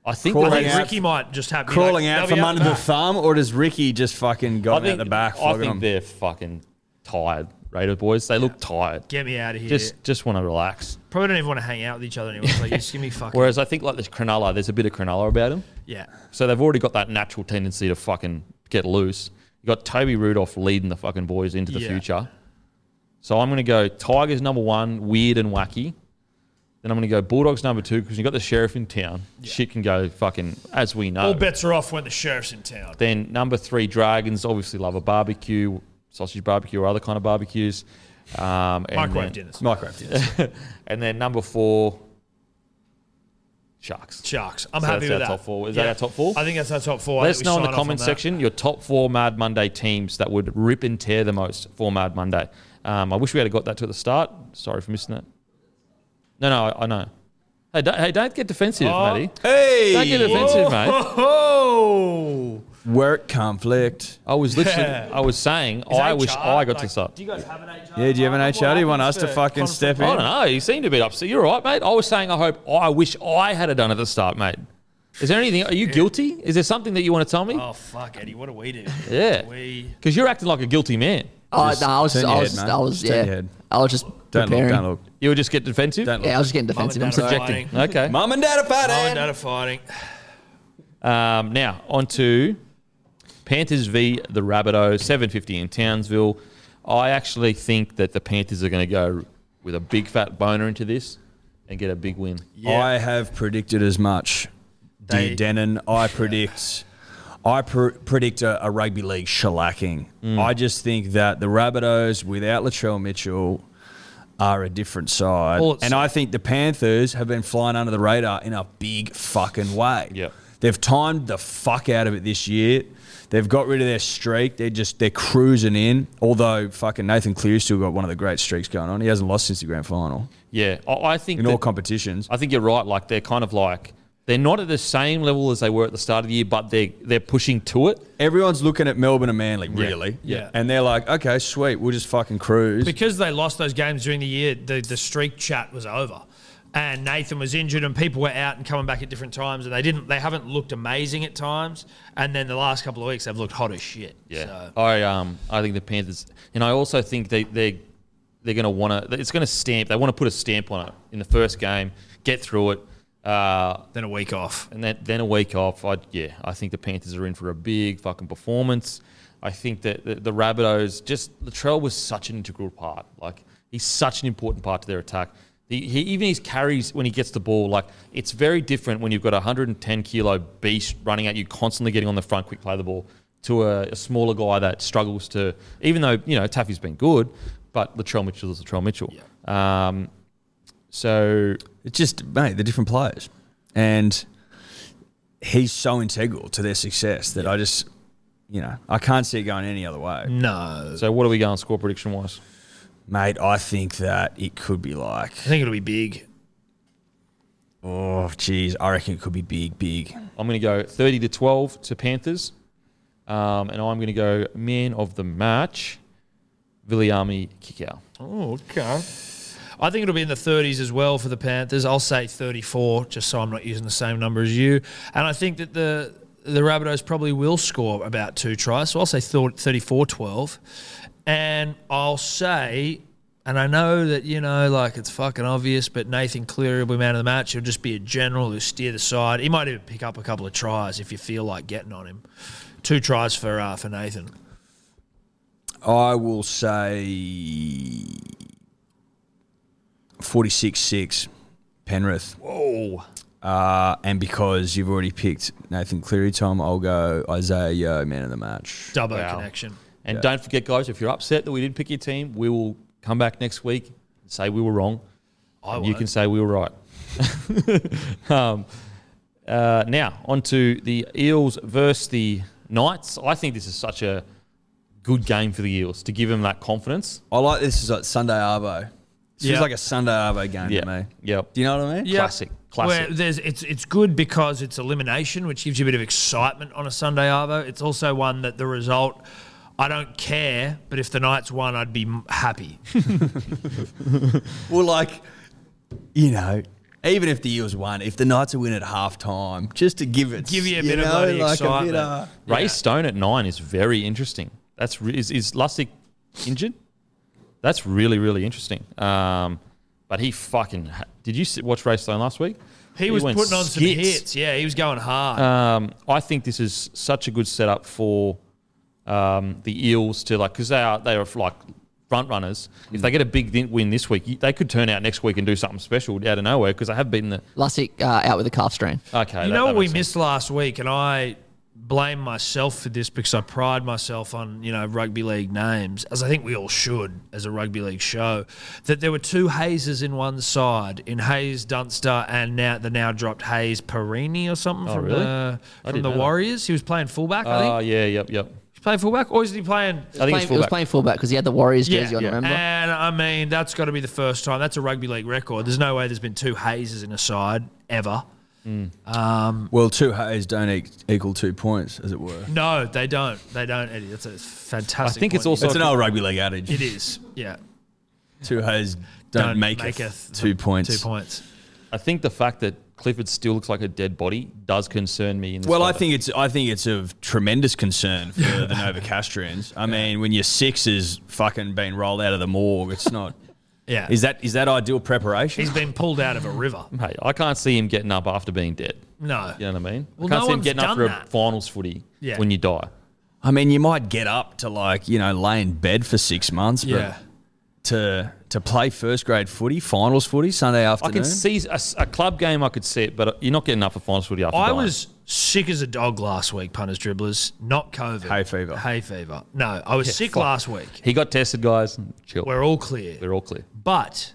Speaker 3: I think
Speaker 6: Crawling
Speaker 3: they-
Speaker 5: Like
Speaker 6: out-
Speaker 5: Ricky might just have
Speaker 6: crawling
Speaker 5: you know,
Speaker 6: out
Speaker 5: they'll be
Speaker 6: from under
Speaker 5: the
Speaker 6: the
Speaker 5: back.
Speaker 6: thumb, or does Ricky just fucking
Speaker 3: I
Speaker 6: got
Speaker 3: think
Speaker 6: out the back?
Speaker 3: I
Speaker 6: flogging
Speaker 3: think
Speaker 6: them?
Speaker 3: they're fucking tired. Raider boys, they look tired.
Speaker 5: Get me out of here.
Speaker 3: Just just want to relax.
Speaker 5: Probably don't even want to hang out with each other anymore. It's Like, just give me fucking.
Speaker 3: Whereas I think like this Cronulla, there's a bit of Cronulla about him.
Speaker 5: yeah.
Speaker 3: So they've already got that natural tendency to fucking get loose. You got Toby Rudolph leading the fucking boys into the
Speaker 5: Yeah.
Speaker 3: future. So I'm gonna go Tigers number one, weird and wacky. Then I'm gonna go Bulldogs number two because you got the sheriff in town. Shit can go fucking as we know.
Speaker 5: All bets are off when the sheriff's in town.
Speaker 3: Then number three, Dragons obviously love a barbecue, sausage barbecue or other kind of barbecues. Um, and
Speaker 5: Microwave
Speaker 3: then-
Speaker 5: dinners.
Speaker 6: Minecraft. Yes.
Speaker 3: And then number four, Sharks.
Speaker 5: Sharks. I'm
Speaker 3: So
Speaker 5: happy
Speaker 3: that's
Speaker 5: with
Speaker 3: our
Speaker 5: that.
Speaker 3: top four. Is that our top four?
Speaker 5: I think that's our top four. I
Speaker 3: Let us
Speaker 5: think we
Speaker 3: know in
Speaker 5: sign
Speaker 3: the
Speaker 5: off on
Speaker 3: comments
Speaker 5: that.
Speaker 3: section your top four Mad Monday teams that would rip and tear the most for Mad Monday. Um, I wish we had got that to the start. Sorry for missing it. No, no, I, I know. Hey, don't, hey, don't get defensive, Matty.
Speaker 6: hey,
Speaker 3: Don't get defensive, mate.
Speaker 5: Oh,
Speaker 6: work conflict.
Speaker 3: I was literally, I was saying, I wish I got to start.
Speaker 5: Do you guys have an HR?
Speaker 6: Yeah, do you have an
Speaker 5: Like, what
Speaker 6: HR? Do you want
Speaker 5: happens
Speaker 6: us to fucking
Speaker 5: conflict-
Speaker 6: step
Speaker 3: I don't
Speaker 6: in?
Speaker 3: know. You seemed a bit upset. You're all right, mate. I was saying, I hope, I wish I had it done at the start, mate. Is there anything? Are you guilty? Is there something that you want to tell me?
Speaker 5: Oh fuck, Eddie, what do we do?
Speaker 3: yeah.
Speaker 5: We
Speaker 3: Because you're acting like a guilty man.
Speaker 2: Oh,
Speaker 6: Just
Speaker 2: no, I was,
Speaker 6: turn
Speaker 2: I
Speaker 6: your head,
Speaker 2: was,
Speaker 6: mate.
Speaker 2: I was,
Speaker 6: Just turn your
Speaker 2: yeah,
Speaker 6: head.
Speaker 2: I was just
Speaker 6: Don't look.
Speaker 2: preparing.
Speaker 6: Don't look.
Speaker 3: You would just get defensive.
Speaker 6: Don't look.
Speaker 2: Yeah, I was just getting
Speaker 5: mum and
Speaker 2: defensive. I'm
Speaker 5: dad are
Speaker 2: sorry.
Speaker 5: fighting. Mum
Speaker 3: Okay.
Speaker 6: Mum and dad are
Speaker 5: and
Speaker 6: fighting.
Speaker 5: dad are fighting.
Speaker 3: Um, now on to Panthers v the Rabbitohs, seven fifty in Townsville. I actually think that the Panthers are going to go with a big fat boner into this and get a big win.
Speaker 6: I have predicted as much,
Speaker 5: They-
Speaker 6: dear Denon. I predict. I pr- predict a, a rugby league shellacking.
Speaker 3: Mm.
Speaker 6: I just think that the Rabbitohs without Latrell Mitchell are a different side,
Speaker 3: Well, it's-
Speaker 6: and I think the Panthers have been flying under the radar in a big fucking way.
Speaker 3: Yep.
Speaker 6: they've timed the fuck out of it this year. They've got rid of their streak. They're just they're cruising in. Although fucking Nathan Clear's still got one of the great streaks going on. He hasn't lost since the grand final
Speaker 3: Yeah, I, I think
Speaker 6: in
Speaker 3: that-
Speaker 6: all competitions.
Speaker 3: I think you're right. Like they're kind of like they're not at the same level as they were at the start of the year, but they're they're pushing to it.
Speaker 6: Everyone's looking at Melbourne and Manly, really.
Speaker 5: yeah.
Speaker 6: And they're like, okay, sweet, we'll just fucking cruise.
Speaker 5: Because they lost those games during the year, the, the streak chat was over. And Nathan was injured and people were out and coming back at different times and they didn't they haven't looked amazing at times. And then the last couple of weeks they've looked hot as shit.
Speaker 3: Yeah,
Speaker 5: So
Speaker 3: I um I think the Panthers, and I also think they they they're going to want to. It's going to stamp. They want to put a stamp on it in the first game. Get through it. Uh,
Speaker 5: then a week off.
Speaker 3: and then then a week off. I yeah, I think the Panthers are in for a big fucking performance. I think that the, the Rabbitohs just Latrell was such an integral part. Like he's such an important part to their attack. The, he, even his carries when he gets the ball, like it's very different when you've got a 110 kilo beast running at you, constantly getting on the front, quick play the ball, to a, a smaller guy that struggles to. Even though you know Taffy's been good, but Latrell Mitchell is Latrell Mitchell. Um, so
Speaker 6: it's just, mate, they're different players. And he's so integral to their success that I just, you know, I can't see it going any other way.
Speaker 5: Mm. No.
Speaker 3: so what are we going score prediction wise?
Speaker 6: Mate, I think that it could be like,
Speaker 5: I think it'll be big.
Speaker 6: oh, geez, I reckon it could be big, big.
Speaker 3: I'm going to go 30 to 12 to Panthers. Um, and I'm going to go man of the match, Viliami Kikau.
Speaker 5: Oh, okay. I think it'll be in the 30s as well for the Panthers. I'll say 34, just so I'm not using the same number as you. And I think that the the Rabbitohs probably will score about two tries. So I'll say 34-12. And I'll say, and I know that, you know, like it's fucking obvious, but Nathan Cleary will be man of the match. He'll just be a general who'll steer the side. He might even pick up a couple of tries if you feel like getting on him. Two tries for uh, for Nathan.
Speaker 6: I will say 46 6 Penrith. Whoa. Uh, and because you've already picked Nathan Cleary, Tom, I'll go Isaiah Yo, man of the match.
Speaker 5: Dubbo
Speaker 3: Wow.
Speaker 5: connection.
Speaker 3: And don't forget, guys, if you're upset that we didn't pick your team, we will come back next week and say we were wrong. and you
Speaker 5: won't.
Speaker 3: can say we were right. um, uh, now, on to the Eels versus the Knights. I think this is such a good game for the Eels to give them that confidence.
Speaker 6: I like this is like Sunday Arvo. This feels
Speaker 5: Yeah.
Speaker 6: like a Sunday Arvo game
Speaker 3: Yeah.
Speaker 6: to me.
Speaker 3: Yeah.
Speaker 6: Do you know what I mean?
Speaker 5: Yeah.
Speaker 3: Classic. Classic.
Speaker 5: Where there's it's it's good because it's elimination, which gives you a bit of excitement on a Sunday arvo. It's also one that the result. I don't care, but if the Knights won, I'd be m- happy.
Speaker 6: Well, like, you know, even if the Eels won, if the Knights win at halftime, just to give it,
Speaker 5: Give you a bit of bloody excitement.
Speaker 3: Ray Stone at nine is very interesting. That's re- is, is Lussick injured? That's really really interesting. Um, but he fucking ha- did you s- watch Ray Stone last week?
Speaker 5: He, was
Speaker 3: went
Speaker 5: putting on some
Speaker 3: skits.
Speaker 5: hits. Yeah, he was going hard.
Speaker 3: Um, I think this is such a good setup for um, the Eels to like because they are they are like front runners. If they get a big th- win this week, you- they could turn out next week and do something special out of nowhere because they have beaten the.
Speaker 2: Lussick uh, out with a calf strain.
Speaker 3: Okay,
Speaker 5: You
Speaker 3: that-
Speaker 5: know
Speaker 3: that
Speaker 5: what we
Speaker 3: makes sense.
Speaker 5: missed last week, and I blame myself for this because I pride myself on you know rugby league names, as I think we all should as a rugby league show. That there were two Hazes in one side, in Hayes Dunster and now the now dropped Hayes Perini or something from
Speaker 3: Oh, really?
Speaker 5: the
Speaker 3: I
Speaker 5: from
Speaker 3: didn't
Speaker 5: the
Speaker 3: know that.
Speaker 5: Warriors. He was playing fullback. I
Speaker 3: Oh
Speaker 5: think
Speaker 3: yeah, yep, yep.
Speaker 5: he's playing fullback, or is he playing?
Speaker 3: I think
Speaker 2: Playing,
Speaker 3: it's
Speaker 2: it was
Speaker 3: fullback.
Speaker 2: playing fullback because he had the Warriors jersey on,
Speaker 3: yeah.
Speaker 2: remember?
Speaker 5: And I mean, that's got to be the first time. That's a rugby league record. There's no way there's been two Hazes in a side ever.
Speaker 6: Well, two hays don't e- equal two points, as it were.
Speaker 5: No, they don't. They don't, Eddie. That's a fantastic.
Speaker 3: I think it's
Speaker 5: point.
Speaker 3: also
Speaker 6: it's an old rugby league adage.
Speaker 5: It is, yeah.
Speaker 6: Two hays don't, make,
Speaker 5: make
Speaker 6: it
Speaker 5: a-
Speaker 6: two points.
Speaker 5: Two points.
Speaker 3: I think the fact that Clifford still looks like a dead body does concern me. In this
Speaker 6: Well, I
Speaker 3: weather.
Speaker 6: think it's I think it's of tremendous concern for the Novocastrians. I mean, when your six is fucking being rolled out of the morgue, it's not.
Speaker 5: Yeah.
Speaker 6: Is that is that ideal preparation?
Speaker 5: He's been pulled out of a river.
Speaker 3: Hey, I can't see him getting up after being dead.
Speaker 5: No.
Speaker 3: You know what I mean?
Speaker 5: Well,
Speaker 3: I can't
Speaker 5: no
Speaker 3: see him
Speaker 5: one's
Speaker 3: getting up
Speaker 5: done
Speaker 3: for a
Speaker 5: that.
Speaker 3: finals footy
Speaker 5: Yeah.
Speaker 3: when you die.
Speaker 6: I mean, you might get up to like you know lay in bed for six months, but
Speaker 5: Yeah.
Speaker 6: to to play first grade footy, finals footy, Sunday
Speaker 3: I
Speaker 6: afternoon.
Speaker 3: can see a, a club game. I could see it, but you're not getting up for finals footy after.
Speaker 5: I
Speaker 3: dying.
Speaker 5: was sick as a dog last week, punters, dribblers. Not COVID.
Speaker 6: Hay fever.
Speaker 5: Hay fever. No, I was sick
Speaker 3: fuck.
Speaker 5: last week.
Speaker 3: He got tested, guys. Chill.
Speaker 5: We're all clear.
Speaker 3: We're all clear.
Speaker 5: But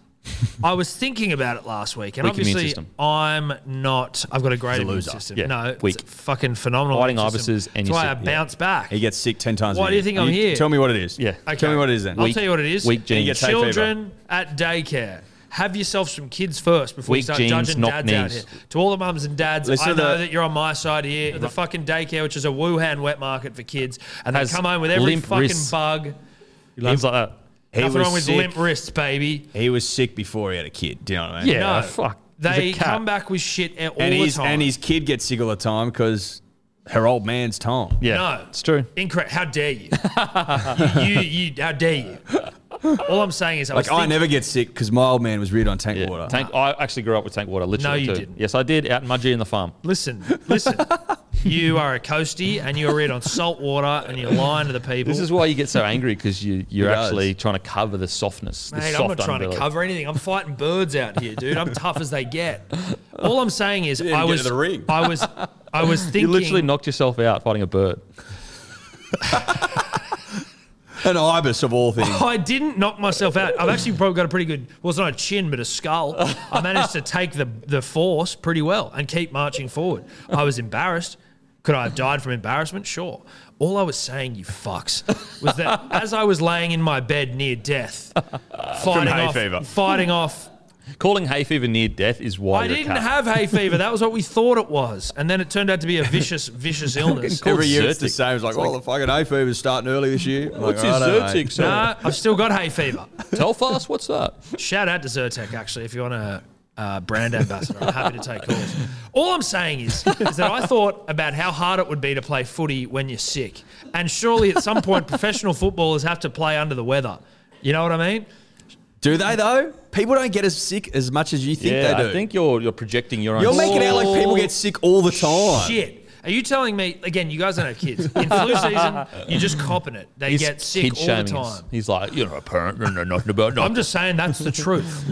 Speaker 5: I was thinking about it last week, and
Speaker 3: Weak immune
Speaker 5: obviously
Speaker 3: system.
Speaker 5: I'm not. I've got a great immune
Speaker 6: loser.
Speaker 5: system.
Speaker 3: Yeah,
Speaker 5: No,
Speaker 3: weak.
Speaker 5: it's a fucking phenomenal.
Speaker 3: Fighting
Speaker 5: immune system.
Speaker 3: ibises and
Speaker 5: That's
Speaker 3: you're
Speaker 5: why I
Speaker 3: sick. Yeah.
Speaker 5: bounce back.
Speaker 6: He gets sick ten times.
Speaker 5: Why
Speaker 6: a
Speaker 5: do you
Speaker 6: year.
Speaker 5: think I'm here?
Speaker 6: Tell me what it is.
Speaker 3: Yeah.
Speaker 6: Tell me what it is then.
Speaker 5: I'll
Speaker 3: Weak-
Speaker 5: tell you what it is.
Speaker 3: weak
Speaker 6: you
Speaker 3: genes.
Speaker 6: get- hay fever.
Speaker 5: Children at daycare. Have yourselves some kids first before you
Speaker 3: Weak
Speaker 5: start
Speaker 3: genes,
Speaker 5: judging
Speaker 3: knock
Speaker 5: dads out here.
Speaker 3: knees.
Speaker 5: To all the mums and dads,
Speaker 6: Let's
Speaker 5: I
Speaker 6: do the-
Speaker 5: know that you're on my side here. The fucking daycare, which is a Wuhan wet market for kids, and they
Speaker 3: Has
Speaker 5: come home with every
Speaker 3: limp
Speaker 5: fucking
Speaker 3: wrists.
Speaker 5: bug.
Speaker 3: He lands like that.
Speaker 6: He
Speaker 5: Nothing
Speaker 6: was
Speaker 5: wrong with
Speaker 6: sick.
Speaker 5: limp wrists, baby.
Speaker 6: He was sick before he had a kid. Do you know what I mean?
Speaker 3: Yeah.
Speaker 5: No,
Speaker 3: Fuck. He's a
Speaker 5: They
Speaker 3: cat.
Speaker 5: come back with shit all
Speaker 6: And
Speaker 5: the
Speaker 6: his
Speaker 5: time.
Speaker 6: and his kid gets sick all the time because her old man's Tom.
Speaker 3: Yeah.
Speaker 5: No.
Speaker 3: It's true.
Speaker 5: Incorrect. How dare you? you, you, you- How dare you? All I'm saying is, I
Speaker 6: Like
Speaker 5: was
Speaker 6: I
Speaker 5: thinking-
Speaker 6: never get sick because my old man was reared on tank
Speaker 3: Yeah.
Speaker 6: water.
Speaker 3: Tank. I actually grew up with tank water. Literally.
Speaker 5: you
Speaker 3: too.
Speaker 5: didn't.
Speaker 3: Yes, I did. Out in Mudgee in the farm.
Speaker 5: Listen, listen. you are a coastie and you're in on salt water and you're lying to the people.
Speaker 3: This is why you get so angry because you you're
Speaker 6: does.
Speaker 3: actually trying to cover the softness. the
Speaker 5: Mate,
Speaker 3: soft
Speaker 5: I'm not trying
Speaker 3: underbelly.
Speaker 5: to cover anything. I'm fighting birds out here, dude. I'm tough as they get. All I'm saying is, I
Speaker 6: get
Speaker 5: was,
Speaker 6: to the ring.
Speaker 5: I was, I was thinking.
Speaker 3: You literally knocked yourself out fighting a bird.
Speaker 6: An ibis of all things.
Speaker 5: I didn't knock myself out. I've actually probably got a pretty good. Well, it's not a chin, but a skull. I managed to take the the force pretty well and keep marching forward. I was embarrassed. Could I have died from embarrassment? Sure. All I was saying, you fucks, was that as I was laying in my bed near death, fighting
Speaker 6: hay
Speaker 5: off,
Speaker 6: fever.
Speaker 5: fighting off
Speaker 3: Calling hay fever near death is why
Speaker 5: I
Speaker 3: you're a
Speaker 5: didn't
Speaker 3: cat.
Speaker 5: have hay fever. That was what we thought it was, and then it turned out to be a vicious, vicious illness.
Speaker 3: Called
Speaker 6: Every year it's the
Speaker 3: Zyrtec.
Speaker 6: same. It's like, oh, the fucking hay fever's starting early this year. I'm
Speaker 3: What's his
Speaker 6: like, I don't know.
Speaker 3: Zyrtec? So-
Speaker 5: Nah, I've still got hay fever.
Speaker 3: Telfast, what's that?
Speaker 5: Shout out to Zyrtec, actually, if you want a uh, brand ambassador. I'm happy to take calls. All I'm saying is, is that I thought about how hard it would be to play footy when you're sick, and surely at some point professional footballers have to play under the weather. You know what I mean?
Speaker 6: Do they though? People don't get as sick as much as you think
Speaker 3: yeah,
Speaker 6: they do.
Speaker 3: I think you're you're projecting your own.
Speaker 6: You're making it out like people get sick all the time.
Speaker 5: Shit. Are you telling me again? You guys don't have kids. In flu season, you're just copping it. They
Speaker 3: He's
Speaker 5: get sick all the
Speaker 3: kid-shaming us.
Speaker 5: time.
Speaker 3: He's like, you're not a parent, you don't know nothing about
Speaker 5: I'm
Speaker 3: nothing.
Speaker 5: just saying that's the truth.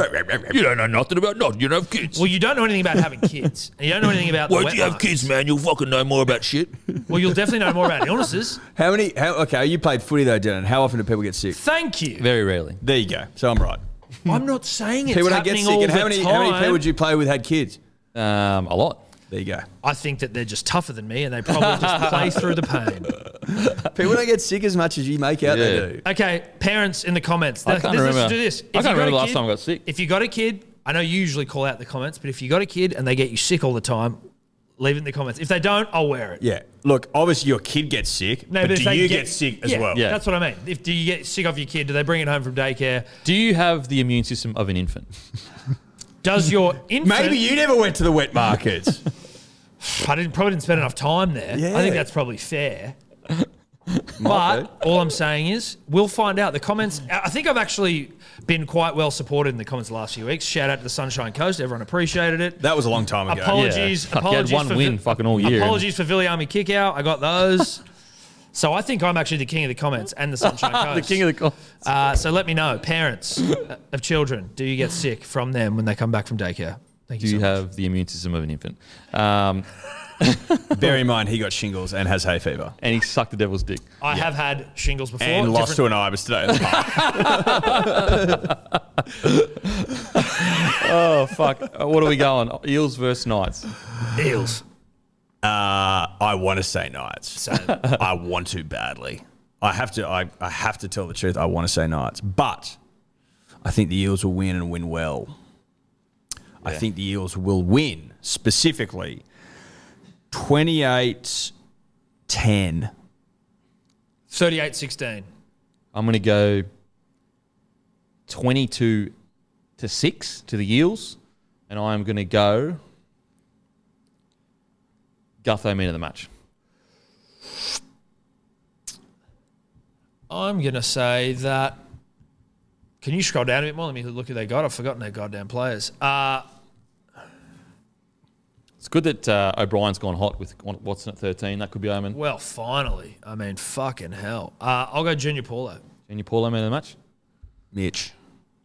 Speaker 3: you don't know nothing about nothing. You don't have kids.
Speaker 5: Well, you don't know anything about having kids, and you don't know anything about.
Speaker 3: Why
Speaker 5: the
Speaker 3: do you have
Speaker 5: wet market.
Speaker 3: kids, man? You'll fucking know more about shit.
Speaker 5: Well, you'll definitely know more about illnesses.
Speaker 6: How many? How, okay, you played footy though, Denon. How often do people get sick?
Speaker 5: Thank you.
Speaker 3: Very rarely.
Speaker 6: There you go. So I'm right.
Speaker 5: I'm not saying it's
Speaker 6: People don't get
Speaker 5: happening
Speaker 6: sick.
Speaker 5: all
Speaker 6: And
Speaker 5: the
Speaker 6: how many?
Speaker 5: time.
Speaker 6: How many people would you play with had kids?
Speaker 3: Um, a lot.
Speaker 6: There you go.
Speaker 5: I think that they're just tougher than me, and they probably just play through the pain.
Speaker 6: People don't get sick as much as you make out
Speaker 3: Yeah.
Speaker 6: they do.
Speaker 5: Okay, parents in the comments.
Speaker 3: I can't
Speaker 5: Let's- let's
Speaker 3: remember.
Speaker 5: do this.
Speaker 3: I
Speaker 5: If
Speaker 3: can't
Speaker 5: you got a
Speaker 3: remember last
Speaker 5: kid-
Speaker 3: time I got sick.
Speaker 5: If you got a kid, I know you usually call out the comments, but if you got a kid and they get you sick all the time, leave it in the comments. If they don't, I'll wear it.
Speaker 6: Yeah. Look, obviously your kid gets sick,
Speaker 5: No,
Speaker 6: but,
Speaker 5: if
Speaker 6: do
Speaker 5: they
Speaker 6: you get, sick as
Speaker 5: yeah,
Speaker 6: well?
Speaker 3: Yeah.
Speaker 5: that's what I mean. If do you get sick off your kid? Do they bring it home from daycare?
Speaker 3: Do you have the immune system of an infant?
Speaker 5: Does your infant?
Speaker 6: Maybe you never went to the wet markets.
Speaker 5: I didn't probably didn't spend enough time there.
Speaker 6: Yeah.
Speaker 5: I think that's probably fair.
Speaker 6: Might
Speaker 5: But all I'm saying is, we'll find out. The comments, I think I've actually been quite well supported in the comments the last few weeks. Shout out to the Sunshine Coast. Everyone appreciated it.
Speaker 6: that was a long time ago.
Speaker 5: Apologies.
Speaker 3: Fuck, you had
Speaker 5: apologies
Speaker 3: one
Speaker 5: for
Speaker 3: win fucking all year.
Speaker 5: Apologies for Viliami kick out. I got those. so I think I'm actually the king of the comments and the Sunshine Coast.
Speaker 3: the call.
Speaker 5: uh, so let me know, parents of children, do you get sick from them when they come back from daycare? Thank
Speaker 3: Do
Speaker 5: you.
Speaker 3: you
Speaker 5: so much.
Speaker 3: have the immune system of an infant? Um,
Speaker 6: Bear in mind he got shingles and has hay fever.
Speaker 3: and he sucked the devil's dick.
Speaker 5: I have had shingles before.
Speaker 6: And lost
Speaker 5: different-
Speaker 6: to an Ibis today.
Speaker 3: Oh fuck! Uh, what are we going? Eels versus Knights.
Speaker 5: Eels.
Speaker 6: Uh, I want to say Knights.
Speaker 5: So
Speaker 6: I want to badly. I have to. I, I have to tell the truth. I want to say Knights, but I think the Eels will win and win well. I think the Eels will win specifically 28 10.
Speaker 5: 38 16.
Speaker 3: I'm gonna go twenty-two to six to the Eels, and I'm gonna go Gutho man of the match.
Speaker 5: I'm going to say that. Can you scroll down a bit more? Let me look who they got. I've forgotten their goddamn players. Uh,
Speaker 3: It's good that uh, O'Brien's gone hot with Watson at thirteen. That could be omen.
Speaker 5: well, finally. I mean, fucking hell. Uh, I'll go Junior Paulo.
Speaker 3: And you Paulo man of the match.
Speaker 6: Mitch.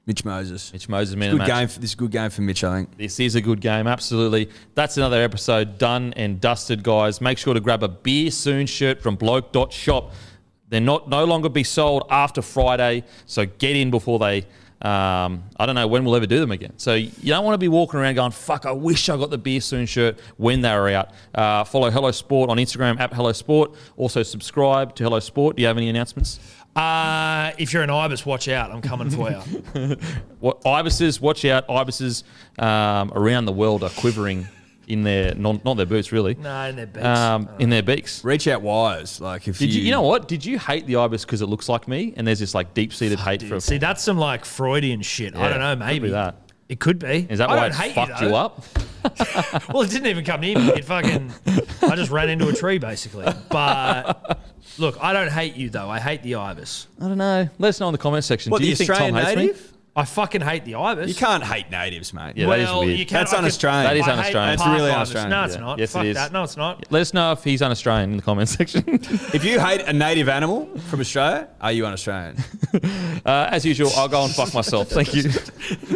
Speaker 6: Mitch Moses.
Speaker 3: Mitch Moses man of
Speaker 6: Good
Speaker 3: the match.
Speaker 6: game. For, this is a good game for Mitch, I think.
Speaker 3: This is a good game, absolutely. That's another episode done and dusted, guys. Make sure to grab a beer soon shirt from bloke.shop. They're not no longer be sold after Friday, so get in before they. Um, I don't know when we'll ever do them again. So you don't want to be walking around going, "Fuck, I wish I got the beer soon shirt when they were out." Uh, follow Hello Sport on Instagram at Hello Sport. Also subscribe to Hello Sport. Do you have any announcements?
Speaker 5: Uh, if you're an Ibis, watch out. I'm coming for you.
Speaker 3: What ibises? Watch out! Ibises um, around the world are quivering in their non, not their boots really.
Speaker 5: no, in their beaks.
Speaker 3: um, in their beaks.
Speaker 6: Reach out wires. Like if
Speaker 3: Did you, you know what? Did you hate the ibis because it looks like me? And there's this like deep seated hate for.
Speaker 5: See, that's some like Freudian shit. I
Speaker 3: Yeah,
Speaker 5: don't know.
Speaker 3: could be
Speaker 5: Maybe
Speaker 3: that.
Speaker 5: It could be.
Speaker 3: Is that
Speaker 5: I
Speaker 3: why
Speaker 5: don't
Speaker 3: it
Speaker 5: hate
Speaker 3: fucked
Speaker 5: though.
Speaker 3: you up?
Speaker 5: Well, it didn't even come near me. It fucking. I just ran into a tree basically. But look, I don't hate you though. I hate the Ibis.
Speaker 3: I don't know. Let us know in the comment section.
Speaker 6: what,
Speaker 3: Do
Speaker 6: the
Speaker 3: you think
Speaker 6: Australian
Speaker 3: Tom hates
Speaker 6: native?
Speaker 5: I fucking hate the Ibis.
Speaker 6: You can't hate natives, mate.
Speaker 3: Yeah, that is
Speaker 5: well,
Speaker 3: weird.
Speaker 5: you can,
Speaker 6: That's
Speaker 5: I could-
Speaker 6: un-Australian. That
Speaker 3: is
Speaker 5: I hate
Speaker 3: un-Australian. It's
Speaker 5: past
Speaker 6: really
Speaker 5: Ibis.
Speaker 6: un-Australian,
Speaker 5: No, it's
Speaker 6: yeah.
Speaker 5: not.
Speaker 3: Yes, it
Speaker 5: Fuck
Speaker 3: is.
Speaker 5: that. No, it's not.
Speaker 3: me? Let us know if he's un Australian in the comment section.
Speaker 6: If you hate a native animal from Australia, are you an Australian?
Speaker 3: uh, as usual, I'll go and fuck myself. Thank you.